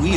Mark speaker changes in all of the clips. Speaker 1: we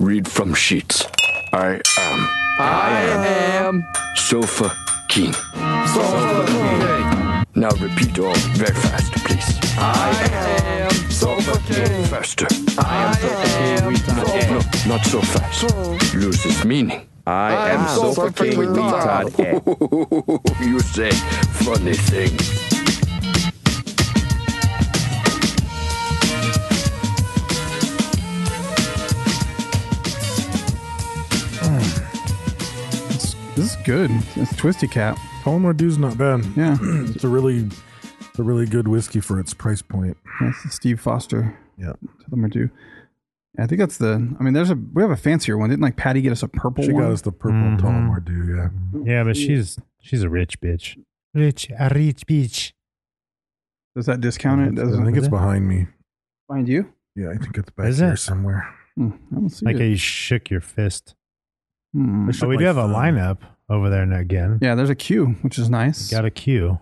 Speaker 2: read from sheets. I am. I am. Sofa King. Sofa King. Now repeat all very fast, please. I am Sofa King. Faster. I am Sofa King. No, not so fast. Loses meaning.
Speaker 3: I am
Speaker 2: Ah.
Speaker 3: so fucking retarded.
Speaker 2: you say funny thing.
Speaker 4: It's, this is good. It's Twisty Cap.
Speaker 5: Palomar Dew's not bad.
Speaker 4: Yeah.
Speaker 5: It's a really, it's a really good whiskey for its price point.
Speaker 4: That's Steve Foster.
Speaker 5: Yeah.
Speaker 4: Them are two. I think that's the. I mean, there's a. We have a fancier one. Didn't like Patty get us a purple
Speaker 5: She
Speaker 4: one?
Speaker 5: got us the purple Palomar Dew, yeah.
Speaker 3: Mm-hmm. Yeah, but she's she's a rich bitch. Rich, a rich bitch.
Speaker 4: Does that discount it? Doesn't
Speaker 5: I think
Speaker 4: it
Speaker 5: it's behind me.
Speaker 4: find you?
Speaker 5: Yeah, I think it's back
Speaker 3: Is
Speaker 5: here
Speaker 3: it?
Speaker 5: somewhere.
Speaker 4: Hmm, I don't see
Speaker 3: Like
Speaker 4: it.
Speaker 3: you shook your fist.
Speaker 4: Hmm.
Speaker 5: I
Speaker 3: But
Speaker 5: shook
Speaker 3: we
Speaker 5: my
Speaker 3: do have a
Speaker 5: thumb.
Speaker 3: lineup over there and again.
Speaker 4: Yeah, there's a queue, which is nice.
Speaker 3: Got a queue.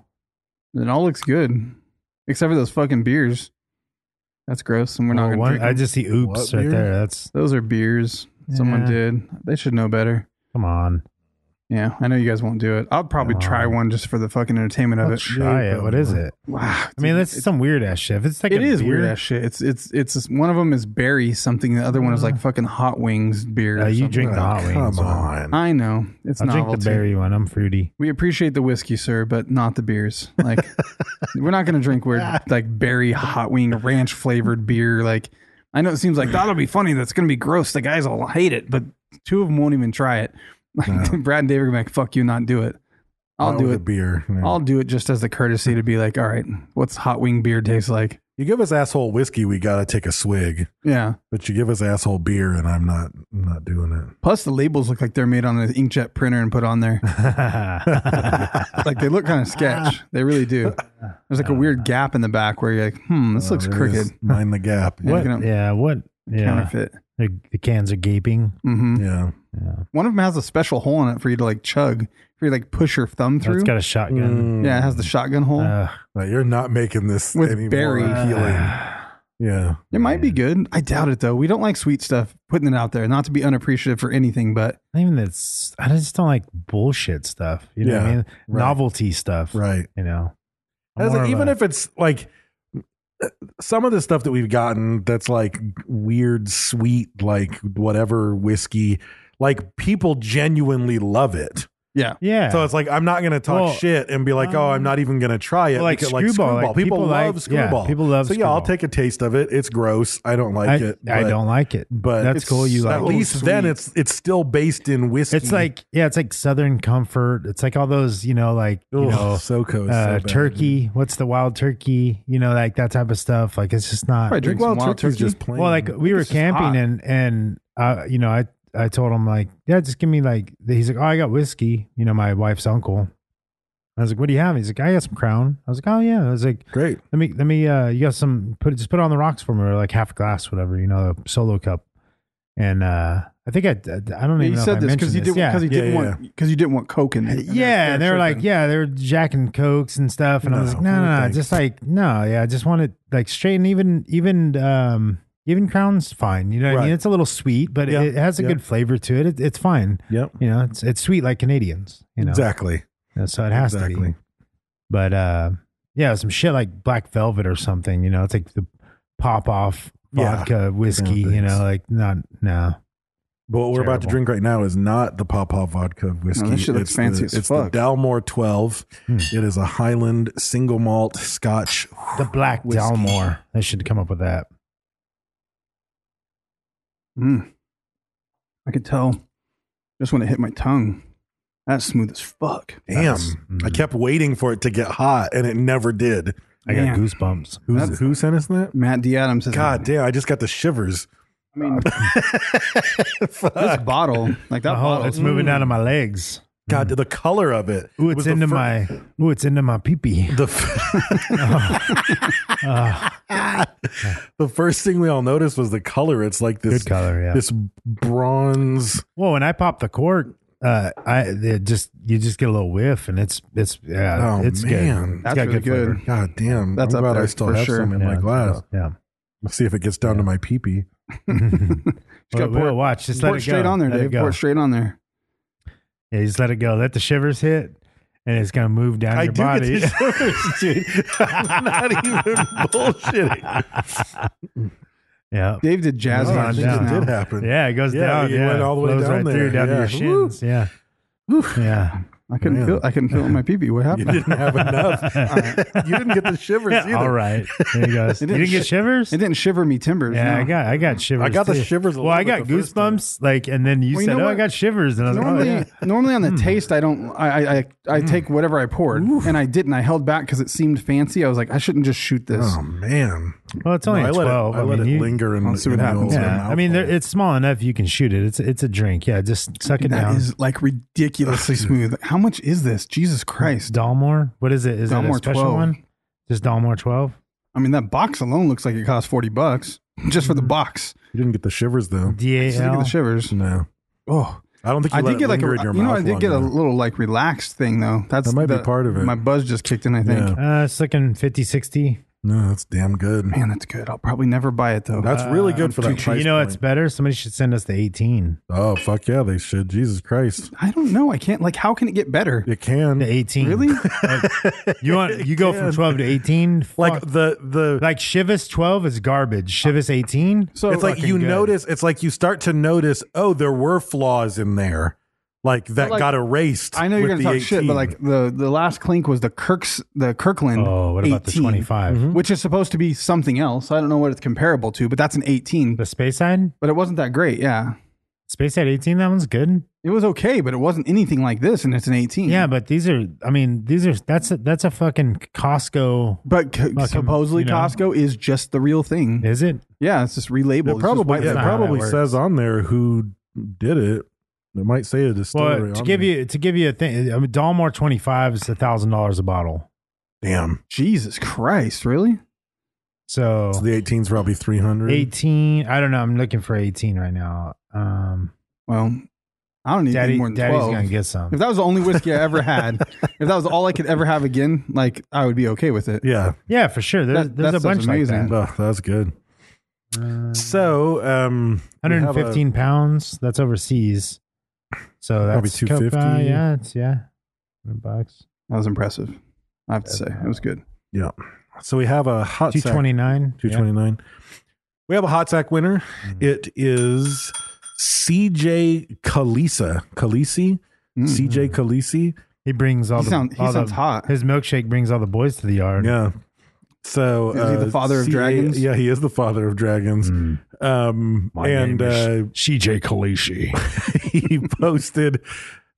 Speaker 4: It all looks good, except for those fucking beers. That's gross, and we're not
Speaker 3: Well,
Speaker 4: gonna
Speaker 3: one-
Speaker 4: drink.
Speaker 3: Oh, I
Speaker 4: them.
Speaker 3: just see oops
Speaker 5: What
Speaker 3: right
Speaker 5: beer?
Speaker 3: there. That's
Speaker 4: Those are beers. Someone
Speaker 3: Yeah.
Speaker 4: did. They should know better.
Speaker 3: come on.
Speaker 4: Yeah, I know you guys won't do it. I'll probably
Speaker 3: No.
Speaker 4: try one just for the fucking entertainment of it.
Speaker 3: Try it. What is it?
Speaker 4: Wow,
Speaker 3: I mean,
Speaker 4: dude,
Speaker 3: that's
Speaker 4: it-
Speaker 3: some weird ass shit. If it's like
Speaker 4: it
Speaker 3: a
Speaker 4: is
Speaker 3: beer,
Speaker 4: weird ass shit. It's it's it's just- one of them is berry something. The other one is like fucking hot wings beer. or
Speaker 3: Uh, you
Speaker 4: something.
Speaker 3: drink the hot
Speaker 5: Come
Speaker 3: wings. one.
Speaker 5: on.
Speaker 4: I know it's
Speaker 3: I'll
Speaker 4: novelty.
Speaker 3: drink the berry one. I'm fruity.
Speaker 4: We appreciate the whiskey, sir, but not the beers. Like we're not gonna drink weird like berry hot wing ranch flavored beer. Like I know it seems like that'll be funny. That's gonna be gross. The guys will hate it, but two of them won't even try it. Like Brad and David are gonna be like, fuck you, not do it. I'll
Speaker 5: Not
Speaker 4: do
Speaker 5: with a
Speaker 4: it.
Speaker 5: beer. no.
Speaker 4: I'll do it just as the courtesy to be like, all right, what's hot wing beer taste like?
Speaker 5: you give us asshole whiskey, we gotta take a swig.
Speaker 4: Yeah.
Speaker 5: But you give us asshole beer, and I'm not, I'm not doing it.
Speaker 4: Plus the labels look like they're made on an inkjet printer and put on there. like they look kind of sketch. They really do. There's like a weird gap in the back where you're like, hmm, this looks
Speaker 5: There Oh, it
Speaker 4: crooked.
Speaker 5: is. Mind the gap.
Speaker 4: Yeah,
Speaker 3: What?
Speaker 4: you know,
Speaker 3: Yeah. What? Yeah.
Speaker 4: Counterfeit.
Speaker 3: The, the cans are gaping.
Speaker 4: hmm
Speaker 5: Yeah.
Speaker 4: One of them has a special hole in it for you to like chug, for you to like push your thumb
Speaker 3: Oh,
Speaker 4: through.
Speaker 3: it's got a shotgun.
Speaker 4: yeah, it has the shotgun hole.
Speaker 5: Oh,
Speaker 3: Uh,
Speaker 5: No, you're not making this
Speaker 4: With
Speaker 5: any
Speaker 4: berry.
Speaker 5: more appealing. Yeah.
Speaker 4: it might be good. I doubt it though. We don't like sweet stuff. Putting it out there, not to be unappreciative for anything, but
Speaker 3: not even that's. I just don't like bullshit stuff. You know what I
Speaker 5: Yeah,
Speaker 3: mean?
Speaker 5: right.
Speaker 3: Novelty stuff.
Speaker 5: Right.
Speaker 3: You know. I'm
Speaker 5: As
Speaker 3: more
Speaker 5: in,
Speaker 3: of
Speaker 5: even
Speaker 3: a-
Speaker 5: if it's like some of the stuff that we've gotten that's like weird, sweet, like whatever whiskey, like people genuinely love it.
Speaker 4: yeah,
Speaker 3: yeah.
Speaker 5: So it's like I'm not gonna talk
Speaker 3: Well, um,
Speaker 5: shit and be like, oh, I'm not even gonna try it.
Speaker 3: well, like
Speaker 5: because,
Speaker 3: Screwball, like,
Speaker 5: people,
Speaker 3: people
Speaker 5: love
Speaker 3: like- yeah,
Speaker 5: screwball.
Speaker 3: people love
Speaker 5: So yeah, I'll
Speaker 3: Screwball.
Speaker 5: take a taste of it. It's gross. I don't like
Speaker 3: I,
Speaker 5: it.
Speaker 3: I
Speaker 5: but-
Speaker 3: don't like it.
Speaker 5: But
Speaker 3: that's
Speaker 5: it's-
Speaker 3: cool. You like
Speaker 5: at
Speaker 3: it.
Speaker 5: least then it's it's still based in whiskey.
Speaker 3: It's like yeah, it's like Southern Comfort. It's like all those you know, like you
Speaker 5: Ugh,
Speaker 3: know,
Speaker 5: SoCo is so
Speaker 3: uh,
Speaker 5: bad.
Speaker 3: turkey. What's the wild turkey? You know, like that type of stuff. Like it's just not.
Speaker 4: Probably drink some
Speaker 5: Wild
Speaker 4: wild
Speaker 5: Turkey's
Speaker 4: turkey.
Speaker 5: just plain.
Speaker 3: Well, like we were
Speaker 4: It's just hot.
Speaker 3: camping and and uh, you know, I I told him like, yeah, just give me like. He's like, oh, I got whiskey. You know, my wife's uncle. I was like, what do you have? He's like, I got some Crown. I was like, oh yeah. I was like,
Speaker 5: great.
Speaker 3: let me let me uh you got some put just put it on the rocks for me or like half a glass whatever you know the solo cup and uh i think i i don't even
Speaker 4: you
Speaker 3: know
Speaker 4: said
Speaker 3: if I
Speaker 4: this because
Speaker 3: mentioned
Speaker 4: you didn't
Speaker 3: yeah
Speaker 4: because you
Speaker 5: Yeah,
Speaker 4: didn't
Speaker 5: yeah,
Speaker 4: want because you didn't want coke in it.
Speaker 3: yeah and they were like
Speaker 4: tripping.
Speaker 3: yeah they were jacking cokes and stuff and i was
Speaker 5: No,
Speaker 3: like no no, no
Speaker 5: thanks.
Speaker 3: just like no yeah i just want it like straight and even even um even crown's fine you know what i mean
Speaker 5: Right.
Speaker 3: it's a little sweet but
Speaker 5: Yeah,
Speaker 3: it has a
Speaker 5: yeah.
Speaker 3: good flavor to it. it it's fine
Speaker 5: Yep.
Speaker 3: you know it's it's sweet like canadians you know
Speaker 5: Exactly.
Speaker 3: Yeah, so it has to
Speaker 5: Exactly.
Speaker 3: be. But uh, yeah, some shit like Black Velvet or something. You know, it's like the pop off
Speaker 5: Yeah.
Speaker 3: vodka whiskey.
Speaker 5: Yeah,
Speaker 3: you know,
Speaker 5: thanks.
Speaker 3: like not no.
Speaker 5: But what we're about to
Speaker 3: Terrible.
Speaker 5: drink right now is not the Pawpaw vodka whiskey.
Speaker 4: No, this shit looks
Speaker 5: it's
Speaker 4: fancy
Speaker 5: the,
Speaker 4: as
Speaker 5: It's
Speaker 4: fuck.
Speaker 5: the Dalmore 12.
Speaker 3: Hmm.
Speaker 5: It is a Highland single malt Scotch.
Speaker 3: The Black
Speaker 5: Whiskey.
Speaker 3: Dalmore. They should come up with that.
Speaker 4: Mm. I could tell just when it hit my tongue. That's smooth as fuck.
Speaker 5: Damn.
Speaker 4: That's-
Speaker 3: hmm.
Speaker 5: I kept waiting for it to get hot and it never did.
Speaker 3: I
Speaker 4: Man.
Speaker 3: got goosebumps.
Speaker 5: Who's,
Speaker 4: That's-
Speaker 5: who sent us that?
Speaker 4: Matt D. Adams says,
Speaker 5: God damn, I just got the shivers.
Speaker 4: I mean, this bottle, like that
Speaker 3: Oh,
Speaker 4: bottle,
Speaker 3: it's moving down to my legs.
Speaker 5: God, the color of it.
Speaker 3: Hmm. Ooh,
Speaker 5: It
Speaker 3: it's
Speaker 5: was the
Speaker 3: into
Speaker 5: fir-
Speaker 3: my. Ooh, it's into my pee pee.
Speaker 5: the f-
Speaker 3: Oh.
Speaker 5: the first thing we all noticed was the color. It's like this
Speaker 3: Good color, yeah.
Speaker 5: This bronze.
Speaker 3: Well, when I pop the cork, uh, I it just you just get a little whiff, and it's it's yeah,
Speaker 5: Oh,
Speaker 3: it's
Speaker 5: man.
Speaker 3: good. It's
Speaker 4: That's
Speaker 3: got
Speaker 4: really good.
Speaker 3: flavor.
Speaker 5: God damn!
Speaker 4: That's
Speaker 5: I'm
Speaker 4: up
Speaker 5: glad
Speaker 4: there
Speaker 5: I still
Speaker 4: for
Speaker 5: have
Speaker 4: sure.
Speaker 5: some in
Speaker 3: Yeah,
Speaker 5: my
Speaker 3: it's
Speaker 5: glass.
Speaker 3: gross. Yeah.
Speaker 5: Let's see if it gets down to my pee pee.
Speaker 4: Just
Speaker 3: Well,
Speaker 4: gotta pour
Speaker 3: well,
Speaker 4: it-
Speaker 3: watch. Just let
Speaker 4: pour
Speaker 3: it
Speaker 4: it straight
Speaker 3: go.
Speaker 4: on there,
Speaker 3: Let it
Speaker 4: Dave.
Speaker 3: go.
Speaker 4: Pour it straight on there.
Speaker 3: Yeah, just let it go. Let the shivers hit, and it's gonna move down
Speaker 5: I
Speaker 3: your
Speaker 5: do
Speaker 3: body.
Speaker 5: get the shivers, dude. I'm not even bullshitting.
Speaker 3: yeah.
Speaker 4: Dave did jazz
Speaker 3: Goes
Speaker 4: hands
Speaker 3: on
Speaker 4: just
Speaker 3: down.
Speaker 4: now.
Speaker 5: Did happen.
Speaker 3: Yeah, it goes
Speaker 5: Yeah,
Speaker 3: down.
Speaker 5: it
Speaker 3: yeah,
Speaker 5: went all the way
Speaker 3: Flows
Speaker 5: down
Speaker 3: right
Speaker 5: there,
Speaker 3: through, down to
Speaker 5: yeah.
Speaker 3: your shins. Yeah. Yeah.
Speaker 4: I couldn't
Speaker 5: Man.
Speaker 4: feel. I couldn't feel my pee pee. What
Speaker 5: You
Speaker 4: happened?
Speaker 5: didn't have enough. You didn't get the shivers
Speaker 3: Yeah,
Speaker 5: either.
Speaker 3: All right. There you go. you
Speaker 4: didn't
Speaker 3: didn't get
Speaker 4: sh-
Speaker 3: shivers?
Speaker 4: It didn't shiver me timbers.
Speaker 3: Yeah,
Speaker 4: no.
Speaker 3: I got I got shivers.
Speaker 5: I got the
Speaker 3: too.
Speaker 5: shivers a
Speaker 3: Well,
Speaker 5: little
Speaker 3: I got
Speaker 5: bit the first time.
Speaker 3: goosebumps. Like, and then you
Speaker 4: Well, you
Speaker 3: said,
Speaker 4: know
Speaker 3: "Oh, I
Speaker 4: what?
Speaker 3: got shivers," and I was like, "Oh
Speaker 4: Normally,
Speaker 3: yeah." Hmm.
Speaker 4: normally on the taste, I don't. I I I, I take whatever I poured, and I didn't. I held back because it seemed fancy. I was like, I shouldn't just shoot this.
Speaker 5: Oh man!
Speaker 3: Well, it's only
Speaker 5: No, I
Speaker 3: a
Speaker 5: let
Speaker 3: twelve.
Speaker 5: it, I let
Speaker 3: mean,
Speaker 5: it
Speaker 3: you-
Speaker 5: linger and
Speaker 4: I'll see what
Speaker 5: and
Speaker 4: happens.
Speaker 5: the old
Speaker 3: Yeah, I mean, there,
Speaker 5: mouthful.
Speaker 3: it's small enough you can shoot it. It's it's a drink. Yeah, just suck it
Speaker 4: That is
Speaker 3: down.
Speaker 4: like ridiculously smooth. How much is this? Jesus Christ!
Speaker 3: Dalmore. What is it? Is it a
Speaker 4: Dalmore
Speaker 3: special
Speaker 4: 12.
Speaker 3: one? Just Dalmore twelve.
Speaker 4: I mean, that box alone looks like it cost forty bucks just
Speaker 5: Mm-hmm.
Speaker 4: for the box.
Speaker 5: you didn't get the shivers though.
Speaker 3: D A
Speaker 4: Just look at
Speaker 3: L.
Speaker 4: the shivers.
Speaker 5: No,
Speaker 4: Oh,
Speaker 5: I don't think you
Speaker 4: I
Speaker 5: let
Speaker 4: did get
Speaker 5: it
Speaker 4: like a,
Speaker 5: linger in
Speaker 4: you
Speaker 5: your
Speaker 4: know,
Speaker 5: mouth
Speaker 4: I did get a
Speaker 5: long enough.
Speaker 4: little like relaxed thing though. That's
Speaker 5: That might be
Speaker 4: the-
Speaker 5: part of it.
Speaker 4: My buzz just kicked in. I think.
Speaker 5: Yeah.
Speaker 3: Uh, it's looking 50, 60.
Speaker 5: No, that's damn good.
Speaker 4: Man, that's good. I'll probably never buy it though.
Speaker 5: That's really good for that price.
Speaker 3: you know,
Speaker 5: point.
Speaker 3: it's better. Somebody should send us the eighteen.
Speaker 5: oh fuck yeah, they should. Jesus Christ,
Speaker 4: I don't know. I can't. Like, how can it get better?
Speaker 5: it can
Speaker 3: The eighteen.
Speaker 4: Really?
Speaker 3: You want you go from twelve to eighteen?
Speaker 5: like
Speaker 3: Fuck.
Speaker 5: the the
Speaker 3: like Shivas twelve is garbage. Shivas eighteen.
Speaker 4: So
Speaker 5: it's like you
Speaker 3: good.
Speaker 5: notice. It's like you start to notice. Oh, there were flaws in there, like that
Speaker 4: But, like,
Speaker 5: got erased.
Speaker 4: I know you're
Speaker 5: with
Speaker 4: gonna talk
Speaker 5: the
Speaker 4: shit,
Speaker 5: 18.
Speaker 4: but like the the last clink was the Kirk's the Kirkland.
Speaker 3: Oh, what about the
Speaker 4: 18,
Speaker 3: 25? Mhm.
Speaker 4: Which is supposed to be something else. I don't know what it's comparable to, but that's an eighteen.
Speaker 3: The Space Side.
Speaker 4: But it wasn't that great. Yeah,
Speaker 3: Space Side eighteen. That one's good.
Speaker 4: it was okay, but it wasn't anything like this, and it's an eighteen.
Speaker 3: Yeah, but these are. I mean, these are. That's a, that's a fucking Costco.
Speaker 4: But c-
Speaker 3: Fucking,
Speaker 4: supposedly
Speaker 3: you know.
Speaker 4: Costco is just the real thing.
Speaker 3: Is it?
Speaker 4: yeah, it's just relabeled.
Speaker 5: it
Speaker 4: It's just
Speaker 5: probably
Speaker 4: white
Speaker 5: it
Speaker 3: not
Speaker 4: label.
Speaker 3: how that
Speaker 5: probably
Speaker 3: works.
Speaker 5: says on there who did it. It might say a distillery.
Speaker 3: Well, to
Speaker 5: on
Speaker 3: give
Speaker 5: there.
Speaker 3: you to give you a thing, I mean, Dalmore twenty five is a thousand dollars a bottle.
Speaker 5: damn,
Speaker 4: Jesus Christ, really?
Speaker 3: So
Speaker 5: so the 18's probably three hundred.
Speaker 3: eighteen. I don't know. I'm looking for eighteen right now. Um,
Speaker 4: Well, I don't need any
Speaker 3: Daddy,
Speaker 4: more than
Speaker 3: Daddy's
Speaker 4: 12.
Speaker 3: gonna get some.
Speaker 4: If that was the only whiskey I ever had, if that was all I could ever have again, like I would be okay with it.
Speaker 5: Yeah,
Speaker 3: yeah, for sure. There's,
Speaker 4: That-
Speaker 3: there's
Speaker 4: that
Speaker 3: a bunch
Speaker 4: stuff's amazing.
Speaker 3: like that.
Speaker 5: oh, that's good. so, um, we have a-
Speaker 3: 115 pounds. That's overseas. So
Speaker 5: Probably
Speaker 3: that's Coke, uh,
Speaker 5: 250.
Speaker 3: yeah, it's yeah, hundred bucks.
Speaker 4: That was impressive. I have to say, it was good.
Speaker 5: Yeah. So we have a hot
Speaker 3: Two
Speaker 5: sack-
Speaker 3: twenty nine.
Speaker 5: 229. We have a hot sack winner.
Speaker 4: Mm-hmm.
Speaker 5: It is CJ Kalisa. Kalisi?
Speaker 4: Mm-hmm.
Speaker 5: CJ Kalisi.
Speaker 3: He brings all
Speaker 4: He
Speaker 3: the.
Speaker 4: sound- he
Speaker 3: all
Speaker 4: sounds
Speaker 3: the,
Speaker 4: hot.
Speaker 3: His milkshake brings all the boys to the yard.
Speaker 5: Yeah. So uh,
Speaker 4: Is he the father of dragons? Mm.
Speaker 5: Yeah, he is the father of dragons. Um and uh
Speaker 3: CJ Kalishi.
Speaker 5: he posted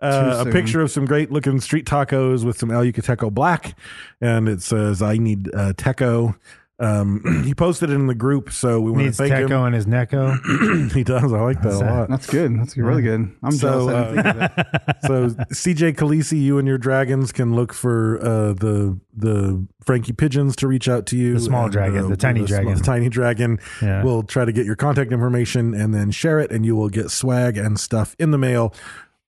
Speaker 5: uh,
Speaker 4: Too
Speaker 5: a
Speaker 4: soon.
Speaker 5: picture of some great looking street tacos with some El Yucateco black, and it says, "I need uh, teco." Um, he posted it in the group, so we want to
Speaker 3: Needs
Speaker 5: thank
Speaker 3: Teco and his Necco.
Speaker 5: him. he does. I like that a lot.
Speaker 4: That's good. That's really good. I'm
Speaker 5: So, uh,
Speaker 4: jealous.
Speaker 3: uh,
Speaker 4: I didn't think of that.
Speaker 5: So CJ Khaleesi, you and your dragons can look for uh, the the Frankie pigeons to reach out to you.
Speaker 3: The small dragon, the tiny
Speaker 5: small-
Speaker 3: dragon.
Speaker 5: the tiny dragon.
Speaker 3: Yeah.
Speaker 5: will try to get your contact information and then share it, and you will get swag and stuff in the mail.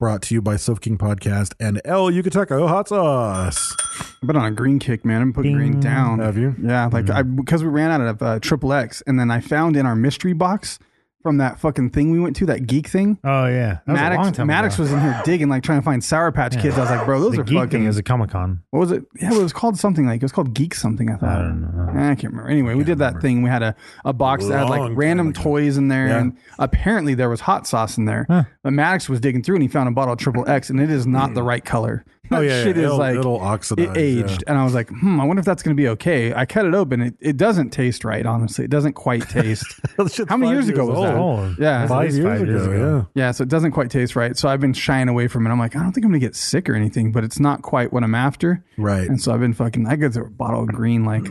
Speaker 5: Brought to you by Sof King Podcast and El Yucateco Hot Sauce.
Speaker 4: I've been on a green kick, man. I'm putting green down.
Speaker 5: Have you?
Speaker 4: Yeah, like
Speaker 3: Mm.
Speaker 4: I because we ran out of uh, triple X, and then I found in our mystery box from that fucking thing we went to, that geek thing.
Speaker 3: Oh yeah, that was a long
Speaker 4: Maddox,
Speaker 3: time
Speaker 4: Maddox
Speaker 3: ago.
Speaker 4: was in here digging, like trying to find Sour Patch Kids. I was like, bro, those
Speaker 3: the
Speaker 4: are
Speaker 3: geek
Speaker 4: fucking.
Speaker 3: thing is a Comic Con.
Speaker 4: what was it? Yeah, it was called something like it was called Geek something. I thought. I don't know. I can't remember. Anyway, we did that thing. We had a, a box that had
Speaker 5: Long
Speaker 4: like
Speaker 5: time
Speaker 4: random
Speaker 5: ago.
Speaker 4: toys in there,
Speaker 5: Yeah.
Speaker 4: and apparently there was hot sauce in there. But Maddox was digging through and he found a bottle of Triple X, and it is not the right color.
Speaker 5: Oh,
Speaker 4: That
Speaker 5: yeah, yeah.
Speaker 4: shit is
Speaker 5: It'll-
Speaker 4: like
Speaker 5: it'll oxidize,
Speaker 4: It aged,
Speaker 5: yeah.
Speaker 4: and I was like, hmm, I wonder if that's gonna be okay. I cut it open. It, it doesn't taste right. Honestly, it doesn't quite taste. How many years ago was that?
Speaker 3: old.
Speaker 4: Yeah.
Speaker 3: That's at
Speaker 5: Five
Speaker 3: least
Speaker 5: years, ago, Yeah.
Speaker 4: Yeah, so it doesn't quite taste right. So I've been shying away from it. I'm like, I don't think I'm gonna get sick or anything, but it's not quite what I'm after.
Speaker 5: Right.
Speaker 4: And so I've been fucking. I go through a bottle of green like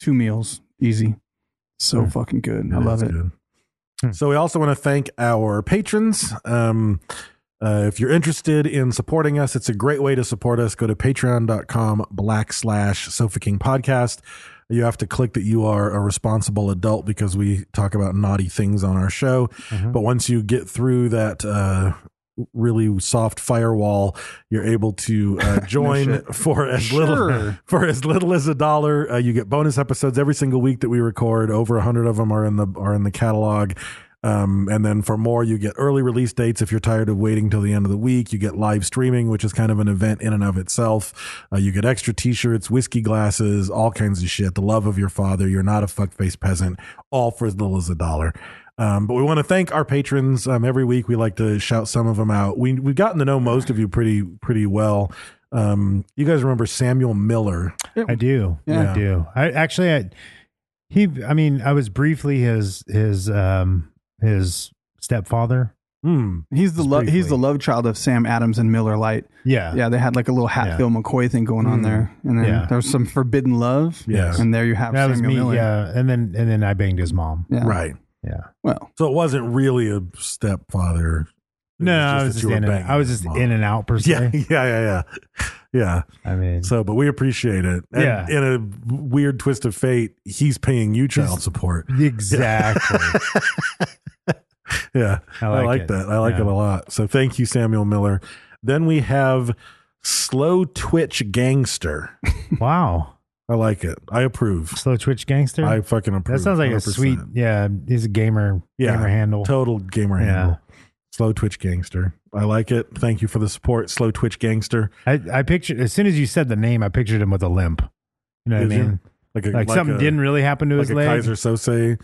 Speaker 4: two meals, easy. So fucking good. I love it. Hmm.
Speaker 5: That's good. So we also want to thank our patrons. Um, uh, if you're interested in supporting us, it's a great way to support us. Go to patreon.com black slash Sofa King podcast. You have to click that you are a responsible adult because we talk about naughty things on our show.
Speaker 4: Mm-hmm.
Speaker 5: But once you get through that uh, really soft firewall, you're able to uh, join for as little
Speaker 4: Sure.
Speaker 5: for as little as a dollar. Uh, you get bonus episodes every single week that we record. Over a hundred of them are in the are in the catalog. Um, and then for more, you get early release dates if you're tired of waiting till the end of the week. You get live streaming, which is kind of an event in and of itself. Uh, you get extra T-shirts, whiskey glasses, all kinds of shit. The love of your father. You're not a fuckface peasant. All for as little as a dollar. Um, but we want to thank our patrons. Um, every week we like to shout some of them out. We we've gotten to know most of you pretty pretty well. Um, you guys remember Samuel Miller?
Speaker 3: I do. I do. I actually, I he. I mean, I was briefly his his um his stepfather.
Speaker 5: Hmm.
Speaker 4: He's the lo- he's
Speaker 3: briefly.
Speaker 4: the love child of Sam Adams and Miller Lite.
Speaker 3: Yeah. Mm.
Speaker 4: Yeah, they had like a little Hatfield McCoy thing going on there, and then
Speaker 3: Yeah.
Speaker 4: there was some forbidden love.
Speaker 5: Yes.
Speaker 4: and there you have
Speaker 3: That was
Speaker 4: Samuel
Speaker 3: me.
Speaker 4: Miller.
Speaker 3: Yeah. And then and then I banged his mom.
Speaker 4: Yeah.
Speaker 5: Right.
Speaker 3: Yeah.
Speaker 4: Well,
Speaker 5: So it wasn't really a stepfather. It
Speaker 3: No, I was
Speaker 5: that
Speaker 3: just
Speaker 5: you were
Speaker 3: in. And,
Speaker 5: banging
Speaker 3: I was
Speaker 5: his
Speaker 3: just
Speaker 5: mom.
Speaker 3: in and out per se.
Speaker 5: Yeah, yeah, yeah, yeah, yeah.
Speaker 3: I mean,
Speaker 5: So, but we appreciate it. And
Speaker 3: Yeah.
Speaker 5: In a weird twist of fate, he's paying you child support.
Speaker 3: exactly.
Speaker 5: Yeah,
Speaker 3: I
Speaker 5: I
Speaker 3: like
Speaker 5: like,
Speaker 3: it.
Speaker 5: that. I like
Speaker 3: Yeah.
Speaker 5: it a lot. So, thank you, Samuel Miller. Then we have Slow Twitch Gangster.
Speaker 3: wow.
Speaker 5: I like it. I approve.
Speaker 3: Slow twitch gangster.
Speaker 5: I fucking approve.
Speaker 3: that sounds like a
Speaker 5: 100%.
Speaker 3: sweet. Yeah. He's a gamer.
Speaker 5: yeah,
Speaker 3: Gamer handle.
Speaker 5: Total gamer
Speaker 3: Yeah.
Speaker 5: handle. Slow Twitch Gangster. I like it. Thank you for the support, Slow Twitch Gangster.
Speaker 3: I I pictured as soon as you said the name, I pictured him with a limp. You know what I
Speaker 5: Did you?
Speaker 3: mean?
Speaker 5: Like,
Speaker 3: Like, something
Speaker 5: a-
Speaker 3: didn't really happen to
Speaker 5: like
Speaker 3: his
Speaker 5: a
Speaker 3: leg.
Speaker 5: Kaiser Sose.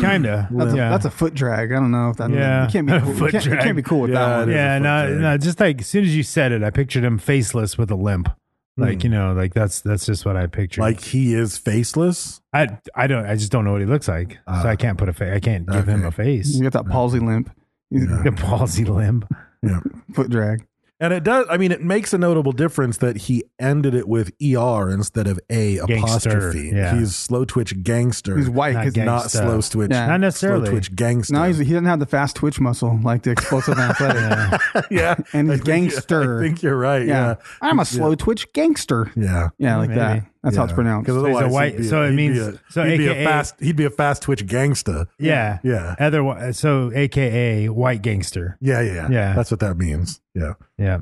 Speaker 3: Kinda.
Speaker 4: that's,
Speaker 3: yeah.
Speaker 4: a, that's a foot drag. I don't know if that.
Speaker 3: Yeah.
Speaker 4: you can't be
Speaker 3: A
Speaker 4: cool.
Speaker 3: foot
Speaker 4: you, can't, you
Speaker 3: drag.
Speaker 4: can't be cool with
Speaker 5: Yeah,
Speaker 4: that one.
Speaker 5: it is.
Speaker 3: yeah,
Speaker 5: a
Speaker 3: no,
Speaker 5: foot
Speaker 3: no, just like as soon as you said it, I pictured him faceless with a limp. Like,
Speaker 5: Hmm.
Speaker 3: you know, like that's that's just what I pictured.
Speaker 5: Like he is faceless.
Speaker 3: I I don't I just don't know what he looks like. so I can't put a face I can't give him a
Speaker 5: Ah. okay.
Speaker 3: face.
Speaker 4: You got that palsy limp, You-
Speaker 3: The palsy limp.
Speaker 5: Yeah.
Speaker 4: foot drag.
Speaker 5: And it does. I mean, it makes a notable difference that he ended it with er instead of a
Speaker 3: Gangster,
Speaker 5: apostrophe.
Speaker 3: yeah.
Speaker 5: He's slow twitch gangster.
Speaker 4: He's white.
Speaker 3: Not
Speaker 4: 'cause-
Speaker 3: gay.
Speaker 5: not
Speaker 3: Gangsta.
Speaker 5: slow twitch.
Speaker 4: Yeah.
Speaker 3: Not necessarily.
Speaker 5: Slow twitch gangster.
Speaker 4: no, he's, he doesn't have the fast twitch muscle like the explosive and athletic.
Speaker 5: yeah,
Speaker 4: and he's
Speaker 5: I think-
Speaker 4: gangster.
Speaker 5: I think you're right. Yeah,
Speaker 4: I'm a slow twitch gangster.
Speaker 5: yeah.
Speaker 4: Yeah, like
Speaker 3: maybe.
Speaker 4: that. That's how it's
Speaker 5: Yeah.
Speaker 4: pronounced.
Speaker 5: 'Cause
Speaker 3: he's a
Speaker 5: otherwise,
Speaker 3: white-
Speaker 5: he'd be
Speaker 3: so it
Speaker 5: he'd be
Speaker 3: means-
Speaker 5: a-
Speaker 3: so
Speaker 5: he'd be
Speaker 3: AKA
Speaker 5: a fast. He'd be a fast twitch gangster.
Speaker 3: Yeah.
Speaker 5: Yeah.
Speaker 3: Otherwise so AKA white gangster.
Speaker 5: Yeah, yeah, yeah,
Speaker 3: Yeah.
Speaker 5: That's what that means. Yeah.
Speaker 3: Yeah.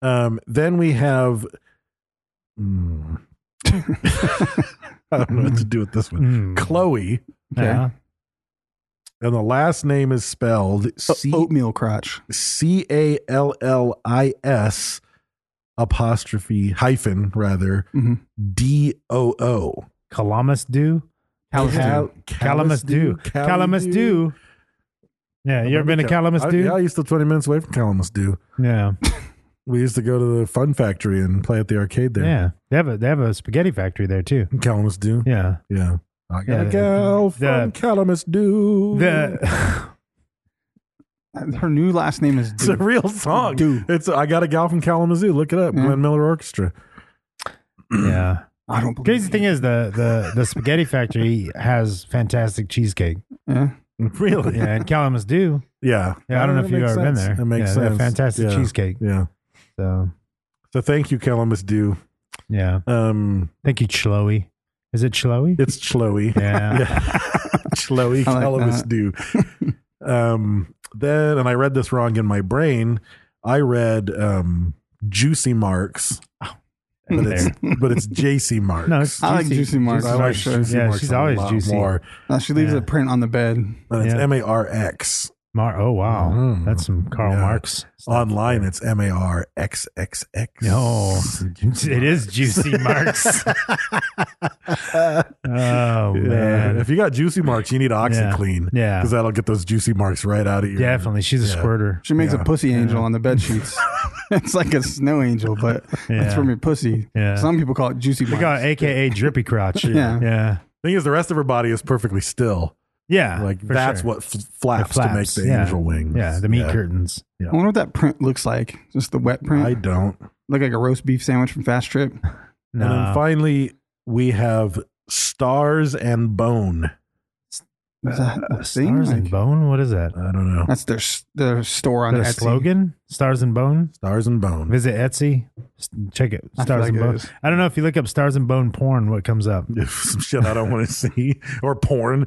Speaker 5: Um. Then we have. Hmm. I don't know what to do with this one.
Speaker 3: Hmm.
Speaker 5: Chloe.
Speaker 4: Okay.
Speaker 3: Yeah.
Speaker 5: and the last name is spelled
Speaker 4: O-
Speaker 5: C
Speaker 4: Uh, oatmeal crotch.
Speaker 5: C A L L I S apostrophe hyphen rather
Speaker 4: Mhm.
Speaker 5: D O O
Speaker 3: Calamus do?
Speaker 4: Kalamazoo.
Speaker 3: Calamus do. Calamus do. Yeah, you ever been to Calamus do?
Speaker 5: Yeah, I used to twenty minutes away from Calamus do.
Speaker 3: Yeah.
Speaker 5: We used to go to the Fun Factory and play at the arcade there.
Speaker 3: Yeah. They have a they have a spaghetti factory there too.
Speaker 5: Calamus do.
Speaker 3: Yeah.
Speaker 5: Yeah. I got
Speaker 3: Yeah,
Speaker 5: a gal
Speaker 3: the-
Speaker 5: from Calamus do.
Speaker 3: The
Speaker 4: Her new last name is
Speaker 5: it's a
Speaker 4: Duke.
Speaker 5: real song.
Speaker 4: Do.
Speaker 5: It's I got a gal from Kalamazoo. Look it up.
Speaker 4: Yeah.
Speaker 5: Glenn Miller Orchestra.
Speaker 3: Yeah.
Speaker 4: I don't believe
Speaker 3: Crazy thing is the the the spaghetti factory has fantastic cheesecake.
Speaker 4: Yeah.
Speaker 5: Really?
Speaker 3: Yeah, and Kalamazoo.
Speaker 5: Yeah.
Speaker 3: Yeah, I don't know
Speaker 5: Uh, That
Speaker 3: if you've
Speaker 5: makes
Speaker 3: ever been
Speaker 5: sense.
Speaker 3: there.
Speaker 5: It makes
Speaker 3: Yeah, they have
Speaker 5: sense.
Speaker 3: fantastic
Speaker 5: Yeah.
Speaker 3: cheesecake.
Speaker 5: Yeah.
Speaker 3: So
Speaker 5: So thank you, Kalamazoo.
Speaker 3: yeah,
Speaker 5: Um,
Speaker 3: thank you, Chloe. Is it Chloe?
Speaker 5: it's Chloe.
Speaker 3: Yeah.
Speaker 5: Chloe
Speaker 4: I like
Speaker 5: Kalamazoo. um, then, and I read this wrong in my brain. I read um, Juicy Marks, but it's but it's JC Marks.
Speaker 3: Oh, No, it's
Speaker 4: I like
Speaker 3: juicy.
Speaker 4: Juicy Marks.
Speaker 5: I like Juicy
Speaker 3: Yeah,
Speaker 5: Marks
Speaker 3: she's
Speaker 5: a
Speaker 3: always
Speaker 5: lot
Speaker 3: juicy.
Speaker 5: More.
Speaker 4: Uh, she leaves
Speaker 3: Yeah.
Speaker 4: a print on the bed.
Speaker 5: And it's
Speaker 3: Yeah.
Speaker 5: M A R X.
Speaker 3: Mar- oh wow,
Speaker 5: Mm.
Speaker 3: that's some Karl
Speaker 5: Yeah.
Speaker 3: Marx. stuff.
Speaker 5: Online, it's M A R X X X.
Speaker 3: No,
Speaker 5: Oh.
Speaker 3: it is juicy Marx. oh
Speaker 5: Yeah.
Speaker 3: man,
Speaker 5: If you got juicy marks, you need OxyClean.
Speaker 3: Yeah.
Speaker 5: Because that'll get those juicy marks right out of you.
Speaker 3: definitely. She's a
Speaker 5: Yeah.
Speaker 3: squirter.
Speaker 4: She makes
Speaker 5: Yeah.
Speaker 4: a pussy angel on the bed sheets. it's like a snow angel, but
Speaker 3: Yeah.
Speaker 4: it's from your pussy.
Speaker 3: Yeah.
Speaker 4: Some people call it Juicy
Speaker 3: We
Speaker 4: Marks.
Speaker 3: got AKA drippy crotch.
Speaker 4: Yeah.
Speaker 3: yeah,
Speaker 5: Thing is, the rest of her body is perfectly still.
Speaker 3: yeah.
Speaker 5: Like
Speaker 3: for
Speaker 5: that's
Speaker 3: sure.
Speaker 5: what f- flaps, to make
Speaker 3: flaps,
Speaker 5: the
Speaker 3: yeah.
Speaker 5: angel wings.
Speaker 3: Yeah, the meat curtains.
Speaker 4: I wonder what that print looks like. Just the wet print.
Speaker 5: I don't.
Speaker 4: Look like a roast beef sandwich from Fast Trip.
Speaker 3: No.
Speaker 5: And then finally, we have stars and bone.
Speaker 4: Is that a thing?
Speaker 3: Uh, Stars and
Speaker 4: Like,
Speaker 3: Bone? What is that?
Speaker 5: I don't know.
Speaker 4: that's their s- their store on
Speaker 3: Their
Speaker 4: Etsy.
Speaker 3: slogan? Stars and Bone?
Speaker 5: Stars and Bone.
Speaker 3: Visit Etsy. S- Check it.
Speaker 4: I feel
Speaker 3: Stars
Speaker 4: like
Speaker 3: and
Speaker 4: it
Speaker 3: Bone.
Speaker 4: is.
Speaker 3: I don't know if you look up Stars and Bone porn, what comes up?
Speaker 5: Some shit I don't want to see or porn.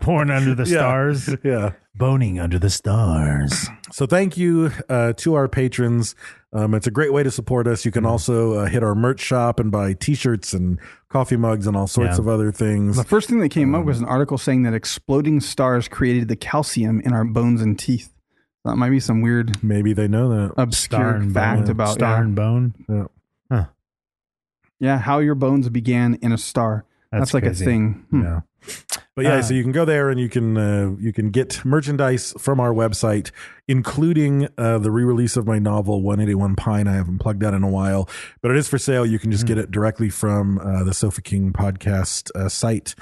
Speaker 3: porn under the
Speaker 5: Yeah.
Speaker 3: stars.
Speaker 5: yeah.
Speaker 3: Boning under the stars.
Speaker 5: So thank you uh, to our patrons. Um, it's a great way to support us. You can also uh, hit our merch shop and buy T-shirts and coffee mugs and all sorts
Speaker 3: Yeah.
Speaker 5: of other things.
Speaker 4: The first thing that came up was an article saying that exploding stars created the calcium in our bones and teeth. That might be some weird
Speaker 5: Maybe they know that.
Speaker 3: Star
Speaker 4: obscure
Speaker 3: and
Speaker 4: fact
Speaker 3: bone.
Speaker 4: about
Speaker 3: Star
Speaker 4: yeah.
Speaker 3: and Bone.
Speaker 5: Yeah.
Speaker 4: Yeah, how your bones began in a star. That's,
Speaker 3: That's
Speaker 4: like
Speaker 3: crazy.
Speaker 4: a thing. Hmm.
Speaker 3: Yeah.
Speaker 5: But yeah, so you can go there and you can uh, you can get merchandise from our website, including uh, the re-release of my novel 181 Pine. I haven't plugged that in a while, but it is for sale. You can just get it directly from uh, the Sofa King podcast uh, site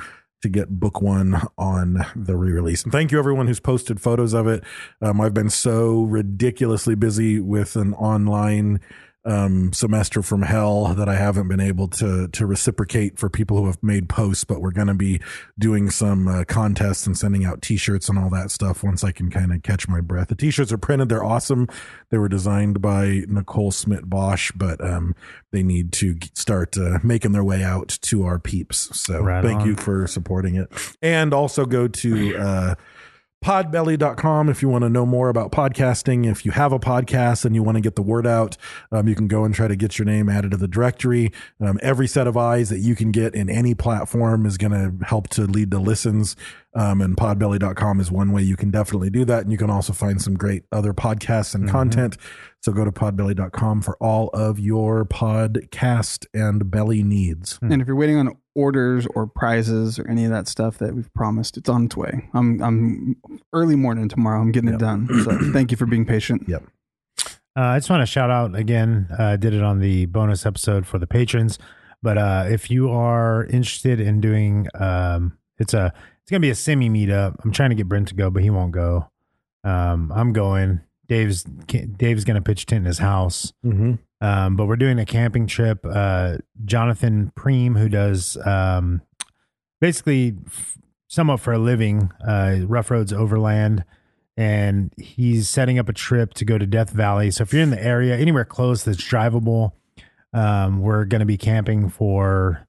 Speaker 5: to get book one on the re-release. And thank you everyone who's posted photos of it. Um, I've been so ridiculously busy with an online um, semester from hell that I haven't been able to to reciprocate for people who have made posts, but we're going to be doing some uh, contests and sending out T-shirts and all that stuff once I can kind of catch my breath. The T-shirts are printed; they're awesome. They were designed by Nicole Smith Bosch, but um, they need to g- start uh, making their way out to our peeps. So
Speaker 3: Right
Speaker 5: thank
Speaker 3: on.
Speaker 5: you for supporting it, and also go to. Uh, podbelly.com if you want to know more about podcasting if you have a podcast and you want to get the word out um, you can go and try to get your name added to the directory um, every set of eyes that you can get in any platform is going to help to lead to listens um, and podbelly.com is one way you can definitely do that and you can also find some great other podcasts
Speaker 3: Mm-hmm.
Speaker 5: and content so go to podbelly.com for all of your podcast and belly needs
Speaker 3: Hmm.
Speaker 4: And if you're waiting on orders or prizes or any of that stuff that we've promised, it's on its way. I'm I'm early morning tomorrow. I'm getting it done. So thank you for being patient.
Speaker 5: yep
Speaker 3: Uh, I just want to shout out again. uh, I did it on the bonus episode for the patrons, but uh, if you are interested in doing, um, it's a it's gonna be a semi meetup. I'm trying to get Brent to go, but he won't go. Um, I'm going. Dave's Dave's gonna pitch tent in his house.
Speaker 5: mm-hmm.
Speaker 3: Um, but we're doing a camping trip. Uh, Jonathan Preem, who does um, basically f- somewhat for a living, uh, Rough Roads Overland, and he's setting up a trip to go to Death Valley. So if you're in the area, anywhere close that's drivable, um, we're going to be camping for.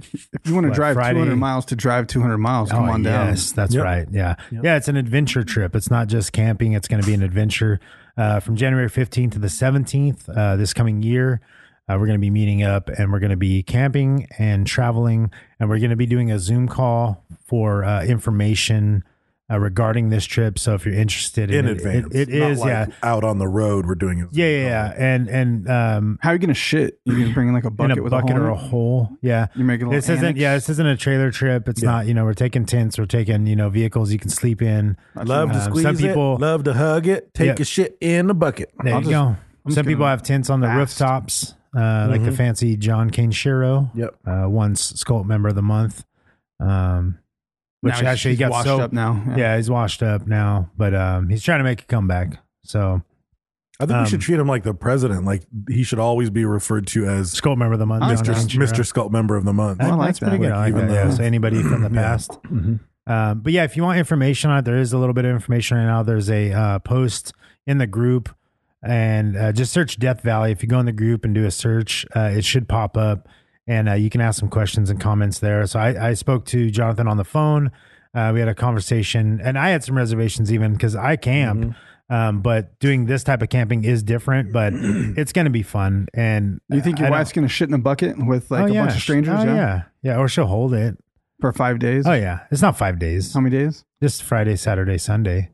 Speaker 4: If you want to
Speaker 3: What,
Speaker 4: drive
Speaker 3: Friday?
Speaker 4: 200 miles to drive 200 miles, come
Speaker 3: Oh,
Speaker 4: on down.
Speaker 3: Yes, that's
Speaker 5: Yep.
Speaker 3: right. Yeah. Yeah, it's an adventure trip. It's not just camping, it's going to be an adventure. Uh, from January 15th to the 17th uh, this coming year, uh, we're going to be meeting up and we're going to be camping and traveling. And we're going to be doing a Zoom call for uh, information uh, regarding this trip. So if you're interested
Speaker 5: in
Speaker 3: in, it,
Speaker 5: advance
Speaker 3: it, it
Speaker 5: Not
Speaker 3: is,
Speaker 5: like
Speaker 3: yeah.
Speaker 5: out on the road we're doing it
Speaker 3: Yeah, yeah, yeah. And, and, um,
Speaker 4: How are you going to shit? You're going to bring in like a bucket
Speaker 3: in a
Speaker 4: with
Speaker 3: bucket
Speaker 4: a hole
Speaker 3: or
Speaker 4: in
Speaker 3: a
Speaker 4: it?
Speaker 3: hole. Yeah,
Speaker 4: You're making a
Speaker 3: this
Speaker 4: little
Speaker 3: isn't.
Speaker 4: annex?
Speaker 3: Yeah, this isn't a trailer trip. It's
Speaker 5: Yeah.
Speaker 3: not. You know, we're taking tents. We're taking you know vehicles you can sleep in.
Speaker 5: Love to
Speaker 3: Um,
Speaker 5: squeeze
Speaker 3: some people-
Speaker 5: it. Love to hug it. Take
Speaker 3: Yep.
Speaker 5: a shit in a bucket.
Speaker 3: There
Speaker 4: I'll
Speaker 3: you
Speaker 4: just-
Speaker 3: go.
Speaker 4: I'm just
Speaker 3: Some people
Speaker 4: gonna
Speaker 3: have tents on the
Speaker 4: fast. Mm-hmm.
Speaker 3: rooftops, uh, like the fancy John Kane Shiro.
Speaker 5: Yep.
Speaker 3: Uh, once Sculpt member of the month. Um, which
Speaker 4: Now he's-
Speaker 3: actually he
Speaker 4: he's
Speaker 3: got
Speaker 4: washed
Speaker 3: so
Speaker 4: up now.
Speaker 3: Yeah. he's washed up now, but um, he's trying to make a comeback. So
Speaker 5: I think
Speaker 3: Um,
Speaker 5: we should treat him like the president. Like he should always be referred to as
Speaker 3: Sculpt member of the month,
Speaker 4: I like
Speaker 3: John
Speaker 5: Mr.
Speaker 3: Kane
Speaker 5: S-
Speaker 3: Shiro.
Speaker 5: Mr. Sculpt member of the month.
Speaker 4: I like
Speaker 3: that's
Speaker 4: that.
Speaker 3: pretty good.
Speaker 4: Like,
Speaker 3: I like
Speaker 5: even
Speaker 3: that, yeah.
Speaker 5: though-
Speaker 3: So anybody from the past. Um, but yeah, if you want information on it, there is a little bit of information right now. There's a uh, post in the group, and uh, just search Death Valley. If you go in the group and do a search, uh, it should pop up, and uh, you can ask some questions and comments there. So I, I spoke to Jonathan on the phone. Uh, we had a conversation, and I had some reservations even because I camp. Um, but doing this type of camping is different, but it's going to be fun. And
Speaker 4: You think your
Speaker 3: I don't-
Speaker 4: wife's going to shit in a bucket with like
Speaker 3: Oh,
Speaker 4: a
Speaker 3: yeah.
Speaker 4: bunch of strangers?
Speaker 3: Oh, yeah. yeah, or she'll hold it.
Speaker 4: For five days?
Speaker 3: Oh yeah, it's not five days
Speaker 4: How many days?
Speaker 3: just Friday, Saturday, Sunday.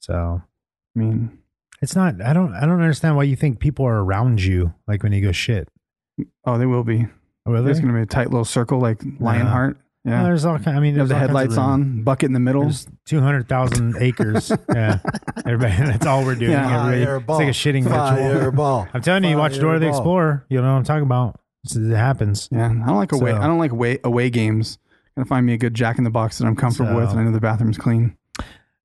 Speaker 3: So
Speaker 4: I mean,
Speaker 3: it's not. I don't. I don't understand why you think people are around you. Like when you go shit.
Speaker 4: oh, they will be.
Speaker 3: Oh, Really?
Speaker 4: There's going to be a tight little circle like Lionheart.
Speaker 3: No,
Speaker 4: Yeah.
Speaker 3: Oh, there's all. Kind, I mean,
Speaker 4: you have
Speaker 3: there's
Speaker 4: the
Speaker 3: all kinds of
Speaker 4: headlights
Speaker 3: room.
Speaker 4: on, bucket in the middle.
Speaker 3: There's two hundred thousand acres. yeah, everybody. That's all we're doing.
Speaker 4: Yeah.
Speaker 3: Everybody- It's like a shitting ritual.
Speaker 5: Fireball.
Speaker 3: I'm telling you, you watch Dora the
Speaker 5: Fireball.
Speaker 3: Explorer. You know what I'm talking about. It's- it happens.
Speaker 4: Yeah, I don't like away.
Speaker 3: So-
Speaker 4: I don't like away away games. Gotta find me a good Jack in the Box that I'm comfortable with,
Speaker 3: So-
Speaker 4: and I know the bathroom's clean.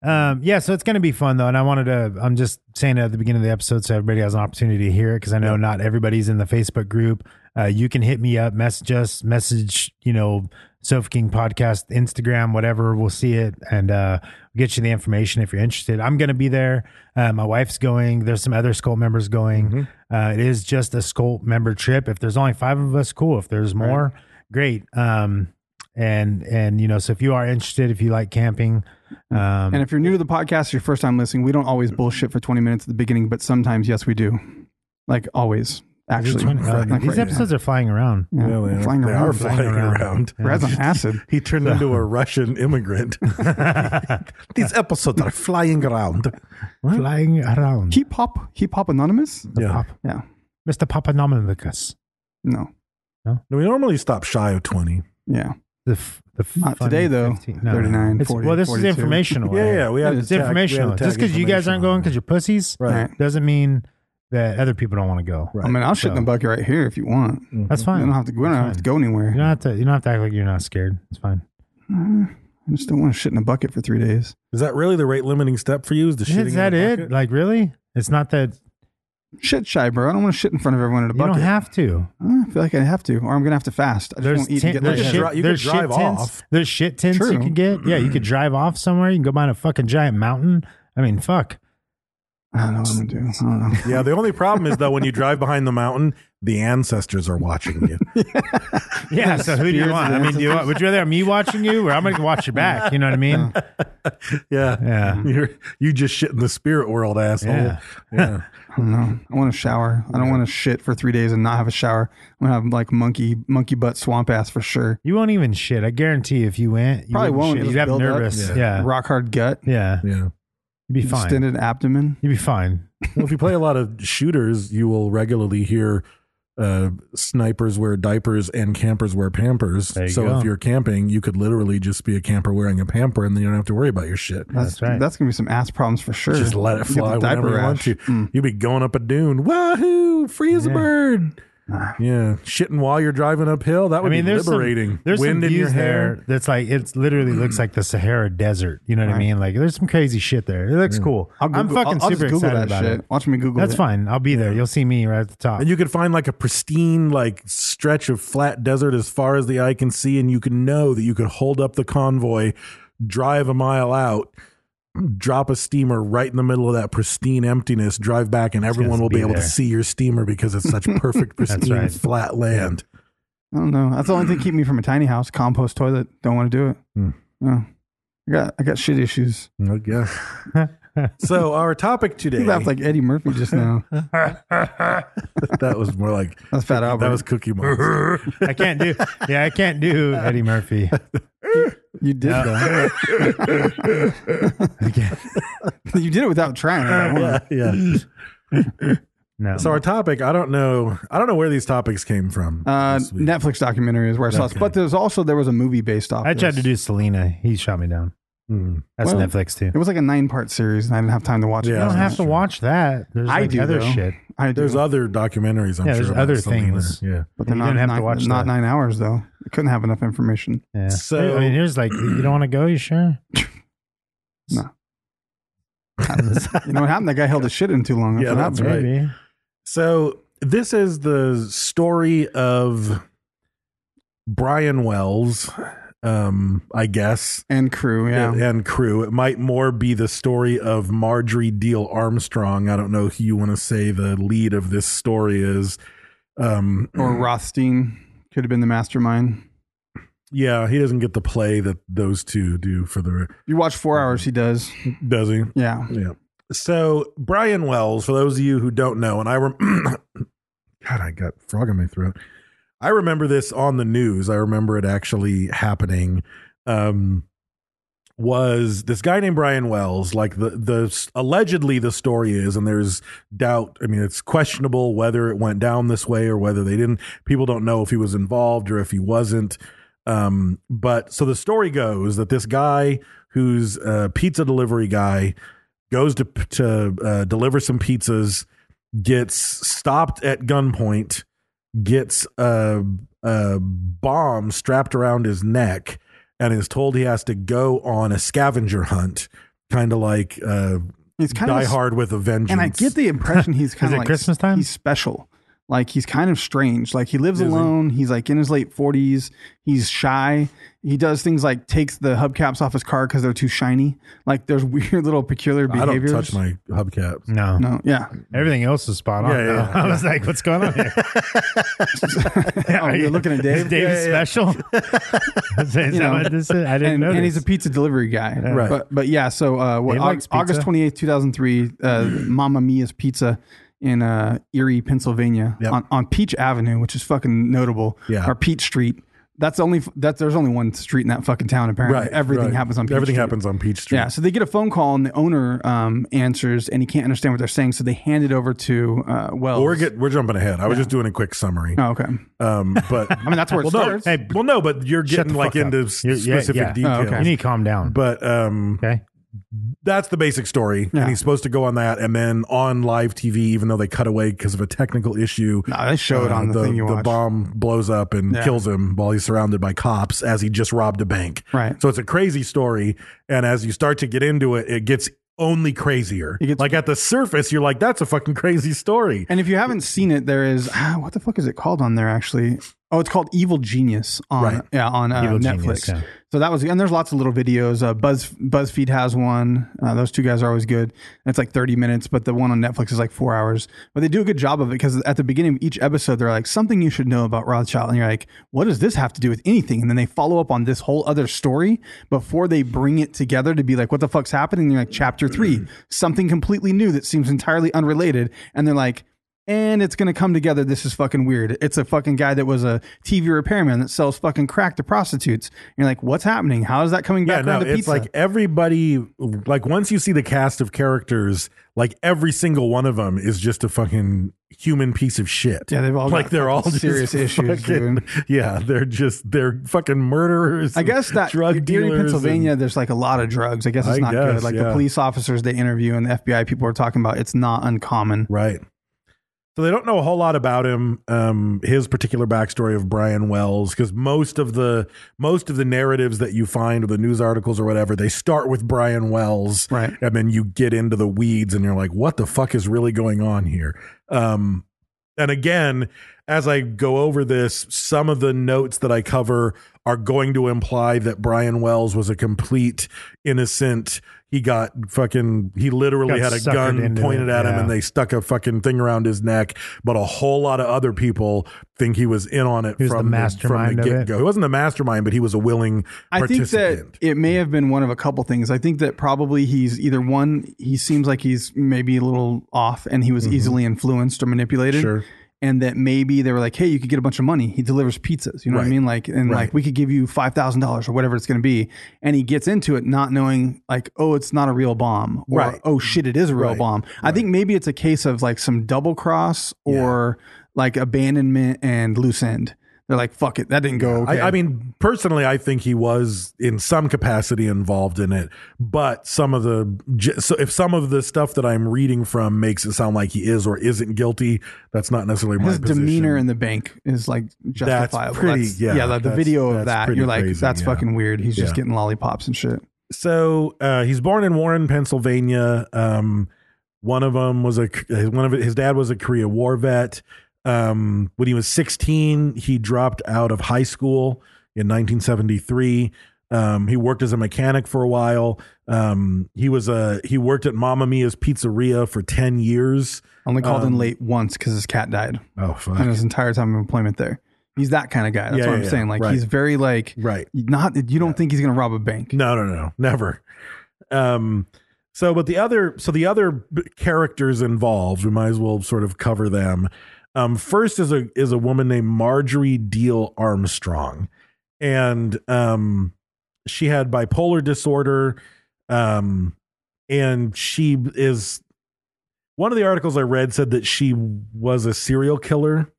Speaker 3: Um, yeah, so it's going to be fun though, and I wanted to. I'm just saying it at the beginning of the episode so everybody has an opportunity to hear it because I know not everybody's in the Facebook group. Uh, you can hit me up, message us, message you know Sofa King Podcast, Instagram, whatever. We'll see it and uh, we'll get you the information if you're interested. I'm going to be there. Uh, my wife's going. There's some other Skull members going. Uh, it is just a Skull member trip. If there's only five of us, cool. If there's more, great. Um, and and you know, so if you are interested, if you like camping, um,
Speaker 4: And if you're new to the podcast, your first time listening, we don't always bullshit for 20 minutes at the beginning, but sometimes, yes, we do. Like always, actually.
Speaker 3: uh,
Speaker 4: Like,
Speaker 3: these
Speaker 4: right-
Speaker 3: episodes are flying around.
Speaker 4: yeah,
Speaker 5: Yeah, they are.
Speaker 4: flying
Speaker 5: They
Speaker 4: around.
Speaker 5: are flying around.
Speaker 4: Brad's on acid.
Speaker 5: He turned into a Russian immigrant. These episodes are flying around.
Speaker 3: Flying around,
Speaker 4: Hip hop, hip hop anonymous.
Speaker 5: Yeah.
Speaker 4: Yeah,
Speaker 3: Mr. Papanomicus.
Speaker 4: no,
Speaker 5: No, we normally stop shy of 20.
Speaker 4: yeah.
Speaker 3: The f- the f-
Speaker 4: Not
Speaker 3: funny
Speaker 4: today, though.
Speaker 3: 15 no.
Speaker 4: 39,
Speaker 3: It's-
Speaker 4: 40,
Speaker 3: well, this is
Speaker 4: 42.
Speaker 3: informational.
Speaker 5: Yeah, yeah. We had
Speaker 3: It's
Speaker 5: to tag- we had to
Speaker 3: informational.
Speaker 5: tag
Speaker 3: Just because you guys aren't
Speaker 5: information
Speaker 3: going
Speaker 5: on
Speaker 3: because you're pussies
Speaker 5: Right.
Speaker 3: doesn't mean that other people don't want to go.
Speaker 5: Right.
Speaker 4: I mean, I'll shit in
Speaker 3: So-
Speaker 4: the bucket right here if you want. You
Speaker 3: That's fine.
Speaker 4: don't have to. We don't
Speaker 3: That's
Speaker 4: have to
Speaker 3: fine.
Speaker 4: go anywhere.
Speaker 3: You don't have to. You don't have to act like you're not scared. It's fine.
Speaker 4: I just don't want to shit in a bucket for three days.
Speaker 5: Is that really the rate limiting step for you? Is the shitting
Speaker 3: Is that
Speaker 5: in the
Speaker 3: it?
Speaker 5: bucket?
Speaker 3: Like really? It's not that
Speaker 4: Shit shy, bro. I don't want to shit in front of everyone in a
Speaker 3: you
Speaker 4: bucket.
Speaker 3: don't have to.
Speaker 4: Uh, I feel like I have to, or I'm gonna have to fast. I just
Speaker 3: There's
Speaker 4: won't eat
Speaker 3: tin-
Speaker 4: and get
Speaker 3: there's
Speaker 5: You could
Speaker 4: laid.
Speaker 3: shit.
Speaker 5: dri- you could
Speaker 3: there's shit
Speaker 5: drive
Speaker 3: tents.
Speaker 5: off.
Speaker 3: There's shit tents you
Speaker 4: True. Mm-hmm.
Speaker 3: can get. Yeah, you could drive off somewhere. You can go behind a fucking giant mountain. I mean, fuck.
Speaker 4: I don't know what I'm gonna do. I don't know.
Speaker 5: Yeah, the only problem is though when you drive behind the mountain, the ancestors are watching you.
Speaker 3: Yeah. So who do you
Speaker 4: Spears
Speaker 3: want? I
Speaker 4: and
Speaker 3: mean, do you want, would you rather have me watching you, or I'm gonna watch your back? You know what I mean?
Speaker 5: yeah,
Speaker 3: Yeah.
Speaker 5: You're, you just shit in the spirit world, asshole.
Speaker 3: Yeah.
Speaker 5: Yeah.
Speaker 4: I don't know. I want to shower. I don't want to shit for three days and not have a shower. I'm gonna have like monkey monkey butt swamp ass for sure.
Speaker 3: You won't even shit. I guarantee if you went, you
Speaker 4: Probably
Speaker 3: wouldn't
Speaker 4: won't.
Speaker 3: shit.
Speaker 4: Just
Speaker 3: You'd have
Speaker 4: build up.
Speaker 3: nervous.
Speaker 5: Yeah.
Speaker 3: Yeah.
Speaker 4: Rock hard gut,
Speaker 3: Yeah.
Speaker 5: yeah.
Speaker 3: You'd be fine.
Speaker 4: extended abdomen.
Speaker 3: You'd be fine.
Speaker 5: Well, if you play a lot of shooters, you will regularly hear uh, snipers wear diapers and campers wear pampers.
Speaker 3: There you
Speaker 5: so
Speaker 3: go.
Speaker 5: if you're camping, you could literally just be a camper wearing a pamper, and then you don't have to worry about your shit.
Speaker 4: That's,
Speaker 3: right.
Speaker 4: That's gonna be some ass problems for sure.
Speaker 5: Just let it
Speaker 4: Get the
Speaker 5: fly
Speaker 4: diaper
Speaker 5: whenever you want
Speaker 4: rash.
Speaker 5: to.
Speaker 3: Hmm.
Speaker 5: You'd be going up a dune. Wahoo! Freeze a bird. Yeah, shitting while you're driving uphill. That
Speaker 3: I
Speaker 5: would
Speaker 3: mean,
Speaker 5: be
Speaker 3: there's
Speaker 5: liberating.
Speaker 3: Some, there's
Speaker 5: Wind
Speaker 3: some
Speaker 5: in your
Speaker 3: views
Speaker 5: hair.
Speaker 3: there that's like it literally
Speaker 4: Mm.
Speaker 3: looks like the Sahara Desert. You know what I mean? Like there's some crazy shit there. It looks cool.
Speaker 4: Mm. I'll Google,
Speaker 3: I'm fucking
Speaker 4: I'll, I'll just
Speaker 3: super
Speaker 4: Google
Speaker 3: excited
Speaker 4: that
Speaker 3: about
Speaker 4: shit.
Speaker 3: it.
Speaker 4: Watch me Google.
Speaker 3: That's
Speaker 4: it.
Speaker 3: fine. I'll be there. You'll see me right at the top.
Speaker 5: And you could find like a pristine, like stretch of flat desert as far as the eye can see, and you can know that you could hold up the convoy, drive a mile out, drop a steamer right in the middle of that pristine emptiness, drive back, and everyone
Speaker 3: just
Speaker 5: will be,
Speaker 3: be
Speaker 5: able
Speaker 3: there.
Speaker 5: to see your steamer because it's such perfect, pristine,
Speaker 3: right.
Speaker 5: flat land.
Speaker 4: I don't know. That's the only thing keeping me from a tiny house. Compost toilet. Don't want to do it.
Speaker 3: Hmm.
Speaker 4: No. I got I got shit issues.
Speaker 5: I guess. so our topic today.
Speaker 4: You laughed like Eddie Murphy just now.
Speaker 5: that was more like
Speaker 4: That's Fat Albert.
Speaker 5: that was Cookie Monster.
Speaker 3: I can't do. Yeah, I can't do Eddie Murphy.
Speaker 4: you did that.
Speaker 3: I can't.
Speaker 4: you did it without trying. I Uh, don't wanna-
Speaker 5: yeah.
Speaker 3: No.
Speaker 5: So our topic. I don't know. I don't know where these topics came from.
Speaker 4: Uh,
Speaker 5: this week.
Speaker 4: Netflix documentary is where I saw this,
Speaker 5: Okay.
Speaker 4: but there's also there was a movie based off.
Speaker 3: I tried
Speaker 4: this.
Speaker 3: to do Selena. He shot me down.
Speaker 5: Hmm.
Speaker 3: That's
Speaker 4: Well,
Speaker 3: Netflix too.
Speaker 4: It was like a nine part series, and I didn't have time to watch it.
Speaker 5: Yeah.
Speaker 3: You don't
Speaker 5: that's
Speaker 3: have to
Speaker 5: true.
Speaker 3: watch that. There's
Speaker 4: I
Speaker 3: like
Speaker 4: do
Speaker 3: other
Speaker 4: though.
Speaker 3: shit.
Speaker 4: I do.
Speaker 5: There's other documentaries. I'm sure
Speaker 3: Yeah, there's
Speaker 5: about
Speaker 3: other
Speaker 5: Selena.
Speaker 3: things.
Speaker 5: Yeah.
Speaker 4: but they're
Speaker 3: you
Speaker 4: not
Speaker 3: didn't have to
Speaker 4: nine-
Speaker 3: watch
Speaker 4: not
Speaker 3: that.
Speaker 4: nine hours though. I couldn't have enough information.
Speaker 3: Yeah.
Speaker 5: So-
Speaker 3: I mean, here's like you don't want to go. You sure?
Speaker 4: You know what happened? That guy held his shit in too long.
Speaker 5: Yeah,
Speaker 4: what
Speaker 5: that's
Speaker 4: happened.
Speaker 5: right.
Speaker 3: Maybe.
Speaker 5: So this is the story of Brian Wells, um, I guess,
Speaker 4: And crew, yeah.
Speaker 5: and crew. It might more be the story of Marjorie Deal Armstrong. I don't know who you want to say the lead of this story is. Um,
Speaker 4: Or Rothstein could have been the mastermind.
Speaker 5: yeah, he doesn't get the play that those two do for the
Speaker 4: You watch four hours, he does.
Speaker 5: does he?
Speaker 4: Yeah.
Speaker 5: Yeah. So Brian Wells, for those of you who don't know, and I rem- God, I got frog in my throat. I remember this on the news. I remember it actually happening. Um, was this guy named Brian Wells like the the allegedly the story is and there's doubt I mean it's questionable whether it went down this way or whether they didn't people don't know if he was involved or if he wasn't um but so the story goes that this guy who's a pizza delivery guy goes to to uh, deliver some pizzas, gets stopped at gunpoint, gets a, a bomb strapped around his neck, and is told he has to go on a scavenger hunt, kind of like uh,
Speaker 4: He's kind
Speaker 5: Die
Speaker 4: of
Speaker 5: Hard with a vengeance.
Speaker 4: And I get the impression he's kind
Speaker 3: it
Speaker 4: of like
Speaker 3: Christmas time?
Speaker 4: He's special. Like he's kind of strange. Like he lives
Speaker 5: Is he?
Speaker 4: alone. He's like in his late forties. He's shy. He does things like takes the hubcaps off his car because they're too shiny. Like there's weird little peculiar
Speaker 5: I don't
Speaker 4: behaviors.
Speaker 5: touch my hubcaps.
Speaker 3: No.
Speaker 4: No, yeah.
Speaker 3: Everything else is spot on.
Speaker 5: Yeah, yeah,
Speaker 3: though. I was like, what's going on here?
Speaker 4: Oh, you're looking at
Speaker 3: Is
Speaker 4: Dave.
Speaker 3: David special? is that
Speaker 4: You know,
Speaker 3: what this is? I didn't
Speaker 4: and,
Speaker 3: know.
Speaker 4: and he's a pizza delivery guy,
Speaker 5: Right.
Speaker 4: But but yeah, so uh, what,
Speaker 3: Dave
Speaker 4: Aug-
Speaker 3: likes pizza.
Speaker 4: August twenty eighth, two thousand three, uh, Mama Mia's Pizza in uh, Erie, Pennsylvania,
Speaker 5: Yep.
Speaker 4: on, on Peach Avenue, which is fucking notable.
Speaker 5: Yeah.
Speaker 4: or Peach Street. That's the only f- that there's only one street in that fucking town. Apparently,
Speaker 5: Right.
Speaker 4: everything
Speaker 5: right.
Speaker 4: happens on Peach
Speaker 5: everything
Speaker 4: Street.
Speaker 5: happens on Peach Street.
Speaker 4: Yeah, so they get a phone call and the owner um, answers and he can't understand what they're saying, so they hand it over to uh, Wells.
Speaker 5: We're get, we're jumping ahead. I was just doing a quick summary.
Speaker 4: oh, okay.
Speaker 5: Um, but I
Speaker 4: mean, that's where it
Speaker 5: well,
Speaker 4: starts.
Speaker 5: No, hey, well, no, but you're
Speaker 3: Shut
Speaker 5: getting
Speaker 3: the
Speaker 5: like
Speaker 3: fuck
Speaker 5: into
Speaker 3: up.
Speaker 5: s-
Speaker 3: You're- yeah,
Speaker 5: specific
Speaker 3: yeah. Oh,
Speaker 5: details.
Speaker 4: okay.
Speaker 3: you need to calm down.
Speaker 5: But um,
Speaker 3: okay.
Speaker 5: that's the basic story,
Speaker 4: Yeah.
Speaker 5: and he's supposed to go on that, and then on live TV, even though they cut away because of a technical issue. uh,
Speaker 4: No, they show it on the thing you watch.
Speaker 5: bomb blows up and
Speaker 4: Yeah.
Speaker 5: kills him while he's surrounded by cops as he just robbed a bank.
Speaker 4: Right.
Speaker 5: So it's a crazy story, and as you start to get into it, it gets only crazier.
Speaker 4: It gets-
Speaker 5: like at the surface, you're like, "That's a fucking crazy story."
Speaker 4: And if you haven't seen it, there is ah, what the fuck is it called on there actually? Oh, it's called Evil Genius on
Speaker 5: Right.
Speaker 4: yeah on uh,
Speaker 3: Evil
Speaker 4: Netflix.
Speaker 3: Genius, yeah.
Speaker 4: So that was and there's lots of little videos. Uh, Buzz Buzzfeed has one. Uh, those two guys are always good. It's like 30 minutes, but the one on Netflix is like four hours. But they do a good job of it because at the beginning of each episode, they're like something you should know about Rothschild, and you're like, what does this have to do with anything? And then they follow up on this whole other story before they bring it together to be like, what the fuck's happening? And you're like, chapter three,
Speaker 3: Mm-hmm.
Speaker 4: something completely new that seems entirely unrelated, and they're like and it's going to come together. This is fucking weird. It's a fucking guy that was a TV repairman that sells fucking crack to prostitutes. And you're like, what's happening? How is that coming
Speaker 5: yeah,
Speaker 4: back
Speaker 5: no,
Speaker 4: around to
Speaker 5: it's
Speaker 4: pizza?
Speaker 5: like everybody, like once you see the cast of characters, like every single one of them is just a fucking human piece of shit.
Speaker 4: Yeah, they've all
Speaker 5: like
Speaker 4: got
Speaker 5: they're all just
Speaker 4: serious issues,
Speaker 5: fucking-
Speaker 4: dude.
Speaker 5: Yeah, they're just they're fucking murderers.
Speaker 4: I guess
Speaker 5: and
Speaker 4: that
Speaker 5: drug
Speaker 4: Erie,
Speaker 5: dealers, and-
Speaker 4: Pennsylvania, there's like a lot of drugs. I guess it's
Speaker 5: I
Speaker 4: not
Speaker 5: guess,
Speaker 4: good. Like the
Speaker 5: yeah.
Speaker 4: police officers they interview and the FBI people are talking about, it's not uncommon.
Speaker 5: Right. So they don't know a whole lot about him, um, his particular backstory of Brian Wells, because most of the most of the narratives that you find or the news articles or whatever, they start with Brian Wells,
Speaker 4: Right.
Speaker 5: And then you get into the weeds, and you're like, "What the fuck is really going on here?" Um, and again, as I go over this, some of the notes that I cover are going to imply that Brian Wells was a complete innocent. He got fucking. He literally
Speaker 3: Got
Speaker 5: had a
Speaker 3: suckered
Speaker 5: gun
Speaker 3: into
Speaker 5: pointed
Speaker 3: it,
Speaker 5: at him,
Speaker 3: yeah.
Speaker 5: and they stuck a fucking thing around his neck, but a whole lot of other people think he was in on it
Speaker 3: He was
Speaker 5: from
Speaker 3: the mastermind
Speaker 5: from
Speaker 3: of
Speaker 5: the
Speaker 3: it.
Speaker 5: get go. He wasn't the mastermind, but he was a willing
Speaker 4: I think that
Speaker 5: participant.
Speaker 4: it may have been one of a couple things. I think that probably he's either one, he seems like he's maybe a little off and he was easily influenced or manipulated.
Speaker 5: Mm-hmm. Sure.
Speaker 4: And that maybe they were like, hey, you could get a bunch of money. He delivers pizzas. You know what I
Speaker 5: Right.
Speaker 4: mean? Like, and
Speaker 5: Right.
Speaker 4: like, we could give you $5,000 or whatever it's going to be. And he gets into it not knowing, like, oh, it's not a real bomb. Or,
Speaker 5: Right.
Speaker 4: oh, shit, it is a real
Speaker 5: Right.
Speaker 4: bomb. I think maybe it's a case of like some double cross or like abandonment and loose end. They're like, fuck it. That didn't go okay.
Speaker 5: I, I mean, personally, I think he was in some capacity involved in it, but some of the j- so if some of the stuff that I'm reading from makes it sound like he is or isn't guilty, that's not necessarily my
Speaker 4: his
Speaker 5: position.
Speaker 4: demeanor in the bank is like justifiable.
Speaker 5: pretty- yeah,
Speaker 4: like the
Speaker 5: that's-
Speaker 4: video of
Speaker 5: that's
Speaker 4: that,
Speaker 5: pretty
Speaker 4: you're like,
Speaker 5: crazy,
Speaker 4: that's
Speaker 5: yeah.
Speaker 4: fucking weird. He's just
Speaker 5: Yeah.
Speaker 4: getting lollipops and shit.
Speaker 5: so uh, he's born in Warren, Pennsylvania. Um, one of them was a uh, one of his dad was a Korea War vet. Um, when he was 16, he dropped out of high school in 1973. Um, he worked as a mechanic for a while. Um, he was a he worked at Mamma Mia's Pizzeria for 10 years.
Speaker 4: Only called
Speaker 5: Um,
Speaker 4: in late once because his cat died
Speaker 5: Oh
Speaker 4: in
Speaker 5: fuck!
Speaker 4: his entire time of employment there. He's that kind of guy. That's
Speaker 5: Yeah,
Speaker 4: what
Speaker 5: yeah,
Speaker 4: I'm
Speaker 5: yeah.
Speaker 4: saying. Like
Speaker 5: Right.
Speaker 4: he's very like
Speaker 5: Right.
Speaker 4: Not you don't think he's gonna rob a bank.
Speaker 5: No, no, no, never. Um, so, but the other, so the other b- characters involved, we might as well sort of cover them. Um, first is a is a woman named Marjorie Deal Armstrong, and um, she had bipolar disorder, um, and she is one of the articles I read said that she was a serial killer,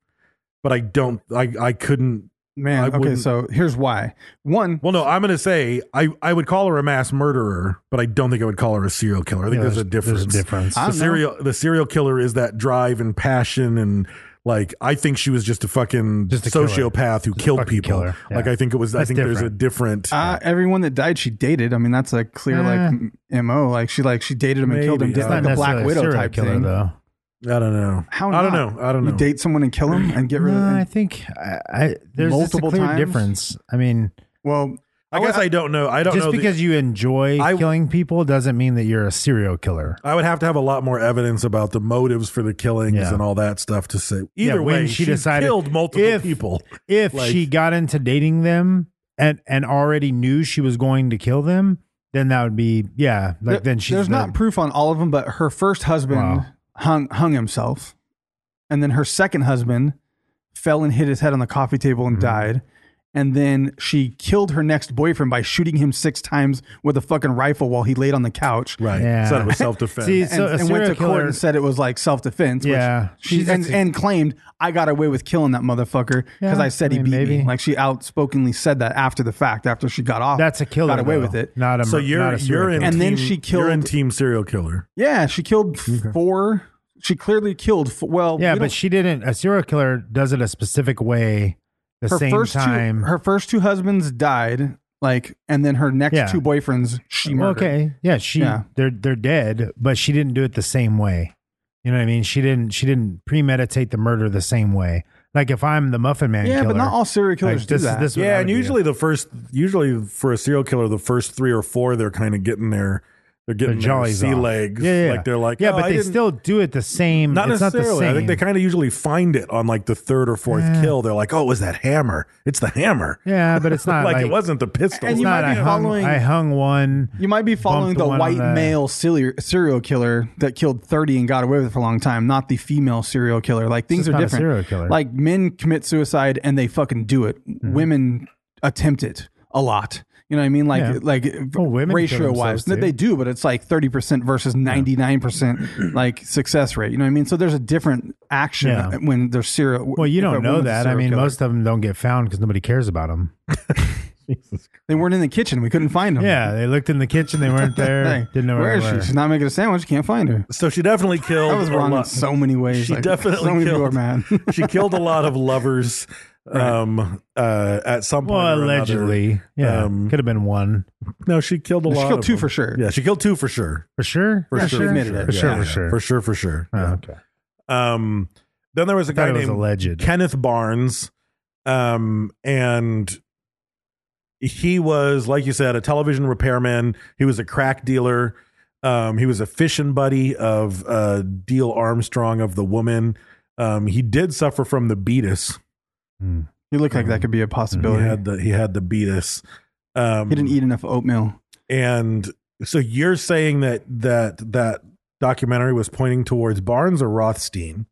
Speaker 5: but I don't, I I couldn't I
Speaker 4: Man, okay,
Speaker 5: wouldn't-
Speaker 4: so here's why. One,
Speaker 5: well, no, I'm going to say I, I would call her a mass murderer, but I don't think I would call her a serial killer. I think
Speaker 3: Yeah,
Speaker 5: there's, a
Speaker 3: there's-
Speaker 5: difference.
Speaker 3: there's a difference.
Speaker 4: I
Speaker 5: The
Speaker 4: don't know.
Speaker 5: serial the serial killer is that drive and passion and like I think she was just a fucking
Speaker 3: Just a killer.
Speaker 5: sociopath who
Speaker 3: Just a
Speaker 5: killed
Speaker 3: fucking
Speaker 5: people.
Speaker 3: killer.
Speaker 5: Like
Speaker 3: Yeah.
Speaker 5: I think it was. I
Speaker 3: That's
Speaker 5: think there's a
Speaker 3: different.
Speaker 5: different.
Speaker 4: uh, everyone that died she dated. I mean, that's a clear like
Speaker 3: Eh.
Speaker 4: m- mo. Like she like she dated him and killed him,
Speaker 5: Maybe,
Speaker 4: did
Speaker 5: yeah.
Speaker 4: like
Speaker 5: Not
Speaker 4: a Black
Speaker 3: necessarily a
Speaker 4: Widow
Speaker 3: serial
Speaker 4: type
Speaker 3: killer,
Speaker 4: thing.
Speaker 3: though.
Speaker 5: I don't know.
Speaker 4: Uh, How?
Speaker 5: I don't
Speaker 4: not?
Speaker 5: know. I don't know.
Speaker 4: You date someone and kill him and get rid
Speaker 3: No,
Speaker 4: of
Speaker 3: I
Speaker 4: him.
Speaker 3: think I, I, there's
Speaker 4: Multiple
Speaker 3: multiple a clear
Speaker 4: times?
Speaker 3: difference. I mean,
Speaker 4: Well,
Speaker 5: I guess I don't know. I don't
Speaker 3: just
Speaker 5: know. the-
Speaker 3: because you enjoy
Speaker 5: I-
Speaker 3: killing people doesn't mean that you're a serial killer.
Speaker 5: I would have to have a lot more evidence about the motives for the killings
Speaker 3: Yeah.
Speaker 5: and all that stuff to say.
Speaker 3: Yeah,
Speaker 5: Either
Speaker 3: when
Speaker 5: way,
Speaker 3: she decided
Speaker 5: killed multiple
Speaker 3: if-
Speaker 5: people.
Speaker 3: If
Speaker 5: Like-
Speaker 3: she got into dating them and and already knew she was going to kill them, then that would be yeah. Like
Speaker 4: there-
Speaker 3: then she's
Speaker 4: there's
Speaker 3: the-
Speaker 4: not proof on all of them, but her first husband
Speaker 3: Wow.
Speaker 4: hung hung himself, and then her second husband fell and hit his head on the coffee table
Speaker 3: Mm-hmm.
Speaker 4: and died. And then she killed her next boyfriend by shooting him six times with a fucking rifle while he laid on the couch.
Speaker 5: Right.
Speaker 3: Yeah.
Speaker 5: Said it was self defense.
Speaker 3: See,
Speaker 4: And,
Speaker 3: so a
Speaker 4: and went
Speaker 3: serial
Speaker 4: to court
Speaker 3: killer-
Speaker 4: and said it was like self defense.
Speaker 3: Yeah.
Speaker 4: She
Speaker 3: She's-
Speaker 4: and, and claimed I got away with killing that motherfucker because
Speaker 3: Yeah,
Speaker 4: I said
Speaker 3: I
Speaker 4: he
Speaker 3: mean,
Speaker 4: beat me.
Speaker 3: maybe.
Speaker 4: Like she outspokenly said that after the fact, after she got off.
Speaker 3: That's a killer.
Speaker 4: Got away
Speaker 3: though,
Speaker 4: with it.
Speaker 3: Not a
Speaker 5: so
Speaker 3: mur- not
Speaker 5: you're
Speaker 3: a serial
Speaker 5: you're in
Speaker 3: killer.
Speaker 4: And then
Speaker 5: team-
Speaker 4: she
Speaker 5: you're in
Speaker 4: killed-
Speaker 5: team serial killer.
Speaker 4: Yeah, she killed four. She clearly killed. Four, well,
Speaker 3: yeah,
Speaker 4: we
Speaker 3: but
Speaker 4: don't-
Speaker 3: she didn't. A serial killer does it a specific way. The same
Speaker 4: first
Speaker 3: time.
Speaker 4: two her first two husbands died, like, and then her next
Speaker 3: Yeah.
Speaker 4: two boyfriends she murdered.
Speaker 3: Okay. Yeah, she
Speaker 4: Yeah.
Speaker 3: they're they're dead, but she didn't do it the same way. You know what I mean? She didn't she didn't premeditate the murder the same way. Like if I'm the Muffin Man
Speaker 4: Yeah,
Speaker 3: killer.
Speaker 4: but not all serial killers
Speaker 3: like,
Speaker 4: do
Speaker 3: this, is-
Speaker 4: that.
Speaker 3: This is what I
Speaker 5: Yeah, and
Speaker 3: would do.
Speaker 5: usually the first, usually for a serial killer, the first three or four, they're kind of getting their, they're
Speaker 3: Their
Speaker 5: getting their
Speaker 3: jollies
Speaker 5: sea
Speaker 3: off.
Speaker 5: legs.
Speaker 3: Yeah, yeah.
Speaker 5: Like they're like,
Speaker 3: yeah,
Speaker 5: "Oh,
Speaker 3: but
Speaker 5: I
Speaker 3: they
Speaker 5: didn't-"
Speaker 3: still do it the same.
Speaker 5: Not
Speaker 3: it's
Speaker 5: necessarily.
Speaker 3: Not the same.
Speaker 5: I think they kind of usually find it on like the third or fourth
Speaker 3: Yeah.
Speaker 5: kill. They're like, oh, it was that hammer? It's the hammer.
Speaker 3: Yeah, but it's not
Speaker 5: like,
Speaker 3: like,
Speaker 5: it wasn't the pistol.
Speaker 4: And
Speaker 3: It's
Speaker 4: you
Speaker 3: not.
Speaker 4: might
Speaker 3: I
Speaker 4: be
Speaker 3: hung.
Speaker 4: following-
Speaker 3: I hung one.
Speaker 4: You might be following
Speaker 3: Bumped
Speaker 4: the
Speaker 3: one on
Speaker 4: white
Speaker 3: the-
Speaker 4: male serial, serial killer that killed 30 and got away with it for a long time, not the female serial killer. Like things
Speaker 3: just
Speaker 4: are
Speaker 3: not a
Speaker 4: different.
Speaker 3: serial killer. Mm-hmm.
Speaker 4: Like men commit suicide and they fucking do it. Women attempt it a lot. You know what I mean? Like
Speaker 3: Yeah.
Speaker 4: like
Speaker 3: Oh, women kill
Speaker 4: ratio wise.
Speaker 3: themselves, too.
Speaker 4: They do, but it's like 30% versus 99% like success rate. You know what I mean? So there's a different action
Speaker 3: Yeah.
Speaker 4: when there's serial
Speaker 3: Well, you
Speaker 4: if a
Speaker 3: don't know
Speaker 4: woman's a
Speaker 3: that. I
Speaker 4: serial
Speaker 3: mean,
Speaker 4: killer.
Speaker 3: most of them don't get found because nobody cares about them.
Speaker 4: they weren't in the kitchen. We couldn't find them.
Speaker 3: Yeah, they looked in the kitchen. They weren't there.
Speaker 4: Hey,
Speaker 3: didn't know
Speaker 4: where
Speaker 3: where
Speaker 4: is
Speaker 3: they
Speaker 4: she?
Speaker 3: were.
Speaker 4: She's not making a sandwich. Can't find her.
Speaker 5: so she definitely killed.
Speaker 4: That was
Speaker 5: a
Speaker 4: wrong in
Speaker 5: lot-
Speaker 4: so many ways.
Speaker 5: She
Speaker 4: Like,
Speaker 5: definitely
Speaker 4: so many people are
Speaker 5: killed.
Speaker 4: mad.
Speaker 5: she killed a lot of lovers um uh at some point
Speaker 3: Well,
Speaker 5: or another.
Speaker 3: allegedly, yeah,
Speaker 5: um,
Speaker 3: could have been one
Speaker 5: no she killed a
Speaker 4: She
Speaker 5: lot
Speaker 4: killed
Speaker 5: of
Speaker 4: two
Speaker 5: them.
Speaker 4: for sure.
Speaker 5: yeah she killed two for sure
Speaker 3: for sure.
Speaker 5: for
Speaker 4: Yeah, she
Speaker 5: sure
Speaker 4: admitted
Speaker 5: for
Speaker 4: it.
Speaker 5: sure.
Speaker 3: For sure,
Speaker 5: Yeah,
Speaker 3: for sure.
Speaker 5: for sure for sure
Speaker 3: Oh,
Speaker 5: Yeah.
Speaker 3: okay.
Speaker 5: um then there was a
Speaker 3: thought
Speaker 5: guy
Speaker 3: it was
Speaker 5: named
Speaker 3: alleged.
Speaker 5: kenneth barnes um and he was like you said a television repairman he was a crack dealer um he was a fishing buddy of uh deal armstrong of the woman um he did suffer from the beatus
Speaker 4: You look like that could be a
Speaker 5: he
Speaker 4: possibility. He,
Speaker 5: had the he had the beatus um
Speaker 4: Mm-hmm. didn't eat enough oatmeal.
Speaker 5: and so you're saying that that that documentary was pointing towards Barnes or Rothstein?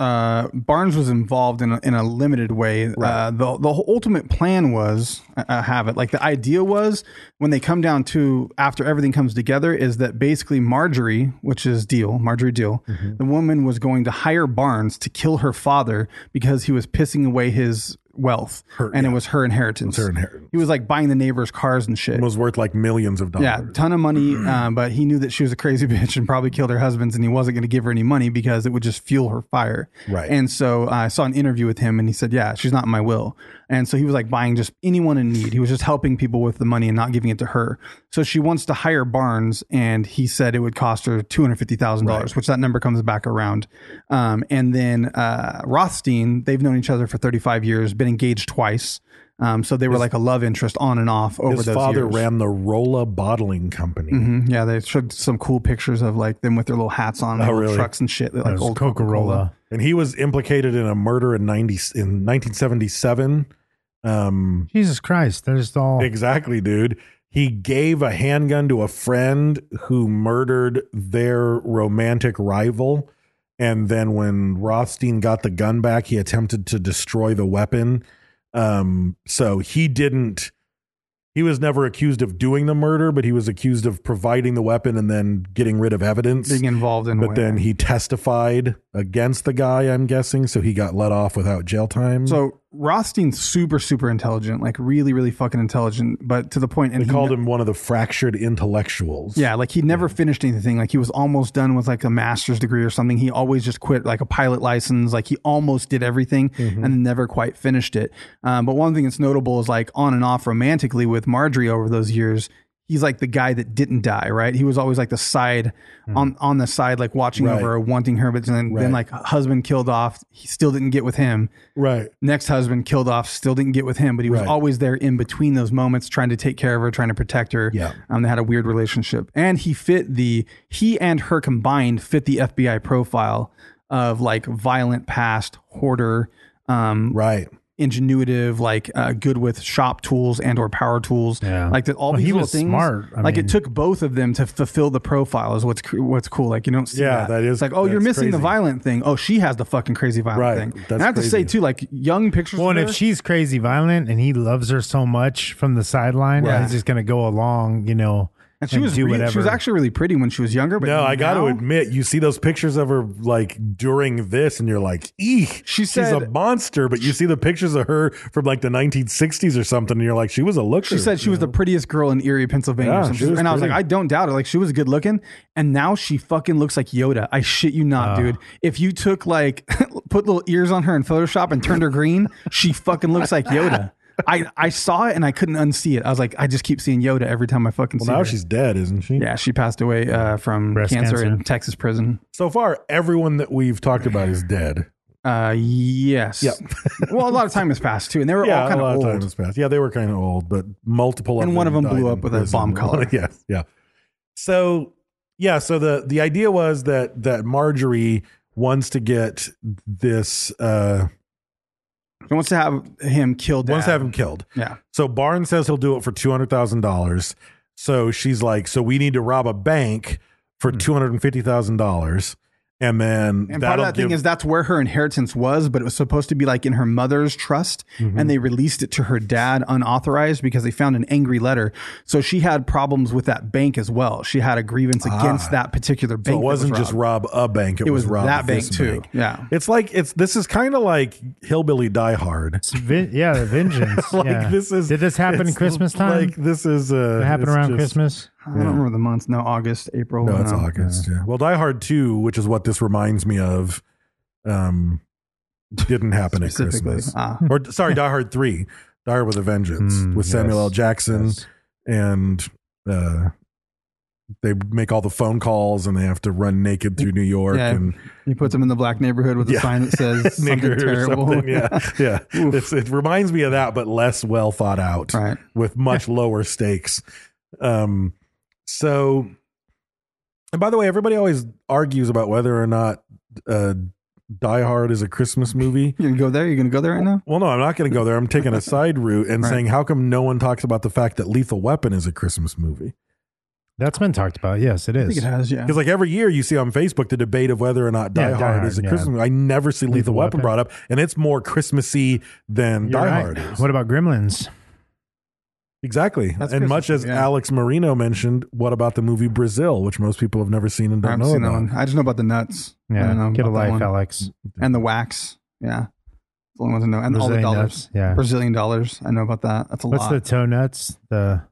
Speaker 4: Uh, Barnes was involved in a, in a limited way. Uh, the the whole ultimate plan was I, I have it. Like the idea was when they come down to after everything comes together is that basically Marjorie, which is Deal, Marjorie Deal,
Speaker 5: Mm-hmm.
Speaker 4: the woman was going to hire Barnes to kill her father because he was pissing away his wealth
Speaker 5: Her-
Speaker 4: and
Speaker 5: yeah.
Speaker 4: it was her inheritance.
Speaker 5: It was her inheritance.
Speaker 4: He was like buying the neighbors' cars and shit.
Speaker 5: It was worth like millions of
Speaker 4: Yeah,
Speaker 5: dollars.
Speaker 4: ton of money, um, but he knew that she was a crazy bitch and probably killed her husband's, and he wasn't going to give her any money because it would just fuel her fire.
Speaker 5: Right.
Speaker 4: And so uh, I saw an interview with him, and he said, "Yeah, she's not in my will." And so he was like buying just anyone in need. He was just helping people with the money and not giving it to her. So she wants to hire Barnes, and he said it would cost her two hundred fifty thousand dollars, which that number comes back around. Um, and then uh, Rothstein, they've known each other for thirty five years, been engaged twice. Um, so they were like a love interest on and off over
Speaker 5: His
Speaker 4: those
Speaker 5: father
Speaker 4: years.
Speaker 5: ran the Rolla Bottling Company.
Speaker 4: Mhm. Yeah, they showed some cool pictures of like them with their little hats on, like,
Speaker 5: Oh,
Speaker 4: little
Speaker 5: really?
Speaker 4: trucks and shit, like
Speaker 3: That was
Speaker 4: old
Speaker 3: Coca Cola.
Speaker 5: And he was implicated in a murder in 90, in 1977. Um,
Speaker 3: Jesus Christ, they're just
Speaker 4: Oh.
Speaker 3: all
Speaker 5: Exactly, dude. He gave a handgun to a friend who murdered their romantic rival. And then when Rothstein got the gun back, he attempted to destroy the weapon. Um, so he didn't, he was never accused of doing the murder, but he was accused of providing the weapon and then getting rid of evidence.
Speaker 4: being involved in. a
Speaker 5: But
Speaker 4: way.
Speaker 5: then he testified against the guy, I'm guessing. So he got let off without jail time.
Speaker 4: so Rothstein's super super intelligent, like really really fucking intelligent, but to the point. And
Speaker 5: they
Speaker 4: he
Speaker 5: called
Speaker 4: kn-
Speaker 5: him one of the fractured intellectuals.
Speaker 4: Yeah, like he never finished anything. Like he was almost done with like a master's degree or something. He always just quit like a pilot license. Like he almost did everything
Speaker 5: Mm-hmm.
Speaker 4: and never quite finished it. Um, but one thing that's notable is like on and off romantically with Marjorie over those years, he's like the guy that didn't die, right? He was always like the side on on the side, like watching
Speaker 5: Mm. Right.
Speaker 4: over, her, wanting her, but then
Speaker 5: Right.
Speaker 4: then like husband killed off, he still didn't get with him.
Speaker 5: Right.
Speaker 4: Next husband killed off, still didn't get with him, but he was
Speaker 5: Right.
Speaker 4: always there in between those moments, trying to take care of her, trying to protect her.
Speaker 5: Yeah.
Speaker 4: um, they had a weird relationship, and he fit the he and her combined fit the FBI profile of like violent past hoarder. Um,
Speaker 5: Right.
Speaker 4: ingenuitive, like uh, good with shop tools and or power tools.
Speaker 3: Yeah.
Speaker 4: Like that, all
Speaker 3: Well,
Speaker 4: these
Speaker 3: he
Speaker 4: little
Speaker 3: was
Speaker 4: things.
Speaker 3: smart. I
Speaker 4: like
Speaker 3: mean-
Speaker 4: it took both of them to fulfill the profile. Is what's cr- what's cool. Like you don't see.
Speaker 5: Yeah, that is-
Speaker 4: It's like oh, you're
Speaker 5: that's
Speaker 4: missing the
Speaker 5: crazy.
Speaker 4: violent thing. Oh, she has the fucking crazy violent
Speaker 5: Right,
Speaker 4: thing.
Speaker 5: that's
Speaker 4: and I have to say
Speaker 5: crazy.
Speaker 4: too, like young pictures.
Speaker 3: Well,
Speaker 4: of
Speaker 3: and
Speaker 4: her-
Speaker 3: if she's crazy violent and he loves her so much from the sideline,
Speaker 4: Right.
Speaker 3: he's just going to go along, you know,
Speaker 4: and she was
Speaker 3: do
Speaker 4: re-
Speaker 3: whatever.
Speaker 4: she was actually really pretty when she was younger. But
Speaker 5: No, I got to
Speaker 4: now-
Speaker 5: admit, you see those pictures of her like during this, and you're like, "Eek,
Speaker 4: She
Speaker 5: she's a
Speaker 4: said-
Speaker 5: monster." But you see the pictures of her from like the 1960s or something, and you're like, "She was a looker."
Speaker 4: She said she was the prettiest girl in Erie, Pennsylvania.
Speaker 5: Yeah,
Speaker 4: or
Speaker 5: she
Speaker 4: something.
Speaker 5: was
Speaker 4: and I was like,
Speaker 5: pretty.
Speaker 4: I don't doubt it. Like she was good looking, and now she fucking looks like Yoda. I shit you
Speaker 5: Ah.
Speaker 4: not, dude. If you took like put little ears on her in Photoshop and turned her green, she fucking looks like Yoda. I I saw it and I couldn't unsee it. I was like, I just keep seeing Yoda every time I fucking see
Speaker 5: Well, now
Speaker 4: her.
Speaker 5: she's dead, isn't she?
Speaker 4: yeah, she passed away uh, from
Speaker 3: Breast
Speaker 4: cancer, in
Speaker 3: cancer.
Speaker 4: Texas prison.
Speaker 5: So far, everyone that we've talked about is dead.
Speaker 4: Uh, yes.
Speaker 5: Yep.
Speaker 4: well, a lot of time has passed too, and they were all
Speaker 5: Yeah, a
Speaker 4: kind
Speaker 5: lot
Speaker 4: of
Speaker 5: of
Speaker 4: old.
Speaker 5: time has passed. Yeah, they were kind of old, but multiple.
Speaker 4: And
Speaker 5: of
Speaker 4: one of them
Speaker 5: died
Speaker 4: blew
Speaker 5: in
Speaker 4: up with a
Speaker 5: prison.
Speaker 4: bomb collar.
Speaker 5: yes, yeah. So yeah, so the the idea was that that Marjorie wants to get this uh
Speaker 4: And wants to have him killed.
Speaker 5: wants to have him killed.
Speaker 4: Yeah.
Speaker 5: So Barnes says he'll do it for two hundred thousand dollars. So she's like, so we need to rob a bank for two hundred and fifty thousand dollars, and then
Speaker 4: Hmm. And part of that thing is that's where her inheritance was, but it was supposed to be like in her mother's trust,
Speaker 5: Mm-hmm.
Speaker 4: and they released it to her dad unauthorized because they found an angry letter. So she had problems with that bank as well. She had a grievance against that particular bank.
Speaker 5: Ah. So it
Speaker 4: that was
Speaker 5: wasn't just
Speaker 4: robbed.
Speaker 5: rob a bank; it,
Speaker 4: It
Speaker 5: was,
Speaker 4: was
Speaker 5: rob
Speaker 4: that bank
Speaker 5: this
Speaker 4: too. Yeah.
Speaker 5: it's like it's this is kind of like hillbilly Die Hard.
Speaker 3: It's vin- yeah, the vengeance.
Speaker 5: like
Speaker 3: yeah.
Speaker 5: this is
Speaker 3: Did this happen
Speaker 5: it's
Speaker 3: Christmas time?
Speaker 5: Like this is uh,
Speaker 3: it happened
Speaker 5: it's
Speaker 3: around
Speaker 5: just-
Speaker 3: Christmas.
Speaker 4: I don't remember the month. No, August, April.
Speaker 5: No, it's August. Yeah. Well, Die Hard Two, which is what this reminds me of, um, didn't happen at
Speaker 4: Specifically,
Speaker 5: Christmas.
Speaker 4: ah.
Speaker 5: Or sorry, Die Hard Three, Die Hard with a Vengeance,
Speaker 3: Mm,
Speaker 5: with Samuel
Speaker 3: yes,
Speaker 5: L. Jackson,
Speaker 3: yes.
Speaker 5: and uh, they make all the phone calls and they have to run naked through New York
Speaker 4: Yeah.
Speaker 5: and
Speaker 4: He puts them in the black neighborhood with a
Speaker 5: Yeah.
Speaker 4: sign that says something
Speaker 5: nigger or
Speaker 4: terrible.
Speaker 5: something. Yeah, yeah.
Speaker 4: Oof.
Speaker 5: It's, it reminds me of that, but less well thought out,
Speaker 4: Right.
Speaker 5: With much lower stakes. Um, so, and by the way, everybody always argues about whether or not uh, Die Hard is a Christmas movie.
Speaker 4: You're gonna go there. You're gonna go there right now.
Speaker 5: Well, no, I'm not going to go there. I'm taking a side route and
Speaker 4: Right.
Speaker 5: saying, how come no one talks about the fact that Lethal Weapon is a Christmas movie?
Speaker 3: That's been talked about. Yes,
Speaker 4: I
Speaker 3: it is.
Speaker 4: think it has. Yeah.
Speaker 5: Because like every year, you see on Facebook the debate of whether or not Die,
Speaker 3: Yeah, Die
Speaker 5: Hard,
Speaker 3: Hard,
Speaker 5: is a
Speaker 3: yeah.
Speaker 5: Christmas. movie. I never see Lethal,
Speaker 3: Lethal
Speaker 5: Weapon,
Speaker 3: Weapon.
Speaker 5: brought up, and it's more Christmassy than
Speaker 3: You're
Speaker 5: Die
Speaker 3: right.
Speaker 5: Hard is.
Speaker 3: What about Gremlins?
Speaker 5: Exactly.
Speaker 4: That's
Speaker 5: and
Speaker 4: Christmas
Speaker 5: much as
Speaker 4: movie, yeah.
Speaker 5: Alex Marino mentioned, what about the movie Brazil, which most people have never seen and
Speaker 4: I
Speaker 5: don't
Speaker 4: haven't
Speaker 5: know
Speaker 4: seen that
Speaker 5: about?
Speaker 4: one. I just know about the nuts. I
Speaker 3: Yeah,
Speaker 4: don't know
Speaker 3: get a
Speaker 4: about that
Speaker 3: life,
Speaker 4: one.
Speaker 3: Alex.
Speaker 4: and the wax. Yeah, the only ones I know, and all the
Speaker 3: Brazilian
Speaker 4: dollars.
Speaker 3: nuts, yeah.
Speaker 4: Brazilian dollars. I know about that. That's a
Speaker 3: What's
Speaker 4: lot.
Speaker 3: the toe nuts? The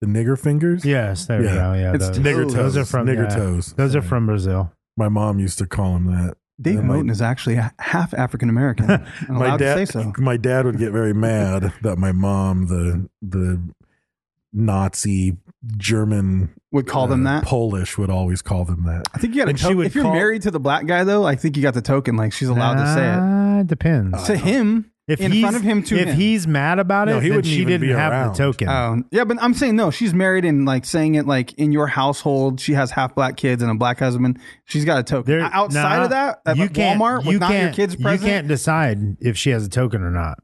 Speaker 5: The nigger fingers?
Speaker 3: yes, there
Speaker 5: Yeah.
Speaker 3: we go. Yeah,
Speaker 4: It's
Speaker 3: those.
Speaker 5: Nigger
Speaker 4: Toes.
Speaker 5: toes.
Speaker 3: Those are from
Speaker 5: nigger
Speaker 3: yeah.
Speaker 5: toes.
Speaker 3: Those are
Speaker 5: Sorry.
Speaker 3: from Brazil.
Speaker 5: My mom used to call him that.
Speaker 4: Dave
Speaker 5: And my-
Speaker 4: Moten is actually a half African American. I'm
Speaker 5: my
Speaker 4: allowed
Speaker 5: dad,
Speaker 4: to say so.
Speaker 5: my dad would get very mad that my mom, the the Nazi German, uh,
Speaker 4: Would call them that?
Speaker 5: Polish would always call them that.
Speaker 4: I think you got a
Speaker 5: And she
Speaker 4: token.
Speaker 5: would
Speaker 4: If you're
Speaker 5: call-
Speaker 4: married to the black guy, though, I think you got the token. Like she's allowed to
Speaker 3: Ah, depends.
Speaker 4: say it to him
Speaker 3: if
Speaker 4: in
Speaker 3: he's-
Speaker 4: front of him. To
Speaker 3: if
Speaker 4: him.
Speaker 3: he's mad about it,
Speaker 5: Uh, No, he
Speaker 3: then
Speaker 5: wouldn't
Speaker 3: she
Speaker 5: even
Speaker 3: didn't
Speaker 5: be
Speaker 3: have
Speaker 5: around.
Speaker 3: the token.
Speaker 4: Um, yeah, but I'm saying no. She's married and like saying it like in your household. She has half black kids and a black husband. She's got a token.
Speaker 3: There-
Speaker 4: Uh, Outside
Speaker 3: nah,
Speaker 4: of that, at
Speaker 3: you
Speaker 4: like
Speaker 3: can't,
Speaker 4: Walmart with
Speaker 3: you
Speaker 4: not your
Speaker 3: can't-
Speaker 4: kids present.
Speaker 3: You can't decide if she has a token or not.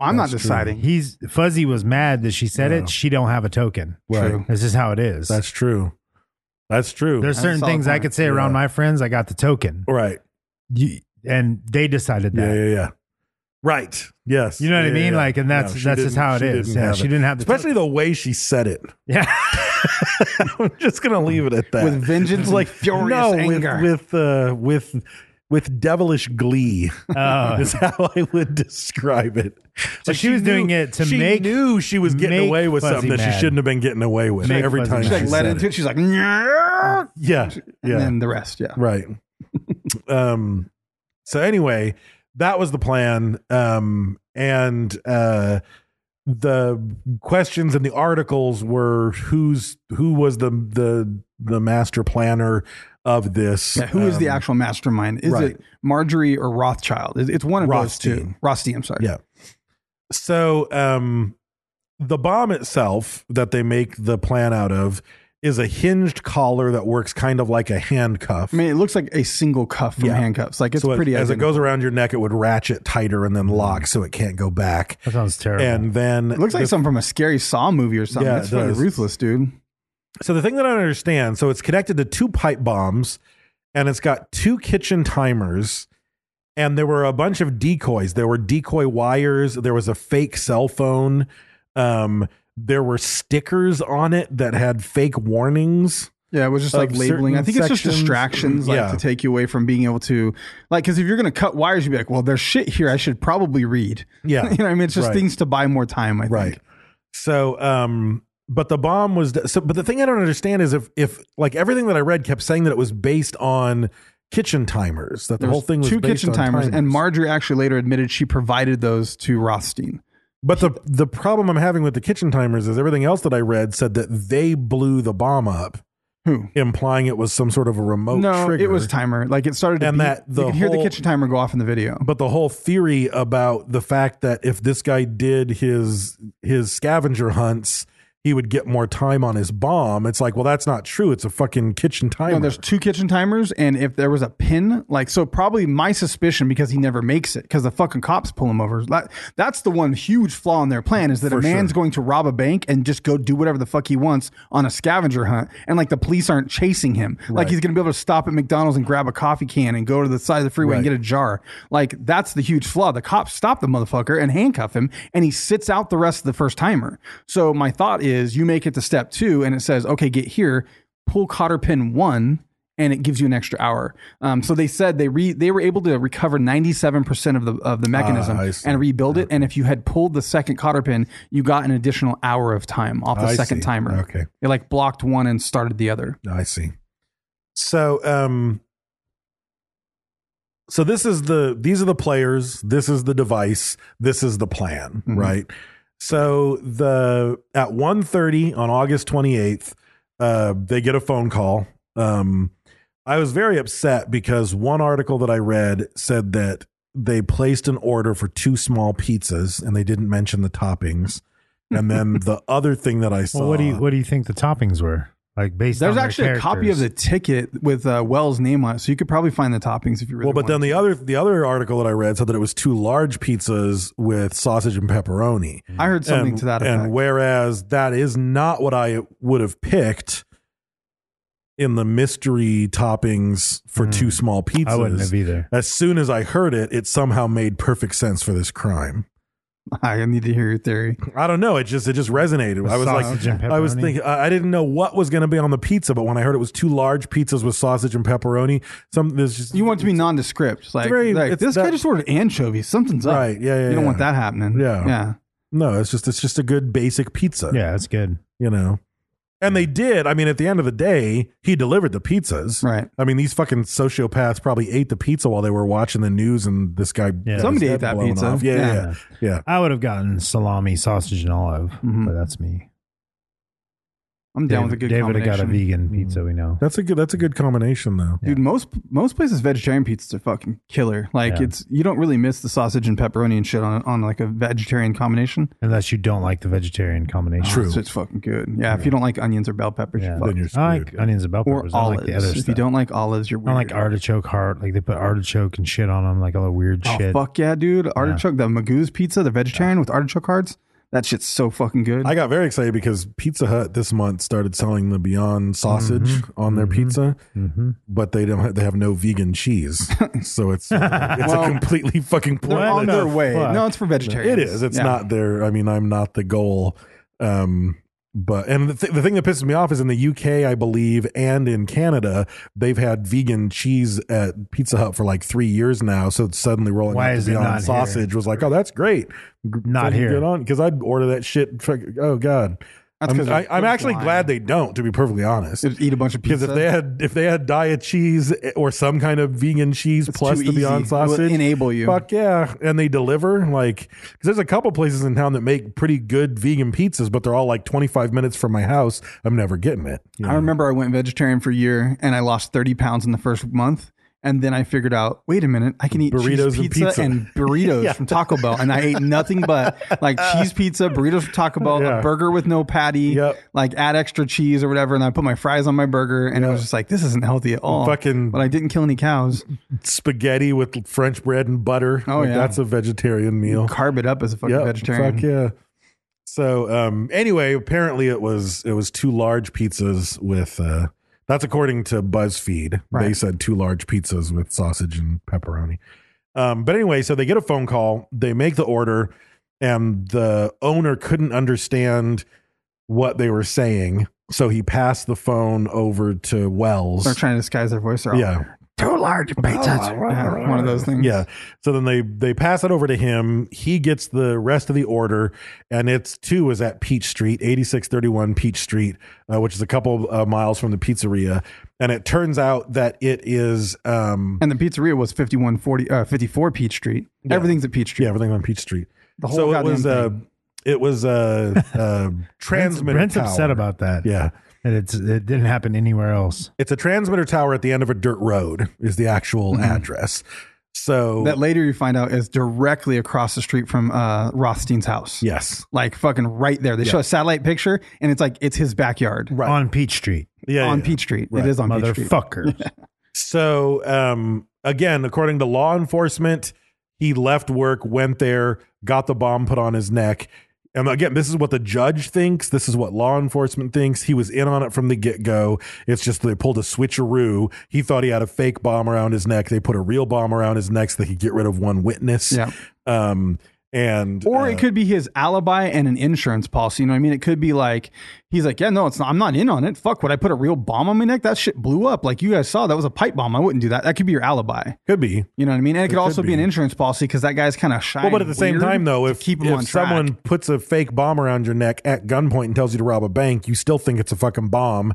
Speaker 4: I'm not
Speaker 5: That's true.
Speaker 4: deciding.
Speaker 3: He's fuzzy was mad that she said it. She don't have a token.
Speaker 5: Right.
Speaker 4: True.
Speaker 3: This is how it is.
Speaker 5: That's true. That's true.
Speaker 3: There's
Speaker 4: That's a
Speaker 3: certain
Speaker 4: solid
Speaker 3: things I
Speaker 4: point.
Speaker 3: could say around
Speaker 5: Yeah.
Speaker 3: my friends. I got the token,
Speaker 5: right.
Speaker 3: you, and they decided that.
Speaker 5: Yeah, yeah, yeah. Right. Yes.
Speaker 3: You know what I
Speaker 5: Yeah,
Speaker 3: mean?
Speaker 5: yeah,
Speaker 3: Like, and that's-
Speaker 5: she
Speaker 3: that's just
Speaker 5: didn't-
Speaker 3: how it
Speaker 5: she
Speaker 3: is. Yeah, she didn't have the
Speaker 5: especially the way she said it.
Speaker 3: Yeah.
Speaker 5: I'm just gonna leave it at that.
Speaker 4: With vengeance
Speaker 5: It's
Speaker 4: and furious
Speaker 5: no,
Speaker 4: anger.
Speaker 5: with with uh, with with devilish glee.
Speaker 3: Oh.
Speaker 5: is how I would describe it. Like,
Speaker 3: she was doing it to
Speaker 5: she
Speaker 3: make-
Speaker 5: knew she was getting
Speaker 3: make
Speaker 5: away with
Speaker 3: Fuzzy
Speaker 5: something that she
Speaker 3: mad.
Speaker 5: shouldn't have been getting away with
Speaker 3: Make
Speaker 5: every
Speaker 3: Fuzzy
Speaker 5: time.
Speaker 3: mad.
Speaker 4: She's
Speaker 5: She
Speaker 4: like let
Speaker 5: said
Speaker 4: into it. She's like, "Nyeh."
Speaker 5: Yeah, yeah.
Speaker 4: and then the rest. Yeah.
Speaker 5: Right. um so anyway, that was the plan. Um and uh the questions and the articles were who's who was the the the master planner of this
Speaker 4: Yeah, who is the
Speaker 5: Um,
Speaker 4: actual mastermind? Is
Speaker 5: right.
Speaker 4: it Marjorie or Rothschild? It's it's one of those two.
Speaker 5: Rothstein.
Speaker 4: Rothstein, I'm sorry.
Speaker 5: Yeah. So um the bomb itself that they make the plan out of is a hinged collar that works kind of like a handcuff.
Speaker 4: I mean, it looks like a single cuff from
Speaker 5: Yeah.
Speaker 4: handcuffs. Like it's
Speaker 5: so it-
Speaker 4: pretty
Speaker 5: as it
Speaker 4: identical. Mm.
Speaker 5: goes around your neck, it would ratchet tighter and then lock so it can't go back.
Speaker 3: That sounds terrible.
Speaker 5: And then
Speaker 4: It looks like
Speaker 5: the-
Speaker 4: something from a scary Saw movie or something.
Speaker 5: Yeah,
Speaker 4: That's
Speaker 5: it
Speaker 4: fucking
Speaker 5: does.
Speaker 4: ruthless, dude.
Speaker 5: So the thing that I don't understand, so it's connected to two pipe bombs and it's got two kitchen timers and there were a bunch of decoys. There were decoy wires, there was a fake cell phone. Um there were stickers on it that had fake warnings.
Speaker 4: Yeah, it was just like
Speaker 5: Of
Speaker 4: labeling. I
Speaker 5: certain
Speaker 4: think it's just
Speaker 5: sections.
Speaker 4: distractions, like
Speaker 5: Yeah.
Speaker 4: to take you away from being able to, like, because if you're gonna cut wires, you'd be like, well, there's shit here. I should probably read.
Speaker 5: Yeah.
Speaker 4: you know, what I mean, it's just
Speaker 5: Right.
Speaker 4: things to buy more time. I
Speaker 5: Right.
Speaker 4: think.
Speaker 5: So, um, but the bomb was so. But the thing I don't understand is if if like everything that I read kept saying that it was based on kitchen timers. That the
Speaker 4: There's
Speaker 5: whole thing was
Speaker 4: two
Speaker 5: based
Speaker 4: kitchen
Speaker 5: on
Speaker 4: timers, and Marjorie actually later admitted she provided those to Rothstein.
Speaker 5: But the the problem I'm having with the kitchen timers is everything else that I read said that they blew the bomb up,
Speaker 4: Who?
Speaker 5: implying it was some sort of a remote.
Speaker 4: no,
Speaker 5: Oh, trigger.
Speaker 4: it was timer. Like it started, to
Speaker 5: And
Speaker 4: beep.
Speaker 5: that the
Speaker 4: you could hear the
Speaker 5: whole-
Speaker 4: kitchen timer go off in the video.
Speaker 5: But the whole theory about the fact that if this guy did his his scavenger hunts, he would get more time on his bomb. It's like, well, that's not true. It's a fucking kitchen timer.
Speaker 4: No, there's two kitchen timers, and if there was a pin, like so, probably my suspicion because he never makes it because the fucking cops pull him over. That, that's the one huge flaw in their plan is that a
Speaker 5: For
Speaker 4: man's
Speaker 5: sure.
Speaker 4: going to rob a bank and just go do whatever the fuck he wants on a scavenger hunt, and like the police aren't chasing him. Like
Speaker 5: Right.
Speaker 4: he's gonna be able to stop at McDonald's and grab a coffee can and go to the side of the freeway and
Speaker 5: Right.
Speaker 4: get a jar. Like that's the huge flaw. The cops stop the motherfucker and handcuff him, and he sits out the rest of the first timer. So my thought is, you make it to step two, and it says, okay, get here, pull cotter pin one. And it gives you an extra hour. Um, so they said they re, they were able to recover ninety seven percent of the of the mechanism
Speaker 5: Ah, I see.
Speaker 4: and rebuild it. And if you had pulled the second cotter pin, you got an additional hour of time off the
Speaker 5: I
Speaker 4: second
Speaker 5: see.
Speaker 4: timer.
Speaker 5: Okay.
Speaker 4: it like blocked one and started the other.
Speaker 3: Oh,
Speaker 5: I see. So, um, so this is the these are the players. This is the device. This is the plan,
Speaker 3: Mm-hmm.
Speaker 5: right? So the at 1.30 on August twenty eighth, uh, they get a phone call. Um, I was very upset because one article that I read said that they placed an order for two small pizzas and they didn't mention the toppings. And then the other thing that I saw,
Speaker 3: well, what do you what do you think the toppings were? Like based
Speaker 4: There's
Speaker 3: on their
Speaker 4: actually a copy of
Speaker 3: characters.
Speaker 4: the ticket with uh, Wells' name on it, so you could probably find the toppings if you really.
Speaker 5: well, but then
Speaker 4: wanted
Speaker 5: the other the other article that I read said that it was two large pizzas with sausage and pepperoni.
Speaker 4: to. I heard something
Speaker 5: and,
Speaker 4: to that effect.
Speaker 5: And whereas that is not what I would have picked in the mystery toppings for two small pizzas.
Speaker 3: I wouldn't have either.
Speaker 5: As soon as I heard it, it somehow made perfect sense for this crime.
Speaker 4: I need to hear your theory.
Speaker 5: I don't know. It just it just resonated. I was
Speaker 3: sausage
Speaker 5: like,
Speaker 3: and
Speaker 5: I was
Speaker 3: pepperoni.
Speaker 5: thinking, I I didn't know what was going to be on the pizza, but when I heard it was two large pizzas with sausage and pepperoni, some there's just
Speaker 4: You want it to be nondescript, like,
Speaker 5: very-
Speaker 4: like,
Speaker 5: it's
Speaker 4: this guy
Speaker 5: that-
Speaker 4: just ordered anchovies. Something's up.
Speaker 5: Right, yeah, yeah,
Speaker 4: You don't
Speaker 5: yeah.
Speaker 4: want that happening.
Speaker 5: Yeah.
Speaker 4: yeah.
Speaker 5: no. It's just it's just a good basic pizza.
Speaker 3: Yeah, that's good.
Speaker 5: you know. And they did. I mean, at the end of the day, he delivered the pizzas.
Speaker 4: Right.
Speaker 5: I mean, these fucking sociopaths probably ate the pizza while they were watching the news, and this guy
Speaker 3: Yeah.
Speaker 5: got
Speaker 4: Somebody
Speaker 5: his
Speaker 4: ate
Speaker 5: head
Speaker 4: that
Speaker 5: blown
Speaker 4: pizza.
Speaker 5: off. Yeah,
Speaker 4: Yeah.
Speaker 5: yeah, yeah. yeah.
Speaker 3: I would have gotten salami, sausage, and olive, but that's me.
Speaker 4: I'm Mm-hmm. down with a good
Speaker 3: David
Speaker 4: combination. Mm-hmm.
Speaker 3: got a vegan pizza. We know.
Speaker 5: That's a good. That's a good combination, though.
Speaker 4: Dude, most most places vegetarian pizzas are fucking killer. Like
Speaker 3: Yeah.
Speaker 4: it's you don't really miss the sausage and pepperoni and shit on on like a vegetarian combination.
Speaker 3: Unless you don't like the vegetarian combination.
Speaker 5: True.
Speaker 4: So it's fucking good. Yeah, if you don't like onions or bell peppers,
Speaker 3: Yeah.
Speaker 4: Ah,
Speaker 5: Then
Speaker 4: you're fucking
Speaker 5: you're
Speaker 3: I like
Speaker 5: screwed.
Speaker 3: onions and bell
Speaker 4: or
Speaker 3: peppers. I
Speaker 4: olives.
Speaker 3: like the other
Speaker 4: if
Speaker 3: stuff.
Speaker 4: you don't like olives, you're
Speaker 3: I
Speaker 4: weird.
Speaker 3: don't like artichoke heart. Like they put artichoke and shit on them, like all the weird
Speaker 4: Oh
Speaker 3: shit.
Speaker 4: fuck yeah, dude! Artichoke, the Magoo's pizza, the vegetarian with artichoke hearts. That shit's so fucking good.
Speaker 5: I got very excited because Pizza Hut this month started selling the Beyond sausage
Speaker 3: Mm-hmm.
Speaker 5: on their pizza, but they don't. Have, they have no vegan cheese, so it's uh, it's
Speaker 4: Well,
Speaker 5: a completely fucking
Speaker 4: They're
Speaker 5: planet.
Speaker 4: on their
Speaker 5: of-
Speaker 4: way.
Speaker 3: fuck.
Speaker 4: No, it's for vegetarians.
Speaker 5: It is. It's
Speaker 4: Yeah.
Speaker 5: not their. I mean, I'm not the goal. Um, but and the, th- the thing that pisses me off is in the UK, I believe, and in Canada, they've had vegan cheese at Pizza Hut for like three years now. So it's suddenly rolling
Speaker 3: Why
Speaker 5: out
Speaker 3: is
Speaker 5: to
Speaker 3: it
Speaker 5: Beyond
Speaker 3: not here?
Speaker 5: sausage was like, oh, that's great. G-
Speaker 3: Not
Speaker 5: fucking
Speaker 3: here.
Speaker 5: Get on because I'd order that shit. fuck- Oh God,
Speaker 4: That's
Speaker 5: I'm,
Speaker 4: 'cause
Speaker 5: I,
Speaker 4: they're-
Speaker 5: I'm
Speaker 4: they're
Speaker 5: actually
Speaker 4: flying.
Speaker 5: glad they don't, to be perfectly honest.
Speaker 4: Just eat a bunch of
Speaker 5: Because if
Speaker 4: pizza.
Speaker 5: they had if they had diet cheese or some kind of vegan cheese
Speaker 4: It's
Speaker 5: plus
Speaker 4: too
Speaker 5: the Beyond
Speaker 4: easy. It will
Speaker 5: sausage,
Speaker 4: enable you.
Speaker 5: Fuck yeah, and they deliver. Like, 'cause there's a couple places in town that make pretty good vegan pizzas, but they're all like 25 minutes from my house. I'm never getting it. you
Speaker 4: I
Speaker 5: know?
Speaker 4: remember I went vegetarian for a year and I lost 30 pounds in the first month. And then I figured out, wait a minute, I can eat
Speaker 5: Burritos and
Speaker 4: cheese pizza,
Speaker 5: pizza.
Speaker 4: and, burritos from Taco Bell. And I ate nothing but like cheese pizza, burritos from Taco Bell,
Speaker 5: Yeah.
Speaker 4: a burger with no patty,
Speaker 5: Yep.
Speaker 4: like add extra cheese or whatever. And I put my fries on my burger and I
Speaker 5: Yeah.
Speaker 4: was just like, this isn't healthy at all.
Speaker 5: Fucking-
Speaker 4: but I didn't kill any cows.
Speaker 5: Spaghetti with French bread and butter.
Speaker 4: Oh,
Speaker 5: Like,
Speaker 4: yeah.
Speaker 5: that's a vegetarian meal.
Speaker 4: Carb it up as a fucking
Speaker 5: Yeah,
Speaker 4: vegetarian.
Speaker 5: Fuck yeah. So um anyway, apparently it was it was two large pizzas with uh that's according to BuzzFeed. They
Speaker 4: Right.
Speaker 5: said two large pizzas with sausage and pepperoni. Um but anyway, so they get a phone call, they make the order and the owner couldn't understand what they were saying, so he passed the phone over to Wells.
Speaker 4: They're trying to disguise their voice. They're all,
Speaker 5: yeah.
Speaker 4: Too large pizzas. One of those things.
Speaker 5: Yeah. So then they they pass it over to him. He gets the rest of the order, and it's two is at Peach Street, eighty six thirty one Peach Street, uh, which is a couple uh, miles from the pizzeria. And it turns out that it is um
Speaker 4: And the pizzeria was 5140, uh, 54 Peach Street. Everything's at Peach Street.
Speaker 5: yeah everything on Peach Street.
Speaker 4: The whole
Speaker 5: so it
Speaker 4: goddamn
Speaker 5: was uh
Speaker 4: thing.
Speaker 5: it was uh uh transmitter.
Speaker 3: Brent's
Speaker 5: tower.
Speaker 3: upset about that.
Speaker 5: Yeah.
Speaker 3: And it's it didn't happen anywhere else.
Speaker 5: It's a transmitter tower at the end of a dirt road is the actual address. So
Speaker 4: Mm-hmm. that later you find out is directly across the street from uh, Rothstein's house.
Speaker 5: yes.
Speaker 4: Like fucking right there. They show a satellite picture and it's like it's his backyard
Speaker 5: Right.
Speaker 3: On Peach Street.
Speaker 5: Yeah.
Speaker 4: on
Speaker 5: yeah, yeah.
Speaker 4: Peach Street.
Speaker 5: Right.
Speaker 4: It is on Peach Street.
Speaker 3: Motherfuckers.
Speaker 5: So, um, again, according to law enforcement, he left work, went there, got the bomb put on his neck. And again, this is what the judge thinks. This is what law enforcement thinks. He was in on it from the get go. It's just they pulled a switcheroo. He thought he had a fake bomb around his neck. They put a real bomb around his neck so they could get rid of one witness.
Speaker 4: Yeah.
Speaker 5: Um, and
Speaker 4: Or
Speaker 5: uh,
Speaker 4: it could be his alibi and an insurance policy. You know what I mean? It could be like he's like, yeah, no, it's not. I'm not in on it. Fuck, would I put a real bomb on my neck? That shit blew up. Like you guys saw, that was a pipe bomb. I wouldn't do that. That could be your alibi.
Speaker 5: could be.
Speaker 4: You know what I mean? And it could
Speaker 5: could
Speaker 4: also be.
Speaker 5: be.
Speaker 4: an insurance policy because that guy's kind of shy.
Speaker 5: Well, but at
Speaker 4: and
Speaker 5: the same
Speaker 4: weird
Speaker 5: time, though,
Speaker 4: to
Speaker 5: if,
Speaker 4: keep him
Speaker 5: if
Speaker 4: on track.
Speaker 5: someone puts a fake bomb around your neck at gunpoint and tells you to rob a bank, you still think it's a fucking bomb,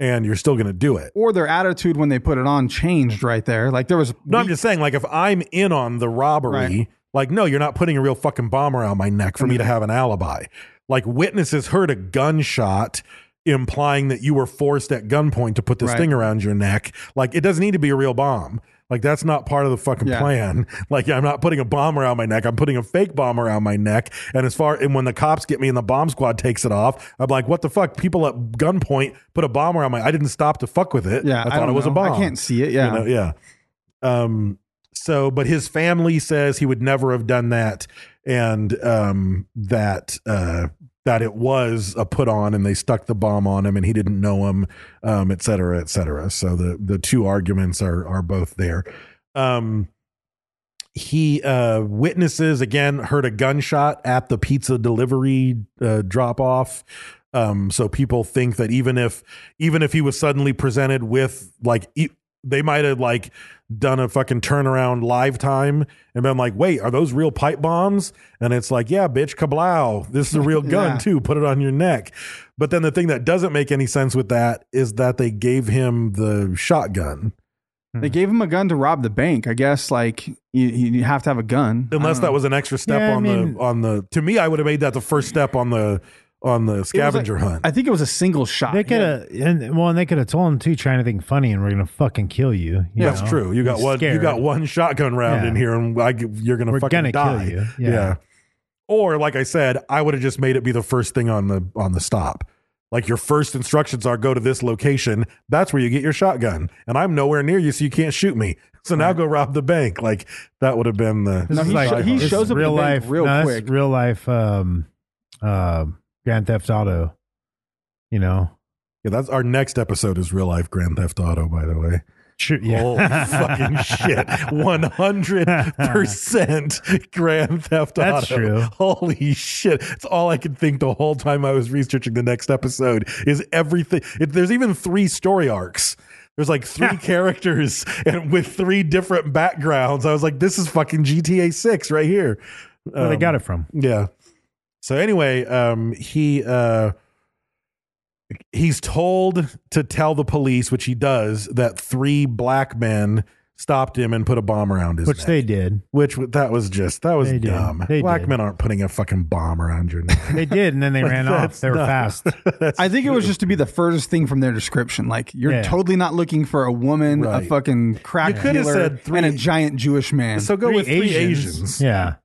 Speaker 5: and you're still going to do it.
Speaker 4: or their attitude when they put it on changed right there. Like there was
Speaker 5: No, I'm just saying, like, if I'm in on the robbery,
Speaker 4: Right.
Speaker 5: like, no, you're not putting a real fucking bomb around my neck for me to have an alibi. Like, witnesses heard a gunshot implying that you were forced at gunpoint to put this
Speaker 4: Right.
Speaker 5: thing around your neck. Like, it doesn't need to be a real bomb. Like, that's not part of the fucking
Speaker 4: Yeah.
Speaker 5: plan. Like, I'm not putting a bomb around my neck. I'm putting a fake bomb around my neck. And as far, and when the cops get me and the bomb squad takes it off, I'm like, what the fuck? People at gunpoint put a bomb around my, I didn't stop to fuck with it.
Speaker 4: Yeah,
Speaker 5: I
Speaker 4: I
Speaker 5: thought
Speaker 4: don't
Speaker 5: it was a
Speaker 4: know. I
Speaker 5: bomb.
Speaker 4: can't see it, yeah.
Speaker 5: You know, yeah. Um, so, but his family says he would never have done that, and um, that uh, that it was a put on, and they stuck the bomb on him, and he didn't know him, um, et cetera, et cetera. So the the two arguments are are both there. Um, he uh, witnesses again heard a gunshot at the pizza delivery uh, drop off. Um, so people think that even if even if he was suddenly presented with like e- they might have like done a fucking turnaround live time and been like, wait, are those real pipe bombs? And it's like, yeah, bitch, kablow. This is a real gun
Speaker 4: Yeah.
Speaker 5: too. Put it on your neck. But then the thing that doesn't make any sense with that is that they gave him the shotgun.
Speaker 4: they gave him a gun to rob the bank. I guess like you, you have to have a gun.
Speaker 5: unless that was an extra step
Speaker 3: Yeah, I
Speaker 5: on
Speaker 3: mean-
Speaker 5: the on the to me i would have made that the first step on the on the
Speaker 4: It was like-
Speaker 5: scavenger hunt
Speaker 4: I think it was a single shot.
Speaker 3: They could have, and well, and they could have told him too, trying to think funny, and we're gonna fucking kill you. you
Speaker 5: that's
Speaker 3: know?
Speaker 5: true you got
Speaker 3: He's
Speaker 5: one you
Speaker 3: scared.
Speaker 5: got one shotgun round
Speaker 3: Yeah.
Speaker 5: in here and I, you're gonna
Speaker 3: We're
Speaker 5: fucking
Speaker 3: gonna kill
Speaker 5: die
Speaker 3: you. Yeah.
Speaker 5: or like i said i would have just made it be the first thing on the on the stop like your first instructions are go to this location that's where you get your shotgun and i'm nowhere near you so you can't shoot me so now go rob the bank like that would have been the
Speaker 4: No,
Speaker 3: This
Speaker 4: he
Speaker 3: is like
Speaker 4: sho- he
Speaker 3: this is
Speaker 4: shows up at the
Speaker 3: real
Speaker 4: bank
Speaker 3: life,
Speaker 4: real
Speaker 3: no, this is
Speaker 4: quick.
Speaker 3: real life, um, uh, Grand Theft Auto. You know,
Speaker 5: yeah that's our next episode is real life grand theft auto by the way
Speaker 3: True, yeah.
Speaker 5: Holy Oh, fucking shit. 100% Grand Theft Auto.
Speaker 3: That's true.
Speaker 5: Holy shit. It's all I could think the whole time I was researching the next episode is everything. It, there's even three story arcs. There's like three characters and with three different backgrounds. I was like, this is fucking GTA 6 right here. Um,
Speaker 3: Where they got it from?
Speaker 5: Yeah. So anyway, um, he uh, he's told to tell the police, which he does, that three black men stopped him and put a bomb around his
Speaker 3: which
Speaker 5: neck.
Speaker 3: they did.
Speaker 5: Which w- that was just that was
Speaker 3: They did.
Speaker 5: dumb.
Speaker 3: They
Speaker 5: black
Speaker 3: did.
Speaker 5: men aren't putting a fucking bomb around your neck.
Speaker 3: They did, and then they ran off.
Speaker 5: that's
Speaker 3: They were
Speaker 5: not-
Speaker 3: fast.
Speaker 4: I think it was just to be the furthest thing from their description. Like you're
Speaker 3: Yeah.
Speaker 4: totally not looking for a woman,
Speaker 5: Right.
Speaker 4: a fucking
Speaker 5: You
Speaker 4: crack
Speaker 5: could have
Speaker 4: dealer,
Speaker 5: said three-
Speaker 4: and a giant Jewish man.
Speaker 5: so go with three Asians.
Speaker 3: Yeah,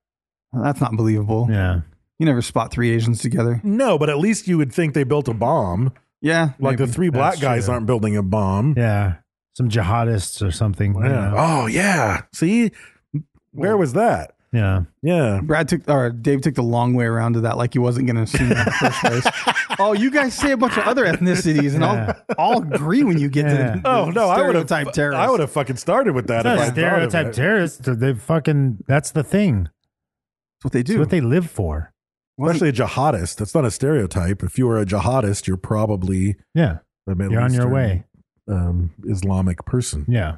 Speaker 4: that's not believable.
Speaker 3: yeah.
Speaker 4: You never spot three Asians together.
Speaker 5: No, but at least you would think they built a bomb.
Speaker 4: Yeah,
Speaker 5: Like the
Speaker 4: maybe.
Speaker 5: three black
Speaker 3: That's
Speaker 5: guys
Speaker 3: true.
Speaker 5: aren't building a bomb.
Speaker 3: Yeah. Some jihadists or something. I don't
Speaker 5: Yeah.
Speaker 3: know.
Speaker 5: Oh yeah. See, where was that?
Speaker 3: Yeah.
Speaker 5: Yeah.
Speaker 4: Brad took or Dave took the long way around to that, like he wasn't going to assume that in the first place. Oh, you guys say a bunch of other ethnicities, and I'll, I'll agree when you get
Speaker 3: Yeah.
Speaker 4: to the,
Speaker 5: Oh no, I would have.
Speaker 4: stereotype terrorist.
Speaker 5: I would have fucking started with that.
Speaker 3: It's not
Speaker 5: if I thought of
Speaker 3: stereotype
Speaker 5: it.
Speaker 3: terrorists. They fucking, that's the thing.
Speaker 4: That's what they
Speaker 3: It's
Speaker 4: do.
Speaker 3: what they live for.
Speaker 5: Especially a jihadist. That's not a stereotype. If you were a jihadist, you're probably
Speaker 3: Yeah.
Speaker 5: a Middle
Speaker 3: You're on your
Speaker 5: Eastern,
Speaker 3: way.
Speaker 5: Um, Islamic person.
Speaker 3: Yeah.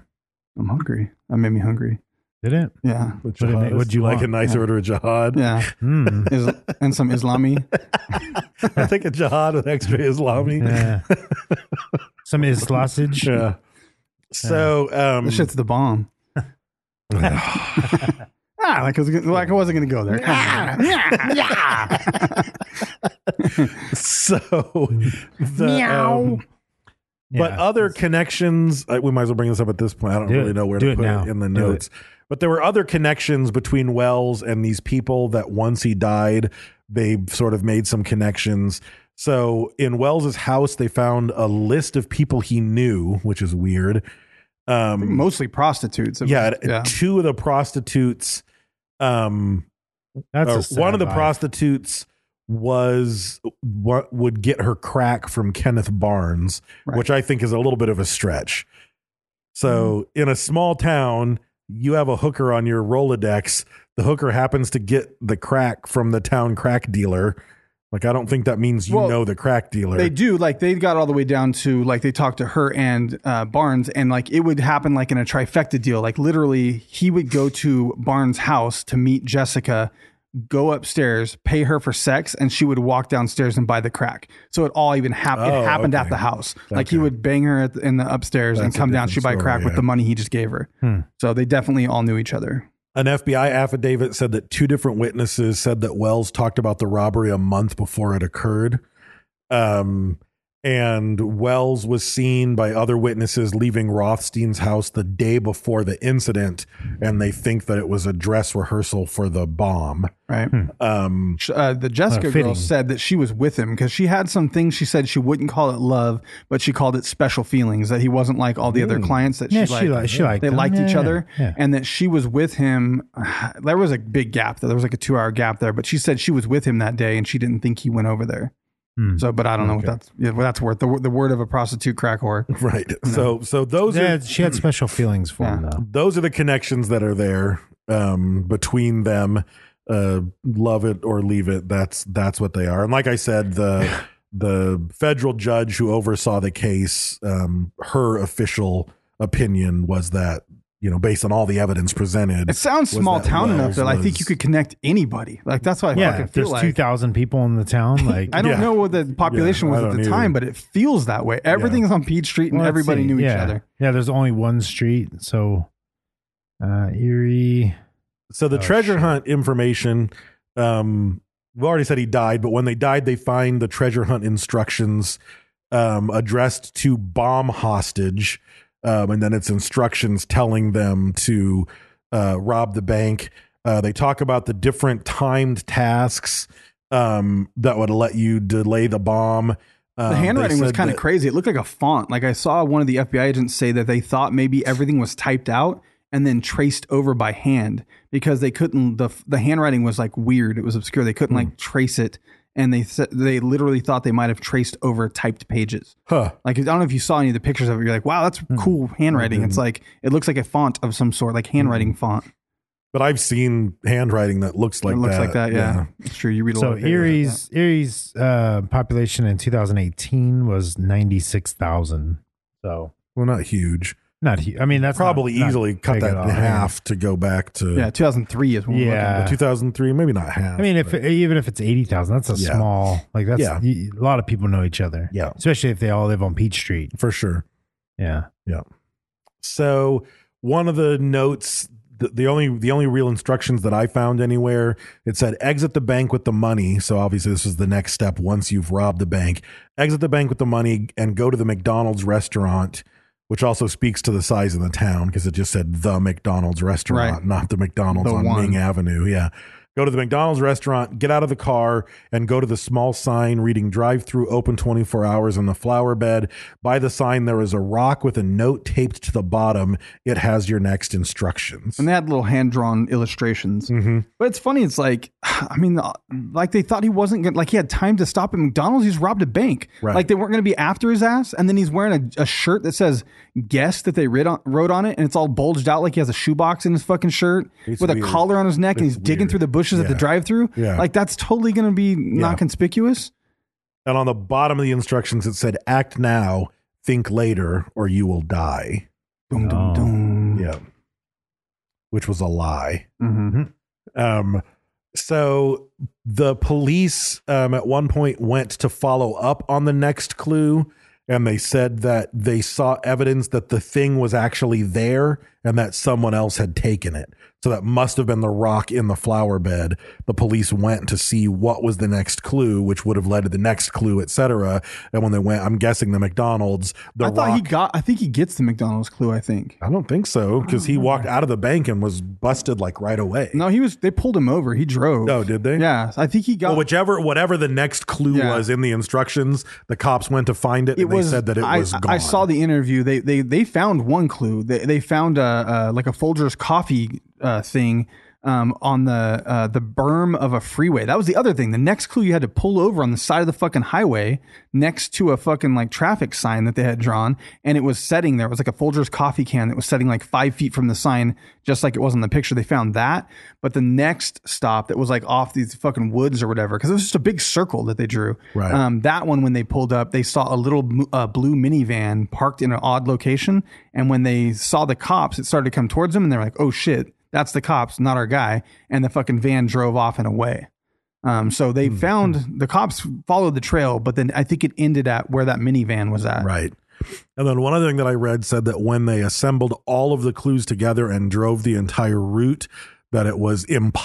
Speaker 4: I'm hungry. That made me hungry.
Speaker 3: Did it?
Speaker 4: Yeah,
Speaker 5: Would
Speaker 3: What do you-
Speaker 5: jihadist-
Speaker 3: what do you
Speaker 5: like a
Speaker 3: want?
Speaker 5: nice order of jihad?
Speaker 4: yeah.
Speaker 3: Mm.
Speaker 4: Is, and some Islami.
Speaker 5: I think a jihad with extra Islami.
Speaker 3: yeah. Some is sausage.
Speaker 5: Yeah. So um,
Speaker 4: This shit's the bomb. ah, like I was gonna, like I wasn't going to go there. Ah, yeah, yeah.
Speaker 5: so the, um, but
Speaker 3: Yeah.
Speaker 5: other connections uh, we might as well bring this up at this point i don't
Speaker 3: Do
Speaker 5: really
Speaker 3: it.
Speaker 5: know where
Speaker 3: Do
Speaker 5: to
Speaker 3: it
Speaker 5: put
Speaker 3: now.
Speaker 5: it in the
Speaker 3: Do it.
Speaker 5: notes but there were other connections between wells and these people that once he died they sort of made some connections so in wells's house they found a list of people he knew which is weird um
Speaker 4: Mostly prostitutes.
Speaker 5: yeah, and two of the prostitutes um
Speaker 3: That's a
Speaker 5: or
Speaker 3: sad
Speaker 5: Uh, one of the
Speaker 3: life.
Speaker 5: prostitutes was what would get her crack from Kenneth Barnes,
Speaker 4: Right.
Speaker 5: which I think is a little bit of a stretch. So,
Speaker 4: Mm-hmm.
Speaker 5: in a small town, you have a hooker on your Rolodex. The hooker happens to get the crack from the town crack dealer. Like, I don't think that means you
Speaker 4: Well,
Speaker 5: know the crack dealer.
Speaker 4: They do like they got all the way down to like they talked to her and uh, Barnes and like it would happen like in a trifecta deal. Like literally, he would go to Barnes' house to meet Jessica, go upstairs, pay her for sex, and she would walk downstairs and buy the crack. So it all even happened.
Speaker 5: Oh,
Speaker 4: it happened
Speaker 5: okay.
Speaker 4: at the house. Like he
Speaker 5: Okay.
Speaker 4: would bang her at the, in the upstairs and
Speaker 5: That's a
Speaker 4: come down.
Speaker 5: different
Speaker 4: She would buy
Speaker 5: story,
Speaker 4: crack with
Speaker 5: yeah. Hmm.
Speaker 4: the money he just gave her. So they definitely all knew each other.
Speaker 5: An FBI affidavit said that two different witnesses said that Wells talked about the robbery a month before it occurred. Um, and Wells was seen by other witnesses leaving Rothstein's house the day before the incident, and they think that it was a dress rehearsal for the bomb.
Speaker 4: Right.
Speaker 5: Um,
Speaker 4: Sh- Uh, the Jessica
Speaker 3: Uh, Hmm. fitting.
Speaker 4: girl said that she was with him because she had some things she said she wouldn't call it love, but she called it special feelings that he wasn't like all the other clients that
Speaker 3: Hmm. Yeah,
Speaker 4: she,
Speaker 3: she
Speaker 4: liked.
Speaker 3: li- she liked
Speaker 4: they
Speaker 3: them.
Speaker 4: liked
Speaker 3: Yeah,
Speaker 4: each
Speaker 3: yeah,
Speaker 4: other,
Speaker 3: yeah.
Speaker 4: and that she was with him. There was a big gap. There was like a two hour gap there, but she said she was with him that day and she didn't think he went over there.
Speaker 3: Hmm.
Speaker 4: So, but I don't know what that's yeah, what that's worth. The, wo- the word of a prostitute crack whore.
Speaker 5: right. So, so those
Speaker 3: Yeah,
Speaker 5: are
Speaker 3: she had special feelings for him, though.
Speaker 5: those are the connections that are there um, between them. Uh, love it or leave it. That's that's what they are. And like I said, the the federal judge who oversaw the case, um, her official opinion was that you know based on all the evidence presented,
Speaker 4: It sounds
Speaker 5: was
Speaker 4: small
Speaker 5: that
Speaker 4: town enough
Speaker 5: Wells
Speaker 4: that I think
Speaker 5: was-
Speaker 4: you could connect anybody. Like that's what I
Speaker 3: Yeah.
Speaker 4: fucking
Speaker 3: If
Speaker 4: feel
Speaker 3: there's
Speaker 4: like.
Speaker 3: 2,000 people in the town, like,
Speaker 4: I don't
Speaker 5: Yeah.
Speaker 4: know what the population
Speaker 5: Yeah, I
Speaker 4: was at
Speaker 5: don't
Speaker 4: the
Speaker 5: either.
Speaker 4: time, but it feels that way. Everything's on Peach Street and
Speaker 3: Well, let's
Speaker 4: everybody
Speaker 3: see.
Speaker 4: knew each
Speaker 3: Yeah.
Speaker 4: other.
Speaker 3: Yeah, there's only one street. So, uh, Erie.
Speaker 5: So the treasure hunt information, um, we already said he died, but when they died, they find the treasure hunt instructions um, addressed to bomb hostage, um, and then it's instructions telling them to uh, rob the bank. Uh, they talk about the different timed tasks um, that would let you delay the bomb. Um,
Speaker 4: The
Speaker 5: they
Speaker 4: handwriting was
Speaker 5: said
Speaker 4: kind of
Speaker 5: that-
Speaker 4: crazy. It looked like a font. Like I saw one of the FBI agents say that they thought maybe everything was typed out and then traced over by hand because they couldn't. the The handwriting was like weird. It was obscure. They couldn't
Speaker 5: Hmm.
Speaker 4: like trace it, and they said they literally thought they might have traced over typed pages.
Speaker 5: Huh.
Speaker 4: Like I don't know if you saw any of the pictures of it. You're like, wow, that's
Speaker 5: Hmm.
Speaker 4: cool handwriting. It's like it looks like a font of some sort,
Speaker 5: Hmm.
Speaker 4: like handwriting font.
Speaker 5: But I've seen handwriting that looks like
Speaker 4: it looks
Speaker 5: that.
Speaker 4: like that. Yeah. it's true. You read a lot.
Speaker 3: So
Speaker 4: of papers like
Speaker 3: Erie's Erie's uh, population in 2018 was 96,000. So
Speaker 5: Well, not huge.
Speaker 3: Not he. I mean, that's not-
Speaker 5: Probably
Speaker 3: not
Speaker 5: easily cut
Speaker 3: big
Speaker 5: that
Speaker 3: at all.
Speaker 5: in half to go back to
Speaker 4: Yeah, 2003 is when we're looking
Speaker 3: Yeah.
Speaker 5: But 2003, maybe not half.
Speaker 3: I mean, if
Speaker 5: but-
Speaker 3: even if it's eighty thousand, that's a
Speaker 5: Yeah.
Speaker 3: small like that's
Speaker 5: Yeah.
Speaker 3: y- a lot of people know each other.
Speaker 5: Yeah.
Speaker 3: especially if they all live on Peach Street.
Speaker 5: for sure.
Speaker 3: Yeah,
Speaker 5: Yeah. So one of the notes, the, the only the only real instructions that I found anywhere, it said exit the bank with the money. So obviously this is the next step once you've robbed the bank. Exit the bank with the money and go to the McDonald's restaurant, which also speaks to the size of the town because it just said the McDonald's restaurant,
Speaker 4: Right.
Speaker 5: not the McDonald's
Speaker 4: The
Speaker 5: on
Speaker 4: one.
Speaker 5: Ming Avenue. Yeah. Go to the McDonald's restaurant, get out of the car, and go to the small sign reading drive through open 24 hours in the flower bed. By the sign, there is a rock with a note taped to the bottom. It has your next instructions.
Speaker 4: and they had little hand drawn illustrations.
Speaker 5: Mm-hmm.
Speaker 4: But it's funny. It's like, I mean, like they thought he wasn't gonna, like he had time to stop at McDonald's. He's robbed a bank.
Speaker 5: Right.
Speaker 4: Like they weren't going to be after his ass. And then he's wearing a, a shirt that says "guess" that they writ on, wrote on it, and it's all bulged out like he has a shoebox in his fucking shirt
Speaker 5: It's
Speaker 4: with
Speaker 5: weird.
Speaker 4: a collar on his neck, and
Speaker 5: It's
Speaker 4: he's digging
Speaker 5: weird.
Speaker 4: through the bushes at the
Speaker 5: Yeah.
Speaker 4: drive-through.
Speaker 5: Yeah.
Speaker 4: Like that's totally going to be
Speaker 5: Yeah.
Speaker 4: not conspicuous.
Speaker 5: and on the bottom of the instructions, it said, act now, think later, or you will die.
Speaker 4: Boom, boom,
Speaker 3: Oh.
Speaker 4: boom.
Speaker 5: Yeah. Which was a lie.
Speaker 4: Mm-hmm.
Speaker 5: Um, so the police um, at one point went to follow up on the next clue, and they said that they saw evidence that the thing was actually there and that someone else had taken it. So that must have been the rock in the flower bed. The police went to see what was the next clue, which would have led to the next clue, etc. And when they went, I'm guessing the McDonald's. The
Speaker 4: I
Speaker 5: rock,
Speaker 4: thought he got. I think he gets the McDonald's clue. I think.
Speaker 5: I don't think so because he walked out of the bank and was busted like right away.
Speaker 4: No, he was. They pulled him over. He drove.
Speaker 5: Oh, did they?
Speaker 4: Yeah, I think he got.
Speaker 5: Well, whichever, whatever the next clue
Speaker 4: Yeah.
Speaker 5: was in the instructions, the cops went to find it,
Speaker 4: it
Speaker 5: and
Speaker 4: was
Speaker 5: they said that it
Speaker 4: I,
Speaker 5: was gone.
Speaker 4: I saw the interview. They they they found one clue. They they found a, uh like a Folgers coffee uh, thing um, on the uh, the berm of a freeway. That was the other thing. The next clue you had to pull over on the side of the fucking highway next to a fucking like traffic sign that they had drawn, and it was setting there. It was like a Folgers coffee can that was setting like five feet from the sign, just like it was on the picture. They found that, but the next stop that was like off these fucking woods or whatever, because it was just a big circle that they drew.
Speaker 5: Right.
Speaker 4: Um, um, that one when they pulled up they saw a little uh, blue minivan parked in an odd location and when they saw the cops it started to come towards them and they're like oh shit that's the cops not our guy and the fucking van drove off and away um, so they found the cops followed the trail but then i think it ended at where that minivan was at
Speaker 5: right. And then one other thing that I read said that when they assembled all of the clues together and drove the entire route, that it was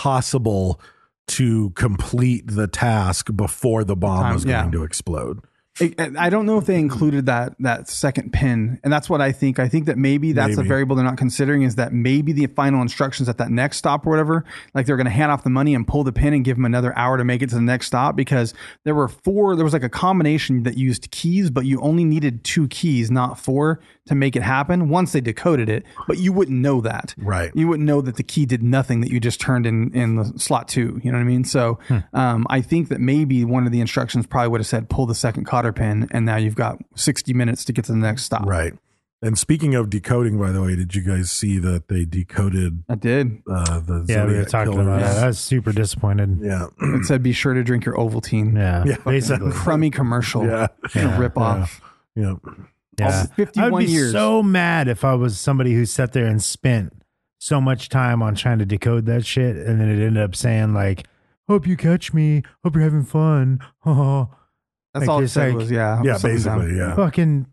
Speaker 5: impossible to complete the task before the bomb
Speaker 4: Time,
Speaker 5: was
Speaker 4: yeah.
Speaker 5: going to explode.
Speaker 4: It- I I don't know if they included that that second pin, and that's what I think. I think that maybe that's
Speaker 5: Maybe.
Speaker 4: a variable they're not considering is that maybe the final instructions at that next stop or whatever, like they're going to hand off the money and pull the pin and give them another hour to make it to the next stop because there were four. There was like a combination that used keys, but you only needed two keys, not four, to make it happen. Once they decoded it, but you wouldn't know that,
Speaker 5: Right.
Speaker 4: You wouldn't know that the key did nothing that you just turned in in the slot two. You know what I mean? So um, I think that maybe one of the instructions probably would have said pull the second cotter pin, and now you've got sixty minutes to get to the next stop.
Speaker 5: Right. And speaking of decoding, by the way, did you guys see that they decoded
Speaker 4: I did.
Speaker 5: uh, the
Speaker 3: yeah, we were
Speaker 5: Zodiac
Speaker 3: talking
Speaker 5: killer?
Speaker 3: about that. I was super disappointed.
Speaker 5: Yeah.
Speaker 4: It said be sure to drink your Ovaltine.
Speaker 3: Yeah,
Speaker 5: Yeah.
Speaker 3: basically.
Speaker 4: Crummy commercial.
Speaker 5: Yeah.
Speaker 4: Fucking Rip off.
Speaker 5: Yeah.
Speaker 3: Yeah. I would
Speaker 4: 51
Speaker 3: be
Speaker 4: years.
Speaker 3: so mad if I was somebody who sat there and spent so much time on trying to decode that shit, and then it ended up saying like, "Hope you catch me. Hope you're having fun." Oh,
Speaker 4: That's
Speaker 3: Like,
Speaker 4: all it
Speaker 3: it's
Speaker 4: said
Speaker 3: like-
Speaker 4: was yeah.
Speaker 5: Yeah,
Speaker 4: something down.
Speaker 5: basically. Yeah.
Speaker 3: fucking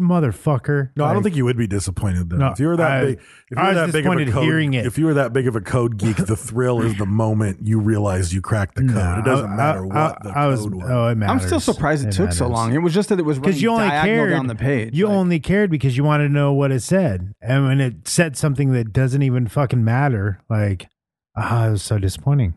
Speaker 3: motherfucker.
Speaker 5: No, I don't
Speaker 3: Like,
Speaker 5: think you would be disappointed though.
Speaker 3: No,
Speaker 5: if you were that
Speaker 3: I-
Speaker 5: big, if you
Speaker 3: I
Speaker 5: were
Speaker 3: was
Speaker 5: that big of a
Speaker 3: disappointed
Speaker 5: code,
Speaker 3: hearing it.
Speaker 5: if you were that big of a code geek, the thrill is the moment you realize you cracked the code.
Speaker 3: no,
Speaker 5: it doesn't
Speaker 3: I-
Speaker 5: matter
Speaker 3: I-
Speaker 5: what
Speaker 3: I-
Speaker 5: the
Speaker 3: I was,
Speaker 5: code was.
Speaker 3: Oh, it
Speaker 4: I'm
Speaker 3: matters.
Speaker 4: still surprised it, took so
Speaker 3: matters.
Speaker 4: long. It was just that it was running
Speaker 3: because you only
Speaker 4: diagonal
Speaker 3: cared
Speaker 4: down the page.
Speaker 3: You
Speaker 4: Like,
Speaker 3: only cared because you wanted to know what it said, and when it said something that doesn't even fucking matter, like, ah, it was so disappointing.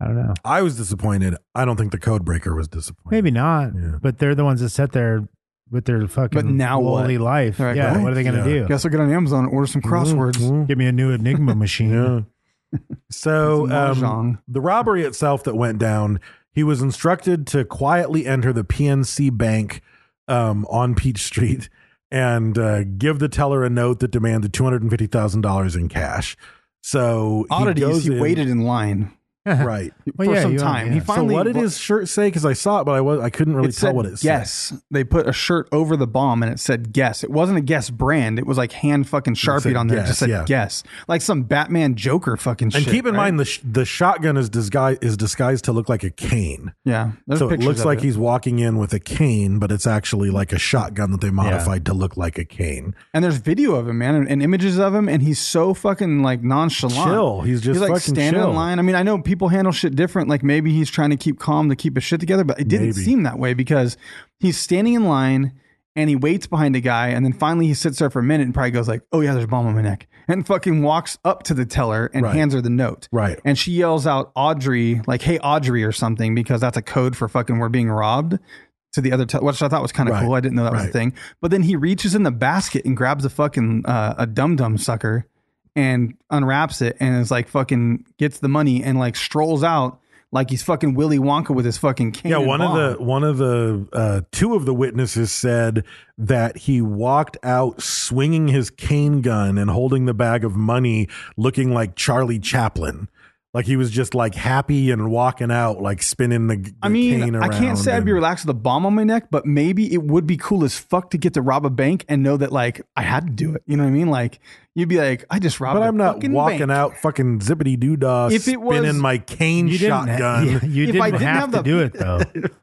Speaker 3: I don't know.
Speaker 5: I was disappointed. I don't think the code breaker was disappointed.
Speaker 3: Maybe not,
Speaker 5: Yeah.
Speaker 3: but they're the ones that sit there with their fucking
Speaker 4: But now what?
Speaker 3: lowly life.
Speaker 4: Right,
Speaker 3: yeah,
Speaker 4: right.
Speaker 3: what are they gonna
Speaker 5: Yeah.
Speaker 3: do?
Speaker 4: guess I'll get on Amazon and order some crosswords.
Speaker 3: Give me a new Enigma machine.
Speaker 5: Yeah. So
Speaker 4: It's mahjong.
Speaker 5: um, the robbery itself that went down, he was instructed to quietly enter the PNC Bank um, on Peach Street and uh, give the teller a note that demanded two hundred and fifty thousand dollars in cash. So he
Speaker 4: Oddities.
Speaker 5: goes
Speaker 4: He
Speaker 5: in-
Speaker 4: waited in line.
Speaker 5: right.
Speaker 3: Well,
Speaker 4: for
Speaker 3: yeah,
Speaker 4: some
Speaker 3: you are,
Speaker 4: time. He
Speaker 3: yeah. So
Speaker 5: So
Speaker 4: finally
Speaker 5: what did his shirt say? Because I saw it, but I was I couldn't really
Speaker 4: it
Speaker 5: tell
Speaker 4: said
Speaker 5: what it said.
Speaker 4: guess. They put a shirt over the bomb and it said guess. It wasn't a guess brand. It was like hand fucking
Speaker 5: said
Speaker 4: sharpie on there. it
Speaker 5: guess,
Speaker 4: just said
Speaker 5: yeah.
Speaker 4: guess. Like some Batman Joker fucking
Speaker 5: And
Speaker 4: shit.
Speaker 5: keep in
Speaker 4: right?
Speaker 5: mind the sh- the shotgun is disguised is disguised to look like a cane.
Speaker 4: Yeah. There's
Speaker 5: so it
Speaker 4: pictures
Speaker 5: looks
Speaker 4: of
Speaker 5: like
Speaker 4: it.
Speaker 5: he's walking in with a cane, but it's actually like a shotgun that they modified to look like a cane.
Speaker 4: And there's video of him, man, and, and images of him, and he's so fucking like nonchalant.
Speaker 5: Chill. He's just
Speaker 4: like
Speaker 5: fucking
Speaker 4: standing
Speaker 5: chill.
Speaker 4: in line. I mean, I know people handle shit different. Like maybe he's trying to keep calm to keep his shit together, but it didn't
Speaker 5: Maybe.
Speaker 4: seem that way because he's standing in line and he waits behind a guy, and then finally he sits there for a minute and probably goes like, "Oh yeah, there's a bomb on my neck," and fucking walks up to the teller and
Speaker 5: Right.
Speaker 4: hands her the note.
Speaker 5: Right.
Speaker 4: And she yells out Audrey, like, "Hey Audrey" or something because that's a code for fucking we're being robbed. To the other, te- which I thought was kind of
Speaker 5: Right.
Speaker 4: cool. I didn't know that was a
Speaker 5: Right.
Speaker 4: thing thing. But then he reaches in the basket and grabs a fucking uh, a dum dum sucker and unwraps it and is like fucking gets the money and like strolls out like he's fucking Willy Wonka with his fucking cane.
Speaker 5: Yeah,
Speaker 4: and
Speaker 5: one
Speaker 4: bomb.
Speaker 5: of the one of the uh, two of the witnesses said that he walked out swinging his cane gun and holding the bag of money, looking like Charlie Chaplin. Like he was just like happy and walking out, like spinning the, the
Speaker 4: I mean,
Speaker 5: cane around.
Speaker 4: I can't say I'd be
Speaker 5: and-
Speaker 4: relaxed with a bomb on my neck, but maybe it would be cool as fuck to get to rob a bank and know that like I had to do it. You know what I mean? Like you'd be like, I just robbed.
Speaker 5: But
Speaker 4: a
Speaker 5: I'm not
Speaker 4: fucking
Speaker 5: walking
Speaker 4: bank.
Speaker 5: out fucking zippity doo dah
Speaker 4: If
Speaker 5: spinning
Speaker 4: it was-
Speaker 5: my cane
Speaker 3: You didn't.
Speaker 5: shotgun.
Speaker 3: yeah, you
Speaker 4: If
Speaker 3: didn't,
Speaker 4: I didn't
Speaker 3: have,
Speaker 4: have
Speaker 3: to
Speaker 4: the-
Speaker 3: do it though.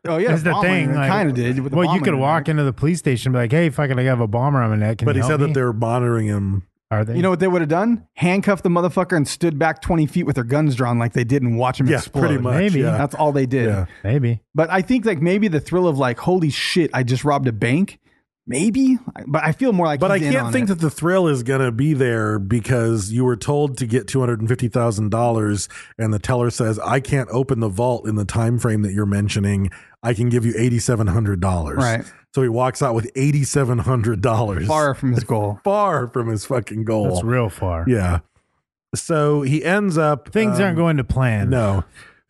Speaker 4: Oh yeah,
Speaker 3: That's the thing. Like,
Speaker 4: kind of did. with a
Speaker 3: well,
Speaker 4: bomb
Speaker 3: you
Speaker 4: in
Speaker 3: could
Speaker 4: my
Speaker 3: walk
Speaker 4: neck.
Speaker 3: into the police station and be like, "Hey, fucking, I have a bomber on my neck." Can
Speaker 5: But
Speaker 3: you
Speaker 5: he said
Speaker 3: help me?"
Speaker 5: that they're monitoring him.
Speaker 3: are they?
Speaker 4: You know what they would have done? Handcuffed the motherfucker and stood back 20 feet with their guns drawn like they did and watch him
Speaker 5: Yes,
Speaker 4: explode.
Speaker 5: pretty much.
Speaker 3: Maybe.
Speaker 5: yeah.
Speaker 4: That's all they did.
Speaker 5: Yeah.
Speaker 3: maybe.
Speaker 4: But I think like maybe the thrill of like, holy shit, I just robbed a bank. Maybe. But I feel more like
Speaker 5: But I
Speaker 4: he's in
Speaker 5: can't
Speaker 4: on
Speaker 5: think
Speaker 4: it.
Speaker 5: that the thrill is going to be there because you were told to get two hundred and fifty thousand dollars, and the teller says, "I can't open the vault in the time frame that you're mentioning. I can give you eighty seven hundred dollars."
Speaker 4: Right.
Speaker 5: So he walks out with eighty seven hundred dollars,
Speaker 4: far from his goal.
Speaker 5: far from his fucking goal.
Speaker 3: That's real far.
Speaker 5: Yeah. So he ends up
Speaker 3: Things
Speaker 5: um,
Speaker 3: aren't going to plan.
Speaker 5: No.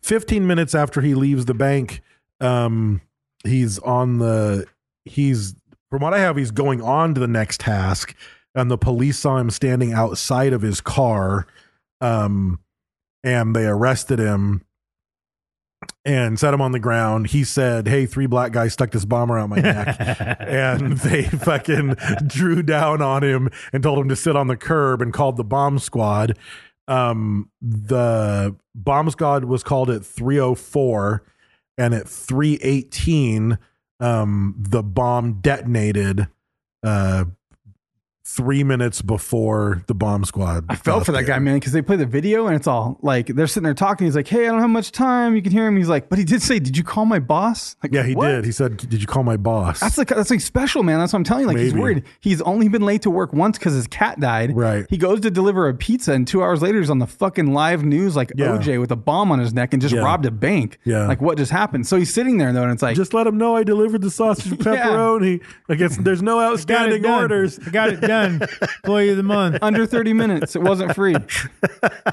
Speaker 5: 15 minutes after he leaves the bank, um, he's on the, he's, from what I have, he's going on to the next task. And the police saw him standing outside of his car. Um, and they arrested him and set him on the ground. He said, Hey, three black guys stuck this bomb around my neck. and they fucking drew down on him and told him to sit on the curb and called the bomb squad. Um, the bomb squad was called at 304 and at 318, um, the bomb detonated, uh, three minutes before the bomb squad.
Speaker 4: I felt for that guy, man, because they play the video and it's all like they're sitting there talking. He's like, hey, I don't have much time. You can hear him. He's like, but he did say, did you call my boss? Like,
Speaker 5: Yeah, he
Speaker 4: what?
Speaker 5: did. He said, "Did you call my boss?"
Speaker 4: That's like that's like special, man. That's what I'm telling you. Like he's
Speaker 5: Maybe.
Speaker 4: worried. He's only been late to work once because his cat died.
Speaker 5: Right.
Speaker 4: He goes to deliver a pizza, and two hours later, he's on the fucking live news like
Speaker 5: Yeah.
Speaker 4: OJ with a bomb on his neck and just
Speaker 5: Yeah.
Speaker 4: robbed a bank.
Speaker 5: Yeah.
Speaker 4: Like what just happened? So he's sitting there though, and it's like
Speaker 5: just let him know I delivered the sausage and
Speaker 4: Yeah.
Speaker 5: pepperoni. I guess there's no
Speaker 3: Got it
Speaker 5: outstanding
Speaker 3: done.
Speaker 5: orders.
Speaker 3: Got it done. Employee of the month.
Speaker 4: under 30 minutes. It wasn't free. but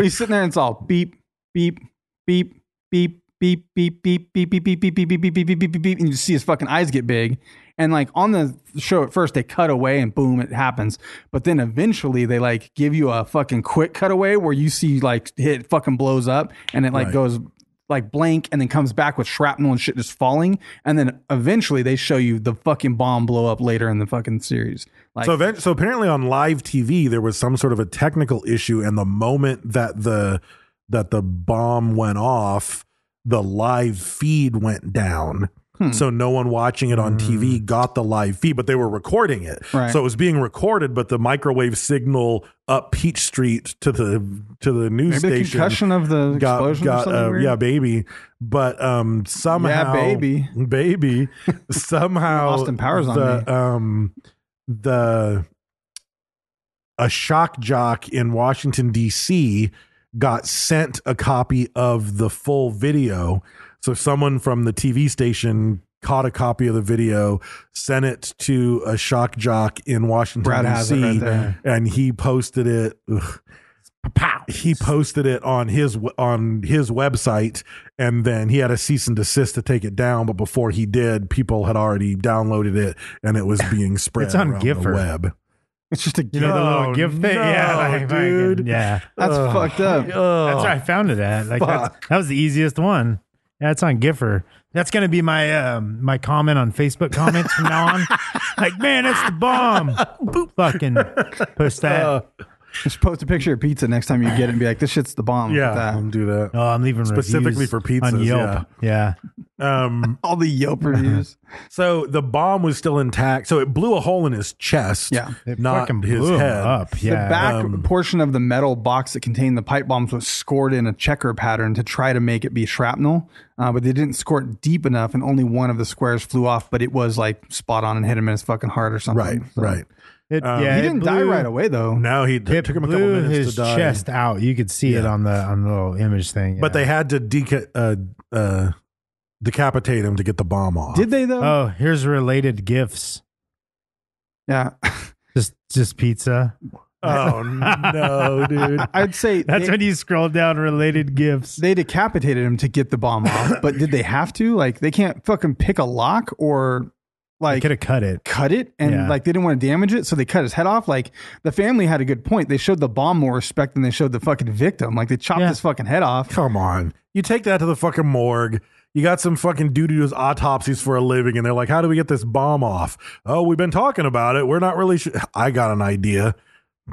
Speaker 4: he's sitting there, and it's all beep, beep, beep, beep. Beep beep beep beep beep beep beep beep beep beep beep beep beep beep beep and you see his fucking eyes get big and like on the show at first they cut away and boom it happens but then eventually they like give you a fucking quick cutaway where you see like it fucking blows up and it like
Speaker 5: Right.
Speaker 4: goes like blank and then comes back with shrapnel and shit just falling and then eventually they show you the fucking bomb blow up later in the fucking series like
Speaker 5: So, event- so apparently on live TV there was some sort of a technical issue, and the moment that the that the bomb went off, the live feed went down. So no one watching it on TV got the live feed, but they were recording it.
Speaker 4: Right.
Speaker 5: So it was being recorded, but the microwave signal up Peach Street to the to the news
Speaker 4: Maybe the
Speaker 5: station
Speaker 4: concussion of the
Speaker 5: got
Speaker 4: explosion or
Speaker 3: uh,
Speaker 5: got uh,
Speaker 4: something weird?
Speaker 5: yeah baby, but um somehow
Speaker 4: baby.
Speaker 5: baby somehow
Speaker 4: Austin Powers on
Speaker 5: the,
Speaker 4: me.
Speaker 5: um the a shock jock in Washington D.C. got sent a copy of the full video. So someone from the TV station caught a copy of the video, sent it to a shock jock in Washington
Speaker 4: Brad has it
Speaker 5: D.C.
Speaker 4: right there.
Speaker 5: and he posted it. ugh, He posted it on his w- on his website, and then he had a cease and desist to take it down. But before he did, people had already downloaded it, and it was being spread
Speaker 3: It's on
Speaker 5: around the
Speaker 3: Gipher.
Speaker 5: web.
Speaker 4: It's just a
Speaker 3: You know the little
Speaker 5: No,
Speaker 3: gift thing. yeah,
Speaker 5: Oh, no,
Speaker 3: like, fucking-
Speaker 5: dude. Oh,
Speaker 3: yeah.
Speaker 4: That's fucked up.
Speaker 3: That's where I found it at. Like that's, that was the easiest one. Yeah, it's on Giffer. That's gonna be my um, my comment on Facebook comments from now on. like, man, that's the bomb. Fucking post that.
Speaker 5: Uh,
Speaker 4: Just post a picture of pizza next time you get it and be like, this shit's the bomb.
Speaker 5: Yeah,
Speaker 4: With that.
Speaker 5: do that.
Speaker 3: oh, I'm leaving
Speaker 5: specifically
Speaker 3: reviews
Speaker 5: for pizzas,
Speaker 3: on Yelp. Yeah.
Speaker 5: Um,
Speaker 4: All the Yelp reviews.
Speaker 5: so the bomb was still intact. So it blew a hole in his chest,
Speaker 4: Yeah.
Speaker 3: It
Speaker 5: not
Speaker 3: fucking
Speaker 5: his
Speaker 3: blew 'em
Speaker 5: head.
Speaker 3: up. Yeah. um,
Speaker 4: the back portion of the metal box that contained the pipe bombs was scored in a checker pattern to try to make it be shrapnel, uh, but they didn't score it deep enough, and only one of the squares flew off. But it was like spot on and hit him in his fucking heart or something.
Speaker 5: Right,
Speaker 4: So-
Speaker 5: right.
Speaker 3: It, yeah,
Speaker 4: He
Speaker 3: it
Speaker 4: didn't die
Speaker 3: blew-
Speaker 4: right away though.
Speaker 5: um, Now he
Speaker 3: It
Speaker 5: it took him a couple
Speaker 3: blew
Speaker 5: minutes
Speaker 3: his
Speaker 5: to die.
Speaker 3: chest out. You could see it
Speaker 5: Yeah.
Speaker 3: on the on the little image thing.
Speaker 5: But
Speaker 3: yeah.
Speaker 5: they had to deca- uh, uh, decapitate him to get the bomb off.
Speaker 4: Did they though?
Speaker 3: Oh, here's related gifts.
Speaker 4: yeah.
Speaker 3: Just just pizza.
Speaker 5: Oh no, dude!
Speaker 4: I'd say
Speaker 3: That's
Speaker 4: they,
Speaker 3: when you scroll down related gifts.
Speaker 4: they decapitated him to get the bomb off, but did they have to? Like they can't fucking pick a lock or
Speaker 3: I
Speaker 4: like
Speaker 3: could have cut it.
Speaker 4: cut it and
Speaker 3: Yeah.
Speaker 4: like they didn't want to damage it so they cut his head off like the family had a good point they showed the bomb more respect than they showed the fucking victim like they chopped
Speaker 3: Yeah.
Speaker 4: his fucking head off
Speaker 5: Come on, you take that to the fucking morgue. You got some fucking dude who does autopsies for a living, and they're like, "How do we get this bomb off?" Oh, we've been talking about it. We're not really. Sh-. I got an idea.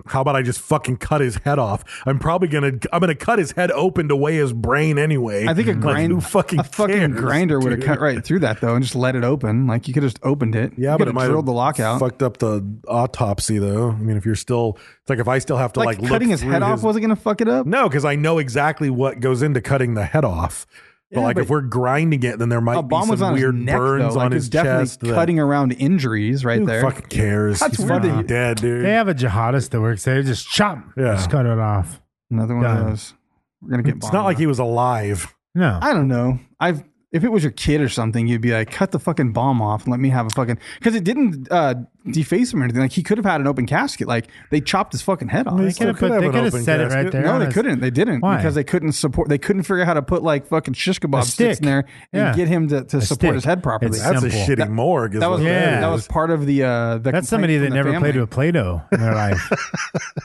Speaker 5: How about I just fucking cut his head off? I'm probably gonna. I'm gonna cut his head open to weigh his brain anyway.
Speaker 4: i think a
Speaker 5: Like,
Speaker 4: grind
Speaker 5: who fucking
Speaker 4: a fucking
Speaker 5: cares,
Speaker 4: grinder would have
Speaker 5: dude?
Speaker 4: cut right through that though and just let it open like you could have just opened it
Speaker 5: Yeah,
Speaker 4: you
Speaker 5: but
Speaker 4: coulda
Speaker 5: it might
Speaker 4: drilled
Speaker 5: have
Speaker 4: the lock out
Speaker 5: Fucked up the autopsy though. I mean, if you're still, it's like if I still have to
Speaker 4: like,
Speaker 5: like,
Speaker 4: cutting
Speaker 5: look
Speaker 4: his head
Speaker 5: through
Speaker 4: off wasn't gonna fuck it up
Speaker 5: No, because I know exactly what goes into cutting the head off. But
Speaker 4: Yeah,
Speaker 5: like,
Speaker 4: but-
Speaker 5: if we're grinding it, then there might
Speaker 4: a
Speaker 5: be
Speaker 4: bomb was
Speaker 5: some
Speaker 4: on
Speaker 5: weird
Speaker 4: his neck
Speaker 5: burns
Speaker 4: though like
Speaker 5: on
Speaker 4: it's
Speaker 5: his
Speaker 4: definitely
Speaker 5: chest. that-
Speaker 4: cutting around injuries right
Speaker 5: Who
Speaker 4: there
Speaker 5: fucking cares?
Speaker 4: That's
Speaker 5: He's
Speaker 4: weird
Speaker 5: fucking
Speaker 4: that you-
Speaker 5: dead, dude.
Speaker 3: They have a jihadist that works there. Just chop.
Speaker 5: Yeah.
Speaker 3: Just cut it off.
Speaker 4: another one
Speaker 3: Done.
Speaker 4: of those we're gonna get
Speaker 5: it's not like he was alive.
Speaker 3: No.
Speaker 4: I don't know. I've if it was your kid or something, you'd be like, cut the fucking bomb off and let me have a fucking because it didn't uh, deface him or anything. Like he could have had an open casket. Like they chopped his fucking head off.
Speaker 3: they
Speaker 5: still
Speaker 3: could
Speaker 5: could have
Speaker 3: have put, they
Speaker 5: an
Speaker 3: could have
Speaker 5: open
Speaker 3: said it
Speaker 5: casket.
Speaker 3: right there.
Speaker 4: no,
Speaker 3: on
Speaker 4: they
Speaker 3: a-
Speaker 4: couldn't. They didn't
Speaker 3: Why?
Speaker 4: because they couldn't support. They couldn't figure out how to put like fucking shish kebab
Speaker 3: stick.
Speaker 4: sticks in there and
Speaker 3: Yeah.
Speaker 4: get him to, to
Speaker 3: A
Speaker 4: support his
Speaker 3: stick.
Speaker 4: head properly.
Speaker 3: It's
Speaker 5: That's
Speaker 3: Simple.
Speaker 5: a shitty
Speaker 4: That-
Speaker 5: morgue. Is
Speaker 4: that was
Speaker 5: what
Speaker 3: Yeah.
Speaker 4: that was part of the uh the
Speaker 3: That's somebody that
Speaker 4: complaint from the
Speaker 3: never played
Speaker 4: family.
Speaker 3: with Play Doh in their life.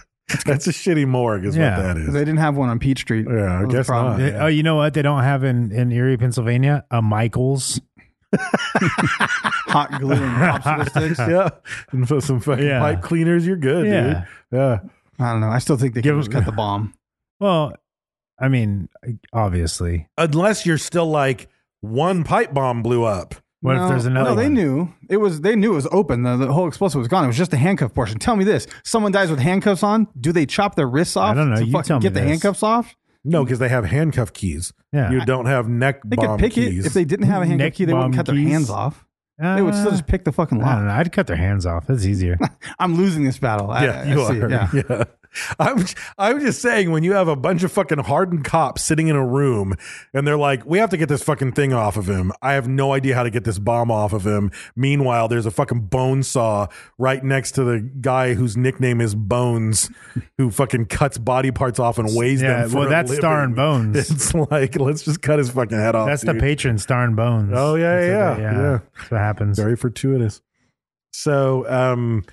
Speaker 5: That's a shitty morgue. Is
Speaker 3: Yeah.
Speaker 5: what that
Speaker 4: They
Speaker 5: is.
Speaker 4: didn't have one on Peach Street.
Speaker 5: Yeah, I
Speaker 4: That was the
Speaker 5: guess
Speaker 4: problem.
Speaker 5: not.
Speaker 3: They-
Speaker 5: Yeah.
Speaker 3: Oh, you know what? They don't have in, in Erie, Pennsylvania, a Michaels.
Speaker 4: Hot glue and popsicle sticks.
Speaker 5: Yeah, and for some fucking
Speaker 3: Yeah.
Speaker 5: pipe cleaners, you're good,
Speaker 3: Yeah.
Speaker 5: dude. Yeah,
Speaker 4: I don't know. I still think they
Speaker 3: Give
Speaker 4: could just
Speaker 3: him-
Speaker 4: cut the bomb.
Speaker 3: Well, I mean, obviously.
Speaker 5: unless you're still like one pipe bomb blew up.
Speaker 3: What if
Speaker 4: No,
Speaker 3: there's another
Speaker 4: No, they
Speaker 3: one?
Speaker 4: knew it was. They knew it was open. The, the whole explosive was gone. It was just the handcuff portion. Tell me this: someone dies with handcuffs on. Do they chop their wrists off?
Speaker 3: don't know.
Speaker 4: To
Speaker 3: You
Speaker 4: fucking
Speaker 3: tell me
Speaker 4: get the
Speaker 3: this.
Speaker 4: handcuffs off.
Speaker 5: No, because they have handcuff keys.
Speaker 3: Yeah.
Speaker 5: you don't have neck
Speaker 4: They
Speaker 5: bomb
Speaker 4: could pick
Speaker 5: keys.
Speaker 4: it. If they didn't have a handcuff
Speaker 3: Neck
Speaker 4: key, they wouldn't
Speaker 3: bomb
Speaker 4: cut their
Speaker 3: keys?
Speaker 4: hands off. they would still
Speaker 3: Uh,
Speaker 4: just pick the fucking
Speaker 3: I don't
Speaker 4: lock.
Speaker 3: know. I'd cut their hands off. That's easier.
Speaker 4: I'm losing this battle. I-
Speaker 5: yeah,
Speaker 4: I
Speaker 5: you
Speaker 4: see it.
Speaker 5: are.
Speaker 4: Yeah.
Speaker 5: Yeah. I'm I'm just saying when you have a bunch of fucking hardened cops sitting in a room and they're like, "We have to get this fucking thing off of him." I have no idea how to get this bomb off of him. Meanwhile, there's a fucking bone saw right next to the guy whose nickname is Bones, who fucking cuts body parts off and weighs
Speaker 3: Yeah,
Speaker 5: them. For
Speaker 3: well,
Speaker 5: a
Speaker 3: that's
Speaker 5: living.
Speaker 3: Star and Bones.
Speaker 5: It's like let's just cut his fucking head off.
Speaker 3: That's the
Speaker 5: dude.
Speaker 3: patron star and bones.
Speaker 5: Oh, yeah,
Speaker 3: That's what
Speaker 5: yeah,
Speaker 3: they-
Speaker 5: yeah.
Speaker 3: That's what happens.
Speaker 5: Very fortuitous. So, um,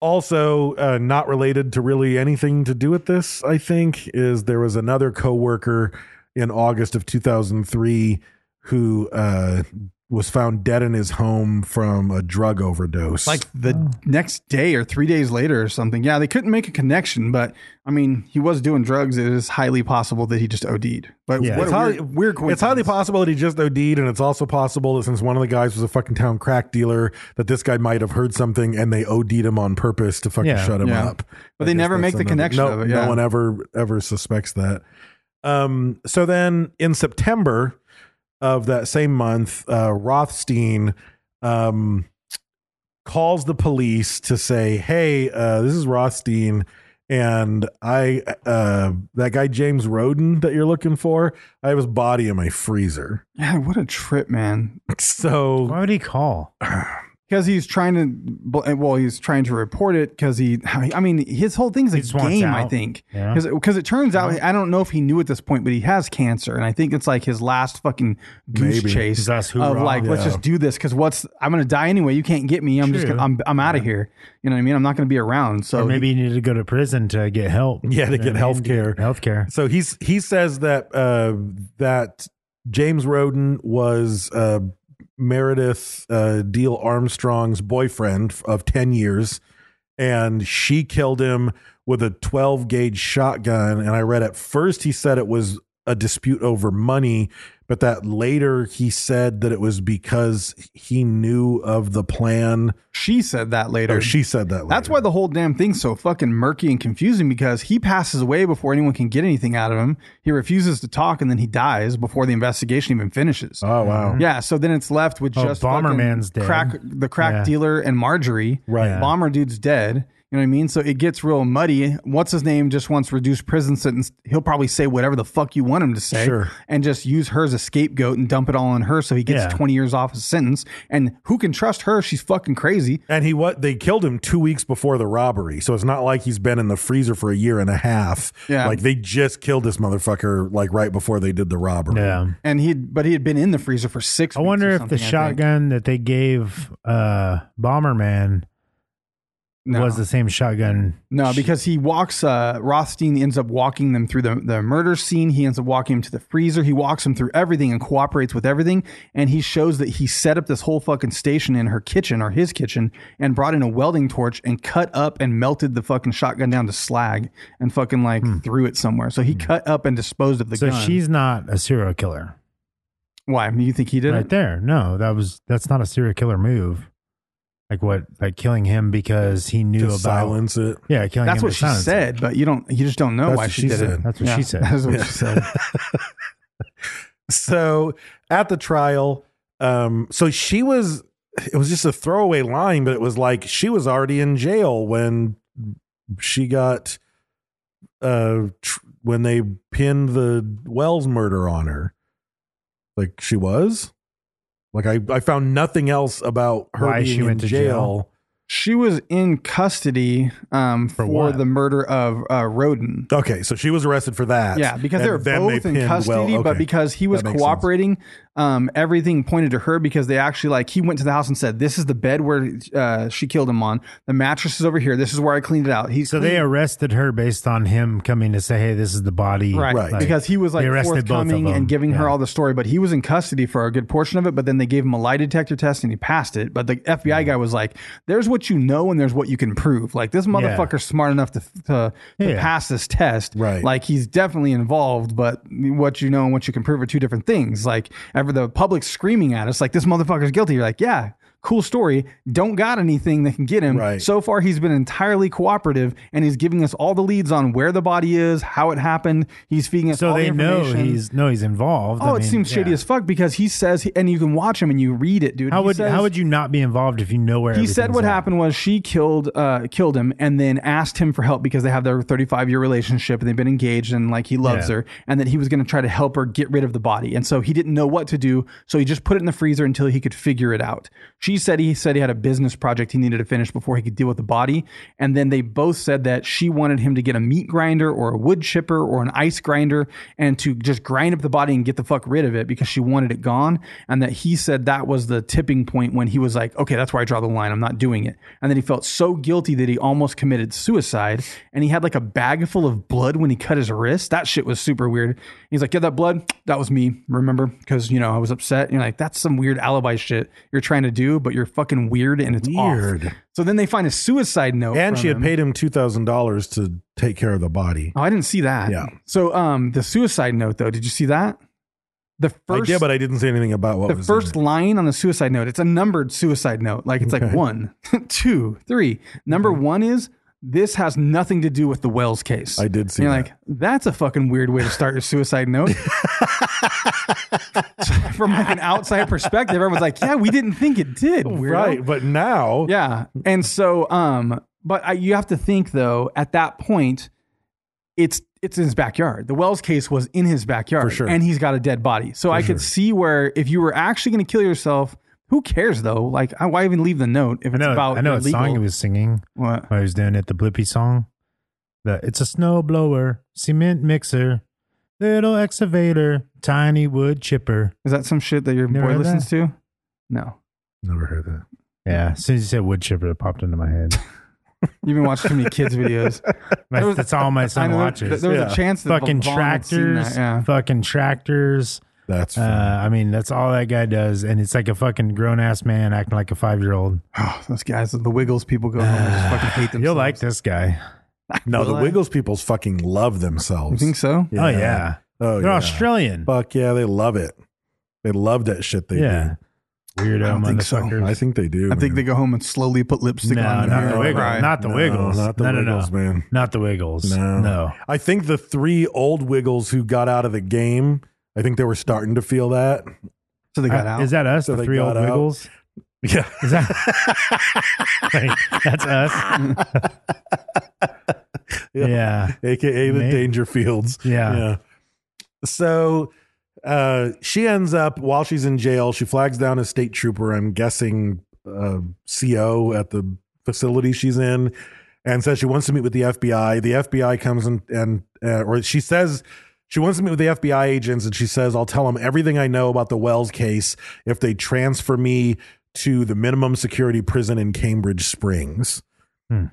Speaker 5: also uh, not related to really anything to do with this, I think, is there was another coworker in August of 2003 who uh, was found dead in his home from a drug overdose.
Speaker 4: Like the next day or three days later or something. Yeah, they couldn't make a connection, but I mean, he was doing drugs. It is highly possible that he just OD'd. But
Speaker 3: Yeah.
Speaker 4: what
Speaker 5: it's
Speaker 4: a
Speaker 5: highly,
Speaker 4: weird, weird
Speaker 5: it's highly
Speaker 4: coincidence.
Speaker 5: possible that he just OD'd, and it's also possible that since one of the guys was a fucking town crack dealer, that this guy might have heard something and they OD'd him on purpose to fucking
Speaker 3: Yeah.
Speaker 5: shut him
Speaker 4: Yeah.
Speaker 5: up.
Speaker 4: But
Speaker 5: I
Speaker 4: they
Speaker 5: guess
Speaker 4: never
Speaker 5: that's
Speaker 4: make the
Speaker 5: another-
Speaker 4: connection
Speaker 5: No,
Speaker 4: of it, yeah.
Speaker 5: no one ever ever suspects that. Um, so then in September of that same month, uh, Rothstein um, calls the police to say, "Hey, uh, this is Rothstein." And I, uh, that guy James Roden that you're looking for, I have his body in my freezer.
Speaker 4: Yeah, what a trip, man.
Speaker 5: So
Speaker 3: Why would he call?
Speaker 4: because he's trying to bl- well he's trying to report it because he i mean his whole thing's a
Speaker 3: just wants
Speaker 4: game i
Speaker 3: out.
Speaker 4: think
Speaker 3: Yeah.
Speaker 4: because it turns out i don't know if he knew at this point but he has cancer and i think it's like his last fucking goose
Speaker 5: Maybe.
Speaker 4: chase
Speaker 3: His last
Speaker 4: of
Speaker 3: hoorah.
Speaker 4: like let's
Speaker 5: Yeah.
Speaker 4: just do this because what's i'm gonna die anyway you can't get me i'm just
Speaker 3: True.
Speaker 4: gonna i'm, I'm out of here you know what i mean i'm not gonna be around so
Speaker 3: Or maybe you needed to go to prison to get help.
Speaker 5: Yeah, to
Speaker 3: You know
Speaker 5: get
Speaker 3: what I mean?
Speaker 5: health care.
Speaker 3: Healthcare.
Speaker 5: So he's he says that uh, that James Roden was uh, Meredith uh, Deal Armstrong's boyfriend f- of ten years, and she killed him with a twelve gauge shotgun. And I read at first he said it was a dispute over money, but that later he said that it was because he knew of the plan.
Speaker 4: she said that later
Speaker 5: Or she said that. Later.
Speaker 4: That's why the whole damn thing's so fucking murky and confusing because he passes away before anyone can get anything out of him. He refuses to talk and then he dies before the investigation even finishes.
Speaker 5: Oh wow.
Speaker 4: Yeah, so then it's left with
Speaker 3: Oh,
Speaker 4: just
Speaker 3: Bomberman's
Speaker 4: fucking
Speaker 3: dead.
Speaker 4: crack the crack
Speaker 3: Yeah.
Speaker 4: dealer and Marjorie.
Speaker 5: Right. Yeah.
Speaker 4: Bomber dude's dead. You know what I mean? So it gets real muddy. What's his name just wants reduced prison sentence. He'll probably say whatever the fuck you want him to say
Speaker 5: Sure.
Speaker 4: and just use her as a scapegoat and dump it all on her so he gets
Speaker 3: Yeah.
Speaker 4: 20 years off his sentence. And who can trust her? She's fucking crazy.
Speaker 5: And he what they killed him two weeks before the robbery, so it's not like he's been in the freezer for a year and a half.
Speaker 4: Yeah.
Speaker 5: like they just killed this motherfucker like right before they did the robbery.
Speaker 3: Yeah.
Speaker 4: and he had, but he had been in the freezer for six.
Speaker 3: I
Speaker 4: weeks
Speaker 3: wonder
Speaker 4: or
Speaker 3: if
Speaker 4: something, I
Speaker 3: the
Speaker 4: think.
Speaker 3: shotgun that they gave uh, Bomberman
Speaker 4: No.
Speaker 3: was the same shotgun.
Speaker 4: no, because he walks. Uh, Rothstein ends up walking them through the the murder scene. He ends up walking him to the freezer. He walks him through everything and cooperates with everything. And he shows that he set up this whole fucking station in her kitchen or his kitchen and brought in a welding torch and cut up and melted the fucking shotgun down to slag and fucking like threw it somewhere. So he cut up and disposed of the
Speaker 3: Hmm. So
Speaker 4: gun.
Speaker 3: she's not a serial killer.
Speaker 4: why? You think he did
Speaker 3: right
Speaker 4: it?
Speaker 3: there. No, that was that's not a serial killer move. Like what? Like killing him because he knew
Speaker 5: to
Speaker 3: about
Speaker 5: silence it.
Speaker 3: Yeah, killing
Speaker 4: That's
Speaker 3: him
Speaker 4: what
Speaker 3: to
Speaker 4: she
Speaker 3: silence it.
Speaker 4: said, but you don't. You just don't know
Speaker 5: That's
Speaker 4: why
Speaker 5: what
Speaker 4: she,
Speaker 5: she
Speaker 4: did
Speaker 5: said.
Speaker 4: it.
Speaker 3: That's what
Speaker 4: Yeah,
Speaker 3: she said.
Speaker 4: That's what she said.
Speaker 5: So at the trial, um, so she was. It was just a throwaway line, but it was like she was already in jail when she got, uh, tr- when they pinned the Wells murder on her. Like she was, like I, I found nothing else about her
Speaker 3: Why
Speaker 5: being
Speaker 3: she went
Speaker 5: in
Speaker 3: to
Speaker 5: jail.
Speaker 3: jail.
Speaker 4: She was in custody um, for,
Speaker 3: what?
Speaker 4: the murder of uh, Roden.
Speaker 5: Okay, so she was arrested for that.
Speaker 4: Yeah, because
Speaker 5: And
Speaker 4: they're
Speaker 5: then
Speaker 4: both
Speaker 5: they
Speaker 4: in
Speaker 5: pinned
Speaker 4: custody,
Speaker 5: Wells-
Speaker 4: but
Speaker 5: okay.
Speaker 4: because he was
Speaker 5: That makes sense.
Speaker 4: cooperating, um, everything pointed to her because they actually like he went to the house and said, "This is the bed where uh, she killed him on. The mattress is over here. This is where I cleaned it out." He
Speaker 3: So they
Speaker 4: cleaned-
Speaker 3: arrested her based on him coming to say, "Hey, this is the body."
Speaker 4: Right.
Speaker 5: Right.
Speaker 3: Like,
Speaker 4: because he was like
Speaker 3: they arrested both of
Speaker 4: forthcoming
Speaker 3: them.
Speaker 4: and giving her
Speaker 3: Yeah.
Speaker 4: all the story, but he was in custody for a good portion of it. But then they gave him a lie detector test and he passed it. But the FBI guy was like, "There's what you know and there's what you can prove. Like this motherfucker's smart enough to to, to
Speaker 3: Yeah.
Speaker 4: pass this test.
Speaker 5: Right.
Speaker 4: Like he's definitely involved, but what you know and what you can prove are two different things. Like ever the public's screaming at us, like this motherfucker's guilty. You're like, yeah." Cool story. Don't got anything that can get him.
Speaker 5: Right.
Speaker 4: So far, he's been entirely cooperative, and he's giving us all the leads on where the body is, how it happened. He's feeding us
Speaker 3: so
Speaker 4: all the
Speaker 3: they know
Speaker 4: information.
Speaker 3: he's no, he's involved.
Speaker 4: Oh,
Speaker 3: I
Speaker 4: it
Speaker 3: mean,
Speaker 4: seems shady
Speaker 3: yeah.
Speaker 4: as fuck because he says, and you can watch him and you read it, dude.
Speaker 3: How
Speaker 4: He
Speaker 3: would
Speaker 4: says-
Speaker 3: how would you not be involved if you know where
Speaker 4: He said
Speaker 3: everything's
Speaker 4: what
Speaker 3: at?
Speaker 4: happened was she killed uh, killed him and then asked him for help because they have their 35 year relationship and they've been engaged and like he loves
Speaker 3: Yeah.
Speaker 4: her and that he was going to try to help her get rid of the body and so he didn't know what to do so he just put it in the freezer until he could figure it out. She said he said he had a business project he needed to finish before he could deal with the body and then they both said that she wanted him to get a meat grinder or a wood chipper or an ice grinder and to just grind up the body and get the fuck rid of it because she wanted it gone and that he said that was the tipping point when he was like okay that's where i draw the line i'm not doing it and then he felt so guilty that he almost committed suicide and he had like a bag full of blood when he cut his wrist that shit was super weird he's like yeah that blood that was me remember because you know i was upset you're like that's some weird alibi shit you're trying to do but you're fucking weird and it's off.
Speaker 5: Weird.
Speaker 4: so then they find a suicide note
Speaker 5: and
Speaker 4: from
Speaker 5: she had
Speaker 4: him.
Speaker 5: paid him two thousand dollars to take care of the body.
Speaker 4: Oh, I didn't see that.
Speaker 5: Yeah.
Speaker 4: So um the suicide note though, did you see that? The first
Speaker 5: I did, but I didn't say anything about what
Speaker 4: the
Speaker 5: was
Speaker 4: first
Speaker 5: In it.
Speaker 4: line on the suicide note, it's a numbered suicide note. Like it's like one, two, three. Number one is this has nothing to do with the Wells case.
Speaker 5: I did see
Speaker 4: And you're
Speaker 5: that.
Speaker 4: like, that's a fucking weird way to start your suicide note. From like an outside perspective, everyone's like, yeah, we didn't think it did. Weirdo.
Speaker 5: right, but now,
Speaker 4: Yeah. And so, um, but I, you have to think though, at that point, it's it's in his backyard. The Wells case was in his backyard,
Speaker 5: For sure.
Speaker 4: and he's got a dead body. So I could see where if you were actually going to kill yourself, Who cares though? Like, I, why even leave the note if
Speaker 3: I
Speaker 4: it's
Speaker 3: know.
Speaker 4: about
Speaker 3: I know a
Speaker 4: illegal?
Speaker 3: song he was singing.
Speaker 4: What?
Speaker 3: I was doing it, the Blippy song. The it's a snow blower, cement mixer, little excavator, tiny wood chipper.
Speaker 4: Is that some shit that your
Speaker 3: Never
Speaker 4: boy
Speaker 3: heard
Speaker 4: listens
Speaker 3: that?
Speaker 4: to? No,
Speaker 5: Never heard that.
Speaker 3: Yeah, as soon as you said wood chipper, it popped into my head.
Speaker 4: you've been watching too many kids videos.
Speaker 3: My-
Speaker 4: There was-
Speaker 3: that's all my
Speaker 4: I
Speaker 3: son
Speaker 4: know, there-
Speaker 3: watches.
Speaker 4: there was a chance that
Speaker 3: fucking
Speaker 4: Vaughn had seen that,
Speaker 3: tractors,
Speaker 4: yeah.
Speaker 3: fucking tractors.
Speaker 5: That's
Speaker 3: Uh, I mean, that's all that guy does, and it's like a fucking grown ass man acting like a five year old.
Speaker 4: Oh, those guys, the Wiggles people go home and just fucking hate themselves.
Speaker 3: You'll like this guy.
Speaker 5: no, the
Speaker 4: Will I?
Speaker 5: Wiggles people's fucking love
Speaker 4: You
Speaker 5: themselves.
Speaker 4: think so?
Speaker 3: Oh yeah,
Speaker 5: Oh,
Speaker 3: they're
Speaker 5: yeah.
Speaker 3: Australian.
Speaker 5: Fuck yeah, they love it. They love that shit they
Speaker 3: yeah,
Speaker 4: I
Speaker 3: weirdo
Speaker 4: don't think so.
Speaker 3: motherfuckers.
Speaker 5: do. I think they do.
Speaker 4: I think they
Speaker 5: man.
Speaker 4: go home and slowly put lipstick
Speaker 3: No,
Speaker 4: on. in
Speaker 3: not
Speaker 4: mirror
Speaker 3: the
Speaker 4: and
Speaker 3: Wiggles.
Speaker 4: cry.
Speaker 3: Not the
Speaker 5: No,
Speaker 3: Wiggles.
Speaker 5: not the
Speaker 3: no,
Speaker 5: Wiggles,
Speaker 3: no, no.
Speaker 5: man.
Speaker 3: Not the Wiggles.
Speaker 5: No.
Speaker 3: no.
Speaker 5: I think the three old Wiggles who got out of the game, I think they were starting to feel that.
Speaker 4: so they got
Speaker 3: Uh,
Speaker 4: out.
Speaker 3: Is that us?
Speaker 5: So
Speaker 3: the
Speaker 5: they
Speaker 3: three old
Speaker 5: got out.
Speaker 3: Wiggles.
Speaker 5: Yeah.
Speaker 3: Is that? Wait, that's us.
Speaker 5: Yeah.
Speaker 3: Yeah.
Speaker 5: AKA the
Speaker 3: Maybe.
Speaker 5: Dangerfields.
Speaker 3: Yeah.
Speaker 5: So uh, she ends up, while she's in jail, she flags down a state trooper, I'm guessing uh, CO at the facility she's in, and says she wants to meet with the FBI. The FBI comes and, and uh, or she says, she wants to meet with the FBI agents, and she says, I'll tell them everything I know about the Wells case if they transfer me to the minimum security prison in Cambridge Springs.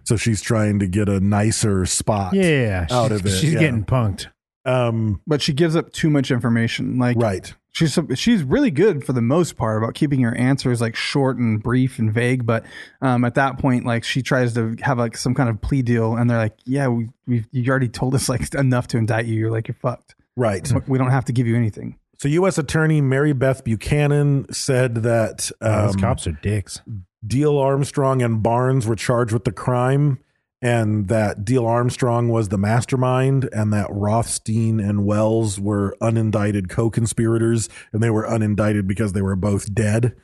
Speaker 5: So she's trying to get a nicer spot
Speaker 3: Hmm. Yeah.
Speaker 5: out
Speaker 3: she's,
Speaker 5: of it.
Speaker 3: She's
Speaker 5: yeah.
Speaker 3: getting punked.
Speaker 5: um
Speaker 4: but she gives up too much information. Like
Speaker 5: right.
Speaker 4: she's she's really good for the most part about keeping her answers like short and brief and vague but um, at that point like she tries to have like some kind of plea deal and they're like yeah we, we've you already told us like enough to indict you you're like you're fucked
Speaker 5: Right.
Speaker 4: we don't have to give you anything
Speaker 5: So U.S. Attorney Mary Beth Buchanan said that
Speaker 3: Oh, Those
Speaker 5: um,
Speaker 3: cops are dicks.
Speaker 5: Deal Armstrong and Barnes were charged with the crime, and that Deal Armstrong was the mastermind, and that Rothstein and Wells were unindicted co-conspirators, and they were unindicted because they were both dead.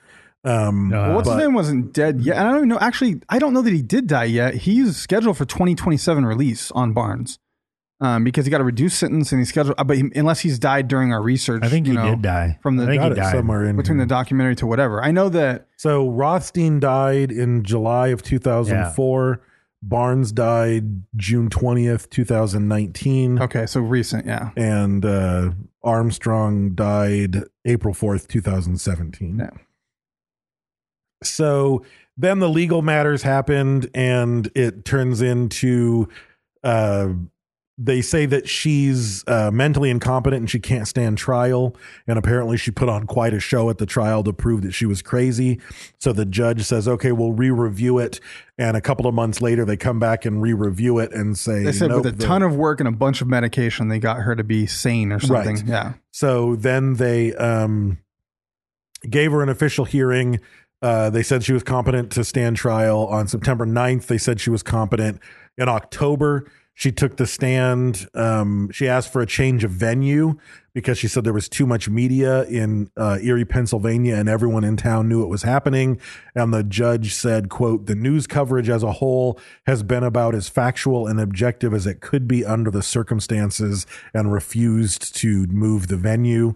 Speaker 5: Um,
Speaker 3: Uh,
Speaker 4: what's
Speaker 5: but-
Speaker 4: his name wasn't dead yet i don't even know actually i don't know that he did die yet he's scheduled for 2027 release on barnes um, because he got a reduced sentence and he's scheduled but he, unless he's died during our research
Speaker 3: I think
Speaker 4: you
Speaker 3: he
Speaker 4: know,
Speaker 3: did die.
Speaker 4: from the
Speaker 3: I think
Speaker 5: Got
Speaker 3: he
Speaker 5: it
Speaker 3: died.
Speaker 5: somewhere in
Speaker 4: between
Speaker 5: here.
Speaker 4: the documentary to whatever i know that
Speaker 5: So Rothstein died in July of 2004. Barnes died June 20th, 2019.
Speaker 4: okay so recent yeah
Speaker 5: And uh, Armstrong died April 4th, 2017.
Speaker 4: Yeah.
Speaker 5: So then the legal matters happened and it turns into uh, they say that she's uh, mentally incompetent and she can't stand trial. And apparently, she put on quite a show at the trial to prove that she was crazy. So the judge says, "Okay, we'll re-review it." And a couple of months later, they come back and re-review it and say,
Speaker 4: They said
Speaker 5: nope,
Speaker 4: with a
Speaker 5: the-
Speaker 4: ton of work and a bunch of medication, they got her to be sane or something.
Speaker 5: Right.
Speaker 4: Yeah.
Speaker 5: So then they um, gave her an official hearing. Uh, they said she was competent to stand trial on September 9th. They said she was competent. In October, she took the stand. Um, she asked for a change of venue because she said there was too much media in uh, Erie, Pennsylvania, and everyone in town knew it was happening. And the judge said, "quote The news coverage as a whole has been about as factual and objective as it could be under the circumstances, and refused to move the venue."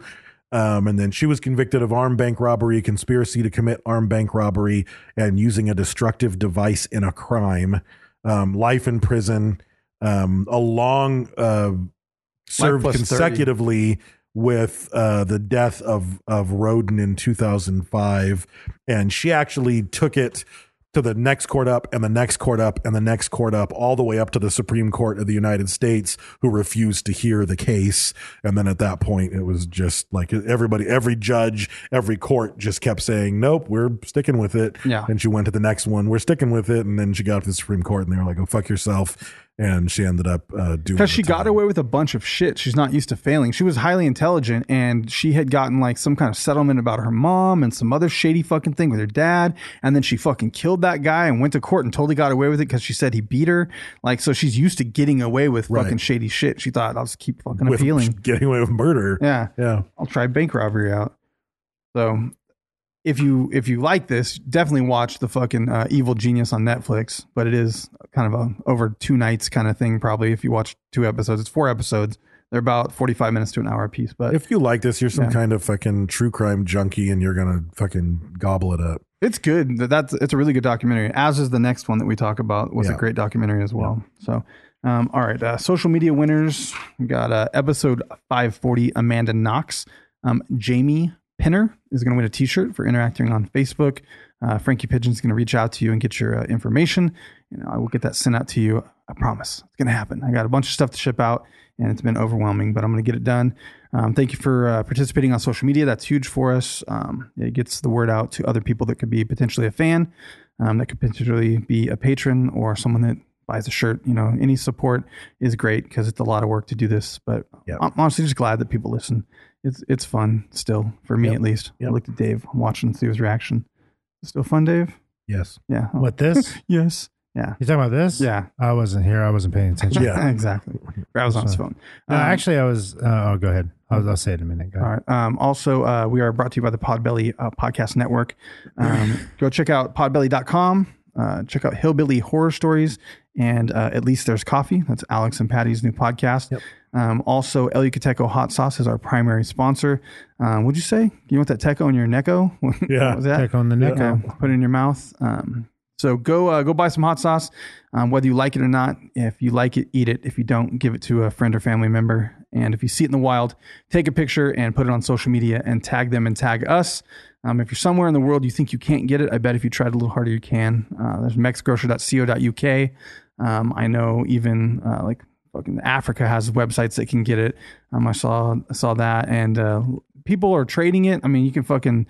Speaker 5: Um, and then she was convicted of armed bank robbery, conspiracy to commit armed bank robbery, and using a destructive device in a crime. Um, life in prison, um, a long uh, served
Speaker 4: plus 30.
Speaker 5: consecutively with uh, the death of of Roden in 2005, and she actually took it to the next court up and the next court up and the next court up all the way up to the Supreme Court of the United States who refused to hear the case and then at that point it was just like everybody every judge every court just kept saying nope we're sticking with it
Speaker 4: Yeah.
Speaker 5: and she went to the next one we're sticking with it and then she got to the Supreme Court and they were like oh fuck yourself and she ended up uh, doing
Speaker 4: Because
Speaker 5: the
Speaker 4: she got
Speaker 5: time.
Speaker 4: away with a bunch of shit. She's not used to failing. She was highly intelligent and she had gotten like some kind of settlement about her mom and some other shady fucking thing with her dad. And then she fucking killed that guy and went to court and totally got away with it because she said he beat her. Like, so she's used to getting away with
Speaker 5: Right.
Speaker 4: fucking shady shit. She thought, I'll just keep fucking
Speaker 5: with
Speaker 4: appealing.
Speaker 5: getting away with murder
Speaker 4: Yeah.
Speaker 5: yeah
Speaker 4: I'll try bank robbery out. So if you if you like this, definitely watch the fucking uh, Evil Genius on Netflix. But it is kind of a over two nights kind of thing, probably. If you watch two episodes, it's four episodes. They're about 45 minutes to an hour a piece. But
Speaker 5: If you like this, you're some kind of fucking true crime junkie and you're going to fucking gobble it up.
Speaker 4: it's good. That- That's it's a really good documentary. As is the next one that we talk about was
Speaker 5: Yeah.
Speaker 4: a great documentary as well. So, um, all right, uh, social media winners. We got uh, episode 540. Amanda Knox, um, Jamie Pinner is going to win a T-shirt for interacting on Facebook. Uh, Frankie Pigeon's going to reach out to you and get your uh, information, and I will get that sent out to you. I promise it's going to happen. I got a bunch of stuff to ship out, and it's been overwhelming, but I'm going to get it done. Um, thank you for uh, participating on social media. That's huge for us. Um, it gets the word out to other people that could be potentially a fan, um, that could potentially be a patron or someone that buys a shirt. You know, any support is great because it's a lot of work to do this. But
Speaker 5: Yep.
Speaker 4: I'm honestly just glad that people listen. It's it's fun still for me at least.
Speaker 5: Yep.
Speaker 4: I looked at Dave. I'm watching to see his reaction. It's still fun, Dave.
Speaker 5: Yes.
Speaker 4: Yeah.
Speaker 3: What this?
Speaker 4: Yes. Yeah.
Speaker 3: You talking about this?
Speaker 4: Yeah.
Speaker 3: I wasn't here. I wasn't paying attention.
Speaker 5: Yeah.
Speaker 4: exactly. I was on his phone.
Speaker 3: No,
Speaker 4: Um,
Speaker 3: actually, I was. Uh, oh, go ahead. I'll, I'll say it in a minute. Go
Speaker 4: All
Speaker 3: ahead.
Speaker 4: right. Um, also, uh, we are brought to you by the Podbelly uh, Podcast Network. Um, go check out podbelly.com. Uh, check out Hillbilly Horror Stories and uh, At Least There's Coffee. That's Alex and Patty's new podcast. Um, also, El Yucateco Hot Sauce is our primary sponsor. Um, would you say you want that teco in your necko? What
Speaker 5: Yeah,
Speaker 4: was that?
Speaker 3: teco in the necko.
Speaker 4: Okay, Put it in your mouth. Um, so go uh, go buy some hot sauce, um, whether you like it or not. If you like it, eat it. If you don't, give it to a friend or family member. And if you see it in the wild, take a picture and put it on social media and tag them and tag us. Um, if you're somewhere in the world you think you can't get it, I bet if you tried a little harder, you can. Uh, there's mexgrocer.co.uk. Um, I know even uh, like fucking Africa has websites that can get it. Um, I saw I saw that, and uh, people are trading it. I mean, you can fucking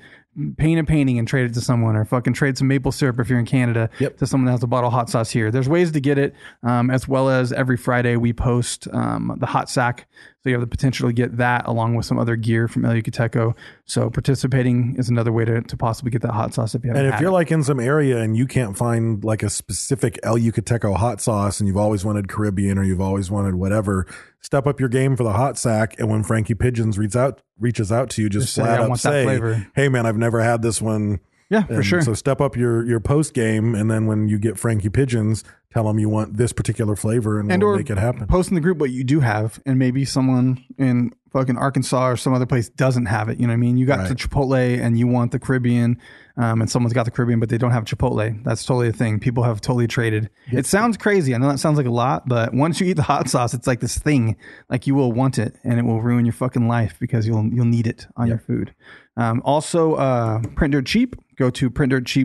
Speaker 4: paint a painting and trade it to someone, or fucking trade some maple syrup if you're in Canada to someone that has a bottle of hot sauce here. There's ways to get it, um, as well as every Friday we post um, the hot sack, so you have the potential to get that along with some other gear from El Yucateco. So participating is another way to, to possibly get that hot sauce if you haven't.
Speaker 5: And if
Speaker 4: had
Speaker 5: you're
Speaker 4: it.
Speaker 5: like in some area and you can't find like a specific El Yucateco hot sauce and you've always wanted Caribbean or you've always wanted whatever, step up your game for the hot sack. And when Frankie Pigeons reads out, reaches out to you, just,
Speaker 4: Just say,
Speaker 5: flat
Speaker 4: "I
Speaker 5: up
Speaker 4: want that
Speaker 5: say,
Speaker 4: flavor."
Speaker 5: hey man, I've never had this one.
Speaker 4: yeah, for
Speaker 5: And
Speaker 4: sure.
Speaker 5: So step up your, your post game. And then when you get Frankie Pigeons, tell them you want this particular flavor and,
Speaker 4: and
Speaker 5: we'll
Speaker 4: or
Speaker 5: make it happen.
Speaker 4: Post in the group what you do have, and maybe someone in fucking Arkansas or some other place doesn't have it. You know what I mean? You got to
Speaker 5: Right.
Speaker 4: Chipotle and you want the Caribbean, um, and someone's got the Caribbean but they don't have Chipotle. That's totally a thing. People have totally traded. It sounds crazy. I know that sounds like a lot, but once you eat the hot sauce, it's like this thing. Like you will want it, and it will ruin your fucking life because you'll you'll need it on your food. Um, also, uh, Print Dirt Cheap. Go to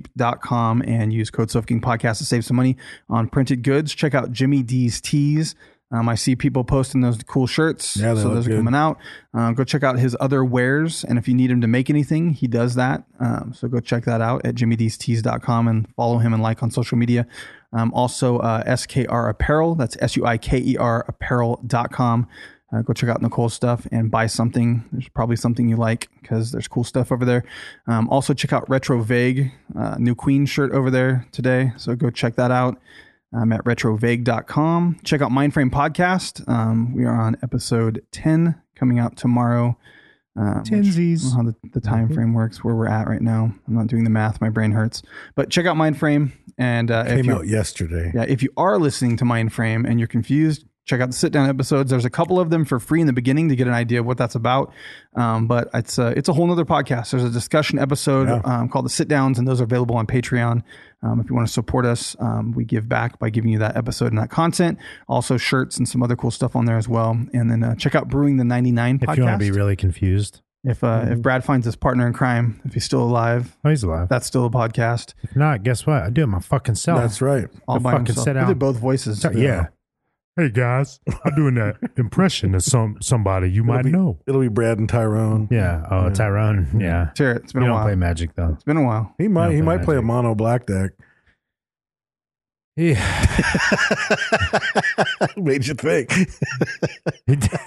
Speaker 4: printdirtcheap.com and use code Suffoking Podcast to save some money on printed goods. Check out Jimmy D's tees. Um, I see people posting those cool shirts.
Speaker 5: Yeah, they
Speaker 4: so
Speaker 5: look
Speaker 4: those are
Speaker 5: good.
Speaker 4: coming out. Um, go check out his other wares. And if you need him to make anything, he does that. Um, so go check that out at jimmydstees.com and follow him and like on social media. Um, also, uh, SKR Apparel. That's S U I K E R apparel.com. Uh, go check out Nicole's stuff and buy something. There's probably something you like because there's cool stuff over there. Um, also, check out Retro Vague, uh, new Queen shirt over there today. So go check that out. I'm at retrovague.com. Check out Mindframe Podcast. Um, we are on episode 10 coming out tomorrow. Um, which-
Speaker 3: Tensies.
Speaker 4: I don't know how the, the
Speaker 5: Mm-hmm.
Speaker 4: time frame works, where we're at right now. I'm not doing the math. My brain hurts. But check out Mindframe. And uh, if
Speaker 5: Came
Speaker 4: you,
Speaker 5: out yesterday.
Speaker 4: yeah, if you are listening to Mindframe and you're confused, check out the sit down episodes. There's a couple of them for free in the beginning to get an idea of what that's about. Um, but it's a, it's a whole nother podcast. There's a discussion episode um, called the sit downs, and those are available on Patreon. Um, if you want to support us, um, we give back by giving you that episode and that content. Also, shirts and some other cool stuff on there as well. And then uh, check out Brewing the 99 podcast.
Speaker 3: If you want to be Mm-hmm. really confused,
Speaker 4: if, uh, if Brad finds his partner in crime, if he's still alive,
Speaker 3: oh, he's alive.
Speaker 4: that's still a podcast.
Speaker 3: if not, guess what? I do it my fucking self.
Speaker 5: That's right.
Speaker 4: All
Speaker 3: The
Speaker 4: by
Speaker 3: fucking
Speaker 4: himself.
Speaker 3: sit
Speaker 4: We
Speaker 3: down.
Speaker 4: did both voices.
Speaker 3: So- yeah. Hey guys, I'm doing that impression of some somebody you might
Speaker 5: It'll be,
Speaker 3: know.
Speaker 5: it'll be Brad and Tyrone.
Speaker 3: Yeah. Oh, Tyrone. Yeah.
Speaker 4: Sure, it's been
Speaker 3: you
Speaker 4: a
Speaker 3: don't
Speaker 4: while.
Speaker 3: play magic though.
Speaker 4: It's been a while.
Speaker 5: He might
Speaker 3: No,
Speaker 5: he
Speaker 3: but
Speaker 5: might
Speaker 3: I
Speaker 5: play a
Speaker 3: think-
Speaker 5: mono black deck.
Speaker 3: Yeah.
Speaker 5: Made you think.
Speaker 3: if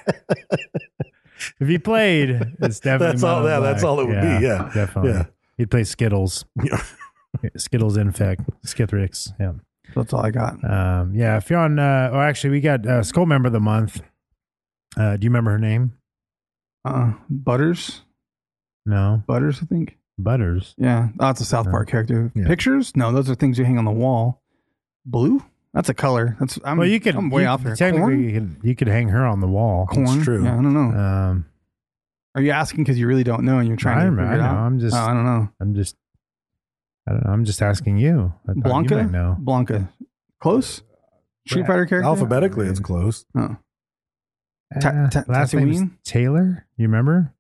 Speaker 3: he played, it's definitely
Speaker 5: That's all-
Speaker 3: mono
Speaker 5: yeah,
Speaker 3: black.
Speaker 5: that's all it would be, yeah.
Speaker 3: definitely.
Speaker 5: Yeah.
Speaker 3: He'd play Skittles,
Speaker 5: Yeah.
Speaker 3: Skittles Infect, Skithrix. Yeah,
Speaker 4: That's all I got.
Speaker 3: um, yeah. If you're on, uh, oh, actually, we got uh, Skull Member of the Month. Uh, do you remember her name?
Speaker 4: Uh, Butters,
Speaker 3: No,
Speaker 4: Butters, I think.
Speaker 3: Butters.
Speaker 4: Yeah, oh, that's a South Park character.
Speaker 5: Yeah.
Speaker 4: Pictures? No, those are things you hang on the wall. Blue? That's a color. That's I'm,
Speaker 3: well, you could
Speaker 4: I'm way
Speaker 3: you,
Speaker 4: off here.
Speaker 3: Technically,
Speaker 4: Corn?
Speaker 3: you could you could hang her on the wall.
Speaker 4: Corn?
Speaker 5: It's true.
Speaker 4: Yeah, I don't know.
Speaker 3: Um,
Speaker 4: Are you asking because you really don't know and you're trying
Speaker 3: I
Speaker 4: to
Speaker 3: don't know,
Speaker 4: figure it
Speaker 3: I
Speaker 4: out?
Speaker 3: know, I'm just- uh,
Speaker 4: Oh, I don't know.
Speaker 3: I'm just, I don't know. I'm just asking you. I thought you
Speaker 4: Blanca.
Speaker 3: might know.
Speaker 4: Blanca. Close. Street Fighter character.
Speaker 5: Alphabetically, it's close.
Speaker 4: Oh,
Speaker 3: Eh,
Speaker 4: ta-
Speaker 3: last name is
Speaker 4: Tatooine?
Speaker 3: Taylor. You remember?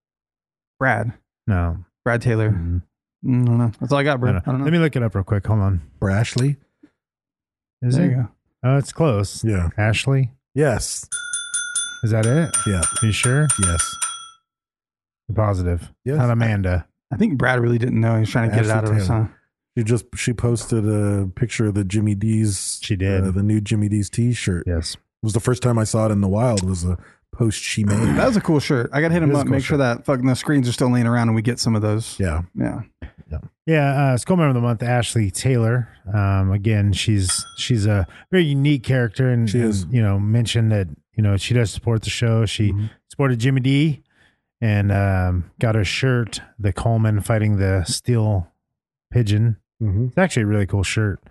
Speaker 4: Brad.
Speaker 3: No.
Speaker 4: Brad Taylor.
Speaker 3: Mm,
Speaker 4: Mm, I don't know. That's all I got,
Speaker 3: I
Speaker 4: bro. I
Speaker 3: don't know.
Speaker 4: don't know.
Speaker 3: Let me look it up real quick. Hold on.
Speaker 5: Brashley.
Speaker 3: Is
Speaker 4: there
Speaker 3: it?
Speaker 4: you go.
Speaker 3: Oh, it's close.
Speaker 5: Yeah.
Speaker 3: Ashley.
Speaker 5: Yes.
Speaker 3: Is that it?
Speaker 5: Yeah.
Speaker 3: You sure?
Speaker 5: Yes.
Speaker 3: You're positive.
Speaker 5: Yes.
Speaker 3: Not Amanda.
Speaker 4: I think Brad really didn't know. He was trying to get it
Speaker 5: Ashley
Speaker 4: out of us, huh?
Speaker 5: Taylor. She just she posted a picture of the Jimmy D's.
Speaker 3: She did.
Speaker 5: uh, the new Jimmy D's T-shirt.
Speaker 3: yes.
Speaker 5: It was the first time I saw it in the wild. Was a post she made.
Speaker 4: That was a cool shirt. I gotta hit
Speaker 5: It
Speaker 4: him
Speaker 5: is a
Speaker 4: up,
Speaker 5: cool
Speaker 4: make sure that fucking the screens are still laying around and we get some of those.
Speaker 5: yeah.
Speaker 4: Yeah.
Speaker 3: Yeah, uh, school member of the month, Ashley Taylor. Um, again, she's she's a very unique character, and,
Speaker 5: She
Speaker 3: and,
Speaker 5: is. Mm-hmm.
Speaker 3: you know mentioned that you know she does support the show. She supported Jimmy D, and um, got her shirt, the Coleman fighting the steel pigeon.
Speaker 5: Mm-hmm.
Speaker 3: It's actually a really cool shirt.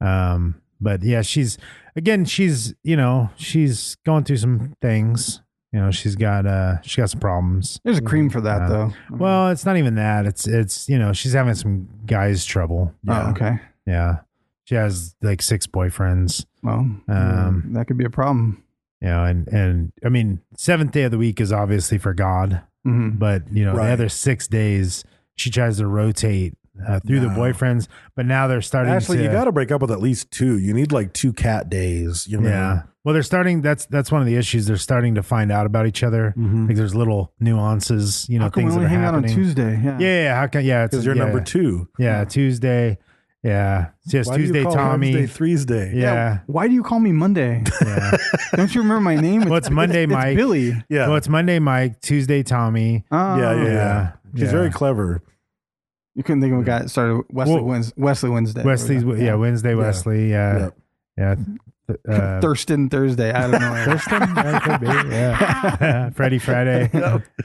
Speaker 3: Um, but yeah, she's again, she's you know she's going through some things. You know, she's got uh she got some problems.
Speaker 4: There's a cream for that
Speaker 3: Uh,
Speaker 4: though. Oh,
Speaker 3: Well, it's not even that. It's it's you know she's having some guys trouble.
Speaker 4: Oh, okay.
Speaker 3: Yeah, she has like six boyfriends.
Speaker 4: Well, mm,
Speaker 3: Um,
Speaker 4: that could be a problem.
Speaker 3: You know, and and I mean seventh day of the week is obviously for God,
Speaker 4: Mhm.
Speaker 3: but you know
Speaker 5: Right.
Speaker 3: the other six days she tries to rotate uh, through the
Speaker 5: No.
Speaker 3: boyfriends, but now they're starting.
Speaker 5: Ashley,
Speaker 3: to,
Speaker 5: you got to break up with at least two. You need like two cat days. You know.
Speaker 3: Yeah. Well, they're starting. That's that's one of the issues. They're starting to find out about each other. Like there's little nuances, you
Speaker 4: Mm-hmm.
Speaker 3: know,
Speaker 4: How come we
Speaker 3: things that
Speaker 4: only
Speaker 3: are
Speaker 4: hang out on
Speaker 3: happening.
Speaker 4: Tuesday? Yeah.
Speaker 3: Yeah, yeah. How can? Yeah, it's-
Speaker 5: Because you're
Speaker 3: yeah,
Speaker 5: number
Speaker 3: yeah.
Speaker 5: two.
Speaker 3: Yeah, Tuesday. Yeah, yes,
Speaker 5: Why do you
Speaker 3: Tuesday.
Speaker 5: call
Speaker 3: Tommy.
Speaker 5: Wednesday, Thursday.
Speaker 3: yeah.
Speaker 4: Why do you call me Monday?
Speaker 3: yeah.
Speaker 4: Don't you remember my name?
Speaker 3: Well, it's Monday,
Speaker 4: it's
Speaker 3: Mike.
Speaker 4: Billy.
Speaker 5: Yeah.
Speaker 3: Well, it's Monday, Mike. Tuesday, Tommy.
Speaker 4: Oh,
Speaker 5: yeah, yeah, yeah,
Speaker 3: yeah.
Speaker 5: She's
Speaker 3: Yeah.
Speaker 5: very clever.
Speaker 4: You couldn't think of a guy that started Wesley
Speaker 3: Well,
Speaker 4: Wednesday. Wesley Wednesday.
Speaker 3: Wesley's. Yeah, Wednesday. Wesley. Yeah. Yeah. Th- uh,
Speaker 4: Thurston Thursday. I don't know.
Speaker 3: Thurston? Yeah, could be, yeah. Freddie Friday.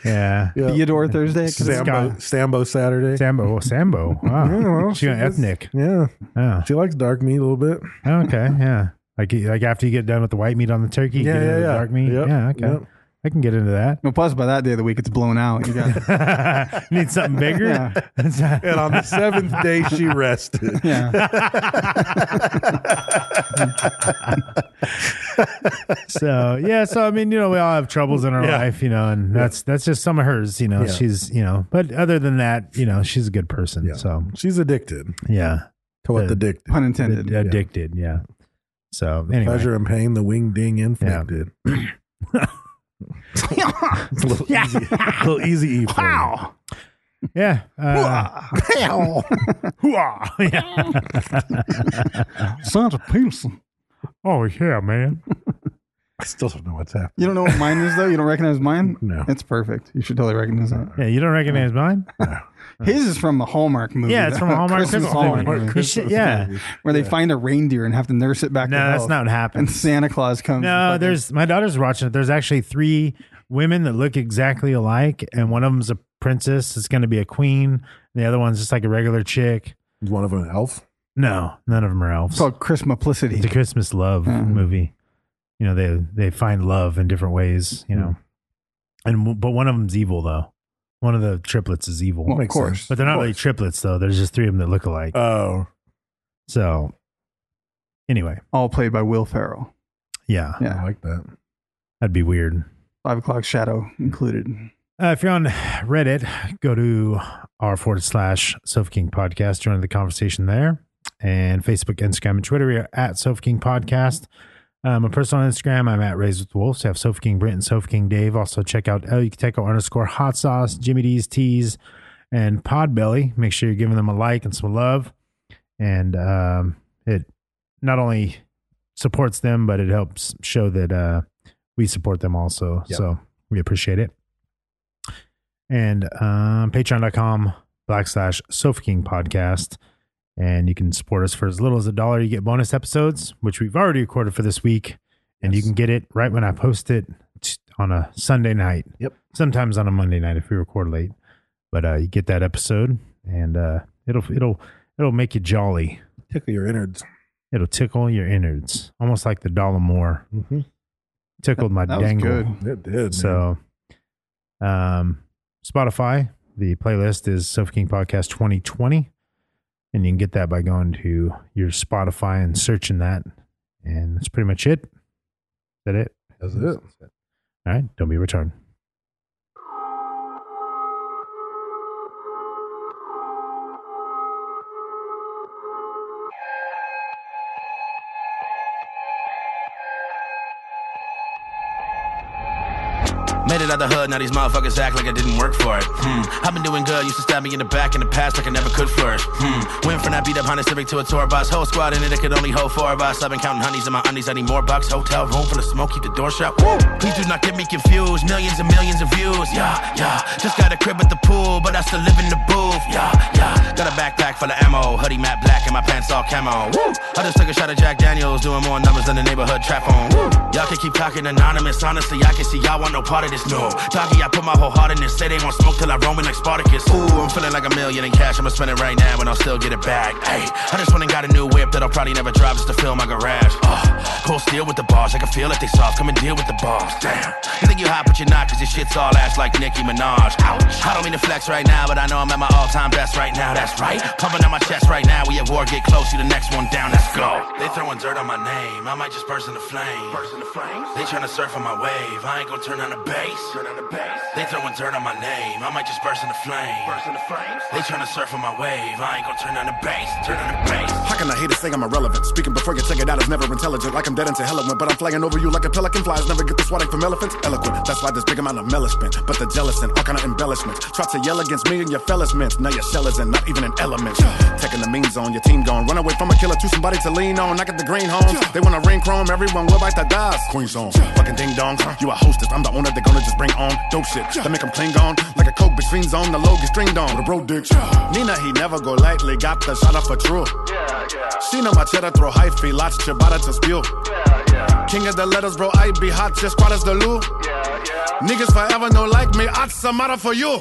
Speaker 3: Yeah.
Speaker 5: Yeah.
Speaker 4: Theodore Thursday. 'Cause it's-
Speaker 5: Sambo,
Speaker 3: Scott.
Speaker 5: Sambo Saturday.
Speaker 3: Sambo. Oh, Sambo.
Speaker 5: Yeah,
Speaker 3: Wow.
Speaker 5: well,
Speaker 3: She went
Speaker 5: is-
Speaker 3: ethnic.
Speaker 5: Yeah,
Speaker 3: Oh.
Speaker 5: she likes dark meat a little bit.
Speaker 3: Okay. Yeah. Like you- like after you get done with the white meat on the turkey, you
Speaker 5: Yeah,
Speaker 3: get into
Speaker 5: yeah,
Speaker 3: the
Speaker 5: yeah.
Speaker 3: dark meat.
Speaker 5: Yep,
Speaker 3: Yeah. Okay.
Speaker 5: yep.
Speaker 3: I can get into that.
Speaker 4: Well, plus by that day of the week, it's blown out. You got
Speaker 3: Need something bigger.
Speaker 4: Yeah.
Speaker 5: And on the seventh day, she rested.
Speaker 4: yeah.
Speaker 3: so yeah so i mean you know we all have troubles in our
Speaker 5: Yeah.
Speaker 3: life you know and that's that's just some of hers you know
Speaker 5: Yeah.
Speaker 3: she's you know but other than that you know she's a good person
Speaker 5: Yeah.
Speaker 3: so
Speaker 5: She's addicted
Speaker 3: yeah
Speaker 5: to what
Speaker 3: The-
Speaker 5: the addicted.
Speaker 4: Pun intended.
Speaker 3: addicted yeah so anyway
Speaker 5: Pleasure and pain, the wing ding inflicted. it's a little easy, a little easy E for you.
Speaker 4: Wow.
Speaker 3: yeah uh, yeah.
Speaker 4: Sons of Peterson.
Speaker 3: oh yeah man
Speaker 5: I still don't know what's happening.
Speaker 4: You don't know what mine is though. You don't recognize mine.
Speaker 5: No.
Speaker 4: It's perfect. You should totally recognize that.
Speaker 3: yeah you don't recognize mine
Speaker 4: His is from a Hallmark movie.
Speaker 3: yeah it's from a hallmark
Speaker 4: Christmas
Speaker 3: Christmas
Speaker 4: Hallmark
Speaker 3: movie.
Speaker 4: movie,
Speaker 3: You should- yeah
Speaker 4: where they find a reindeer and have to nurse it back.
Speaker 3: No,
Speaker 4: to
Speaker 3: that's
Speaker 4: health.
Speaker 3: not what happens.
Speaker 4: And Santa Claus comes. and
Speaker 3: No,
Speaker 4: fucking-
Speaker 3: there's my daughter's watching it. There's actually three women that look exactly alike, and one of them's a princess. It's going to be a queen. And the other one's just like a regular chick.
Speaker 5: Is one of them an elf?
Speaker 3: No, none of them are elves.
Speaker 4: It's called Christmaplicity.
Speaker 3: It's a Christmas love movie. You know, they they find love in different ways. You know, and w- but one of them's evil though. One of the triplets is evil,
Speaker 4: Well, of
Speaker 5: Makes
Speaker 4: course.
Speaker 5: sense.
Speaker 3: but they're not really triplets though. There's just three of them that look alike.
Speaker 5: Oh,
Speaker 3: so, anyway,
Speaker 4: All played by Will Ferrell.
Speaker 3: yeah,
Speaker 5: I
Speaker 4: Yeah.
Speaker 5: like that.
Speaker 3: that'd be weird.
Speaker 4: Five o'clock shadow included.
Speaker 3: Uh, if you're on Reddit, go to r forward slash Sofa King Podcast. Join the conversation there. And Facebook, Instagram, and Twitter, we are at Sofa King Podcast. Um, my personal Instagram, I'm at Raised with Wolves. have Sofa King Brit and Sofa King Dave. Also check out El Yucateco underscore hot sauce, Jimmy D's teas, and Podbelly. Make sure you're giving them a like and some love. And um, it not only supports them, but it helps show that uh, we support them also. So we appreciate it and um, patreon.com backslash sofa king podcast and you can support us for as little as a dollar you get bonus episodes which we've already recorded for this week and you can get it right when i post it t- on a sunday night
Speaker 5: Yep.
Speaker 3: sometimes on a monday night if we record late but uh, you get that episode and uh, it'll it'll it'll make you jolly
Speaker 5: Tickle your innards.
Speaker 3: It'll tickle your innards, almost like the dollar more. Tickled my
Speaker 4: That was
Speaker 3: dangle.
Speaker 4: good.
Speaker 5: It did. man.
Speaker 3: Mm-hmm. So, um, Spotify, the playlist is Sofa King Podcast 2020. And you can get that by going to your Spotify and searching that. And that's pretty much it. Is that it?
Speaker 5: that's it.
Speaker 3: All right. Don't be a retard.
Speaker 6: Made it out the hood, now these motherfuckers act like I didn't work for it. Hmm. I've been doing good, used to stab me in the back in the past like I never could flourish. Hmm. Went from that beat up Honda Civic to a tour bus. Whole squad in it, it could only hold four of us. I've been counting honeys in my undies, I need more bucks. Hotel room full of smoke, keep the door shut. Woo! Please do not get me confused. Millions and millions of views, yeah, yeah. Just got a crib at the pool, but I still live in the booth, yeah, yeah. Got a backpack full of ammo, hoodie matte black, and my pants all camo. Woo! I just took a shot of Jack Daniels, doing more numbers than the neighborhood trap phone. Woo! Y'all can keep talking anonymous, honestly, I can see y'all want no part of this. No, doggy, I put my whole heart in this. Say they won't smoke till I roam in like Spartacus. Ooh, I'm feeling like a million in cash. I'ma spend it right now and I'll still get it back. Hey, I just went and got a new whip that I'll probably never drive just to fill my garage. Oh, cold steel with the bars. I can feel like they soft. Come and deal with the balls. Damn. You think you hot, but you're not, cause your shit's all ass like Nicki Minaj. Ouch. I don't mean to flex right now, but I know I'm at my all time best right now. That's right. Pumping out my chest right now. We at war, get close. You the next one down. Let's go. They throwing dirt on my name. I might just burst into flames. Burst into flames. They trying to surf on my wave. I ain't gonna turn on the bass. Turn on the bass. They throwing dirt on my name. I might just burst into flames. Burst into flames. They trying to surf on my wave. I ain't gonna turn on the bass. Turn on the bass.
Speaker 7: How can I hate it? Say I'm irrelevant. Speaking before you check it out is never intelligent. Like I'm dead into hell it went, but I'm flying over you like a pelican. Flies never get the swatting from elephants. Eloquent. That's why there's big amount of melispent. But the jealous and all kind of embellishments. Try to yell against me and your fellas mint. Now your shell is in, not even an element. Taking the mean zone, your team gone. Run away from a killer to somebody to lean on. I got the green homes. They wanna ring chrome. Everyone will bite the dies. Queen zone. Fucking ding dong. You a hostess. I'm the owner. They're gonna just bring on dope shit. They make them cling on like a coke between zone. The logo stringed on. The bro dick. Nina, he never go lightly. Got the shot up for true. She know my cheddar throw high feet, lots ciabatta to spew. King of the letters, bro, I be hot, just squad as the loo. Niggas forever no like me, odds some matter for you.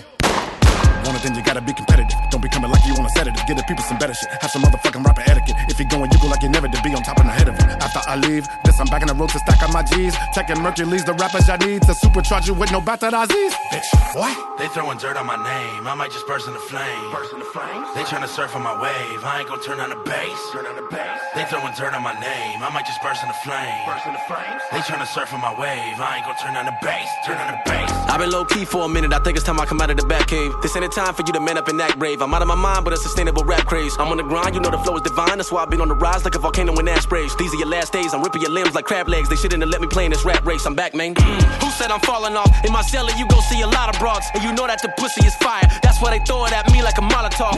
Speaker 7: Want it, then you gotta be competitive. Don't be coming like you want a sedative. Get the people some better shit. Have some motherfucking rapper etiquette. If you going, you go like you never did. Be on top and ahead of it. After I leave, this I'm back in the road to stack up my G's. Checking Mercury's the rappers I need to supercharge you with no batterizes. Bitch, what?
Speaker 6: They throwing dirt on my name. I might just burst into flames. Burst into flames. They trying to surf on my wave. I ain't gonna turn on the bass. Turn on the bass. They throwing dirt on my name. I might just burst into flames. Burst into flames. They trying to surf on my wave. I ain't gonna turn on the bass. Turn on the bass.
Speaker 8: I've been low key for a minute. I think it's time I come out of the back cave. This ain't a time for you to man up and act brave. I'm out of my mind, but a sustainable rap craze. I'm on the grind, you know the flow is divine. That's why I've been on the rise like a volcano in ash sprays. These are your last days. I'm ripping your limbs like crab legs. They shouldn't have let me play in this rap race. I'm back, man. Who said I'm falling off? In my cellar, you gon' see a lot of broads, and you know that the pussy is fire. That's why they throw it at me like a Molotov.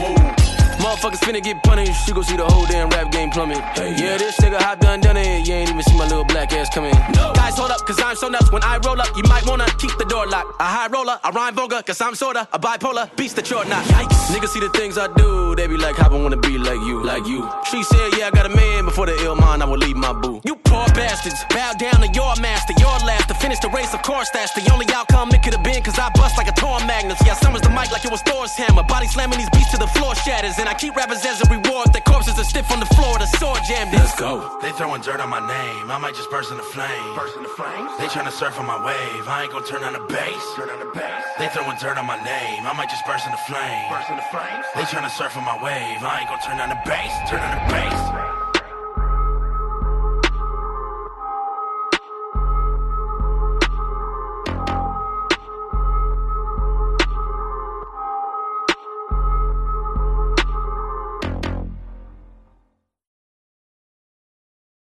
Speaker 8: Motherfuckers finna get punished. You gon' see the whole damn rap game plummet. Yeah, this nigga hop done done it. You ain't even see my little black ass coming. Guys, hold up, cause I'm so nuts. When I roll up, you might wanna keep the door locked. A high roller, I rhyme vulgar, cause I'm sorta a bipolar beast that you're not. Yikes. Niggas see the things I do, they be like, how I wanna be like you, like you. She said, yeah, I got a man before the ill mind, I will leave my boo. You poor bastards, bow down to your master, your last to finish the race. Of course, that's the only outcome it could have been, cause I bust like a torn magnus. Yeah, summers the mic like it was Thor's hammer. Body slamming these beats to the floor shatters, and I keep rappers as a reward. Their corpses are stiff on the floor, the sword jammed. in.
Speaker 6: They throwing dirt on my name. I might just burst into flames. Burst into flames. They trying to surf on my wave. I ain't gonna turn on the bass. Turn on the bass. They throwing dirt on my name. I might just burst into flames. Burst into flames. They trying to surf on my wave. I ain't gonna turn on the bass. Turn on the bass.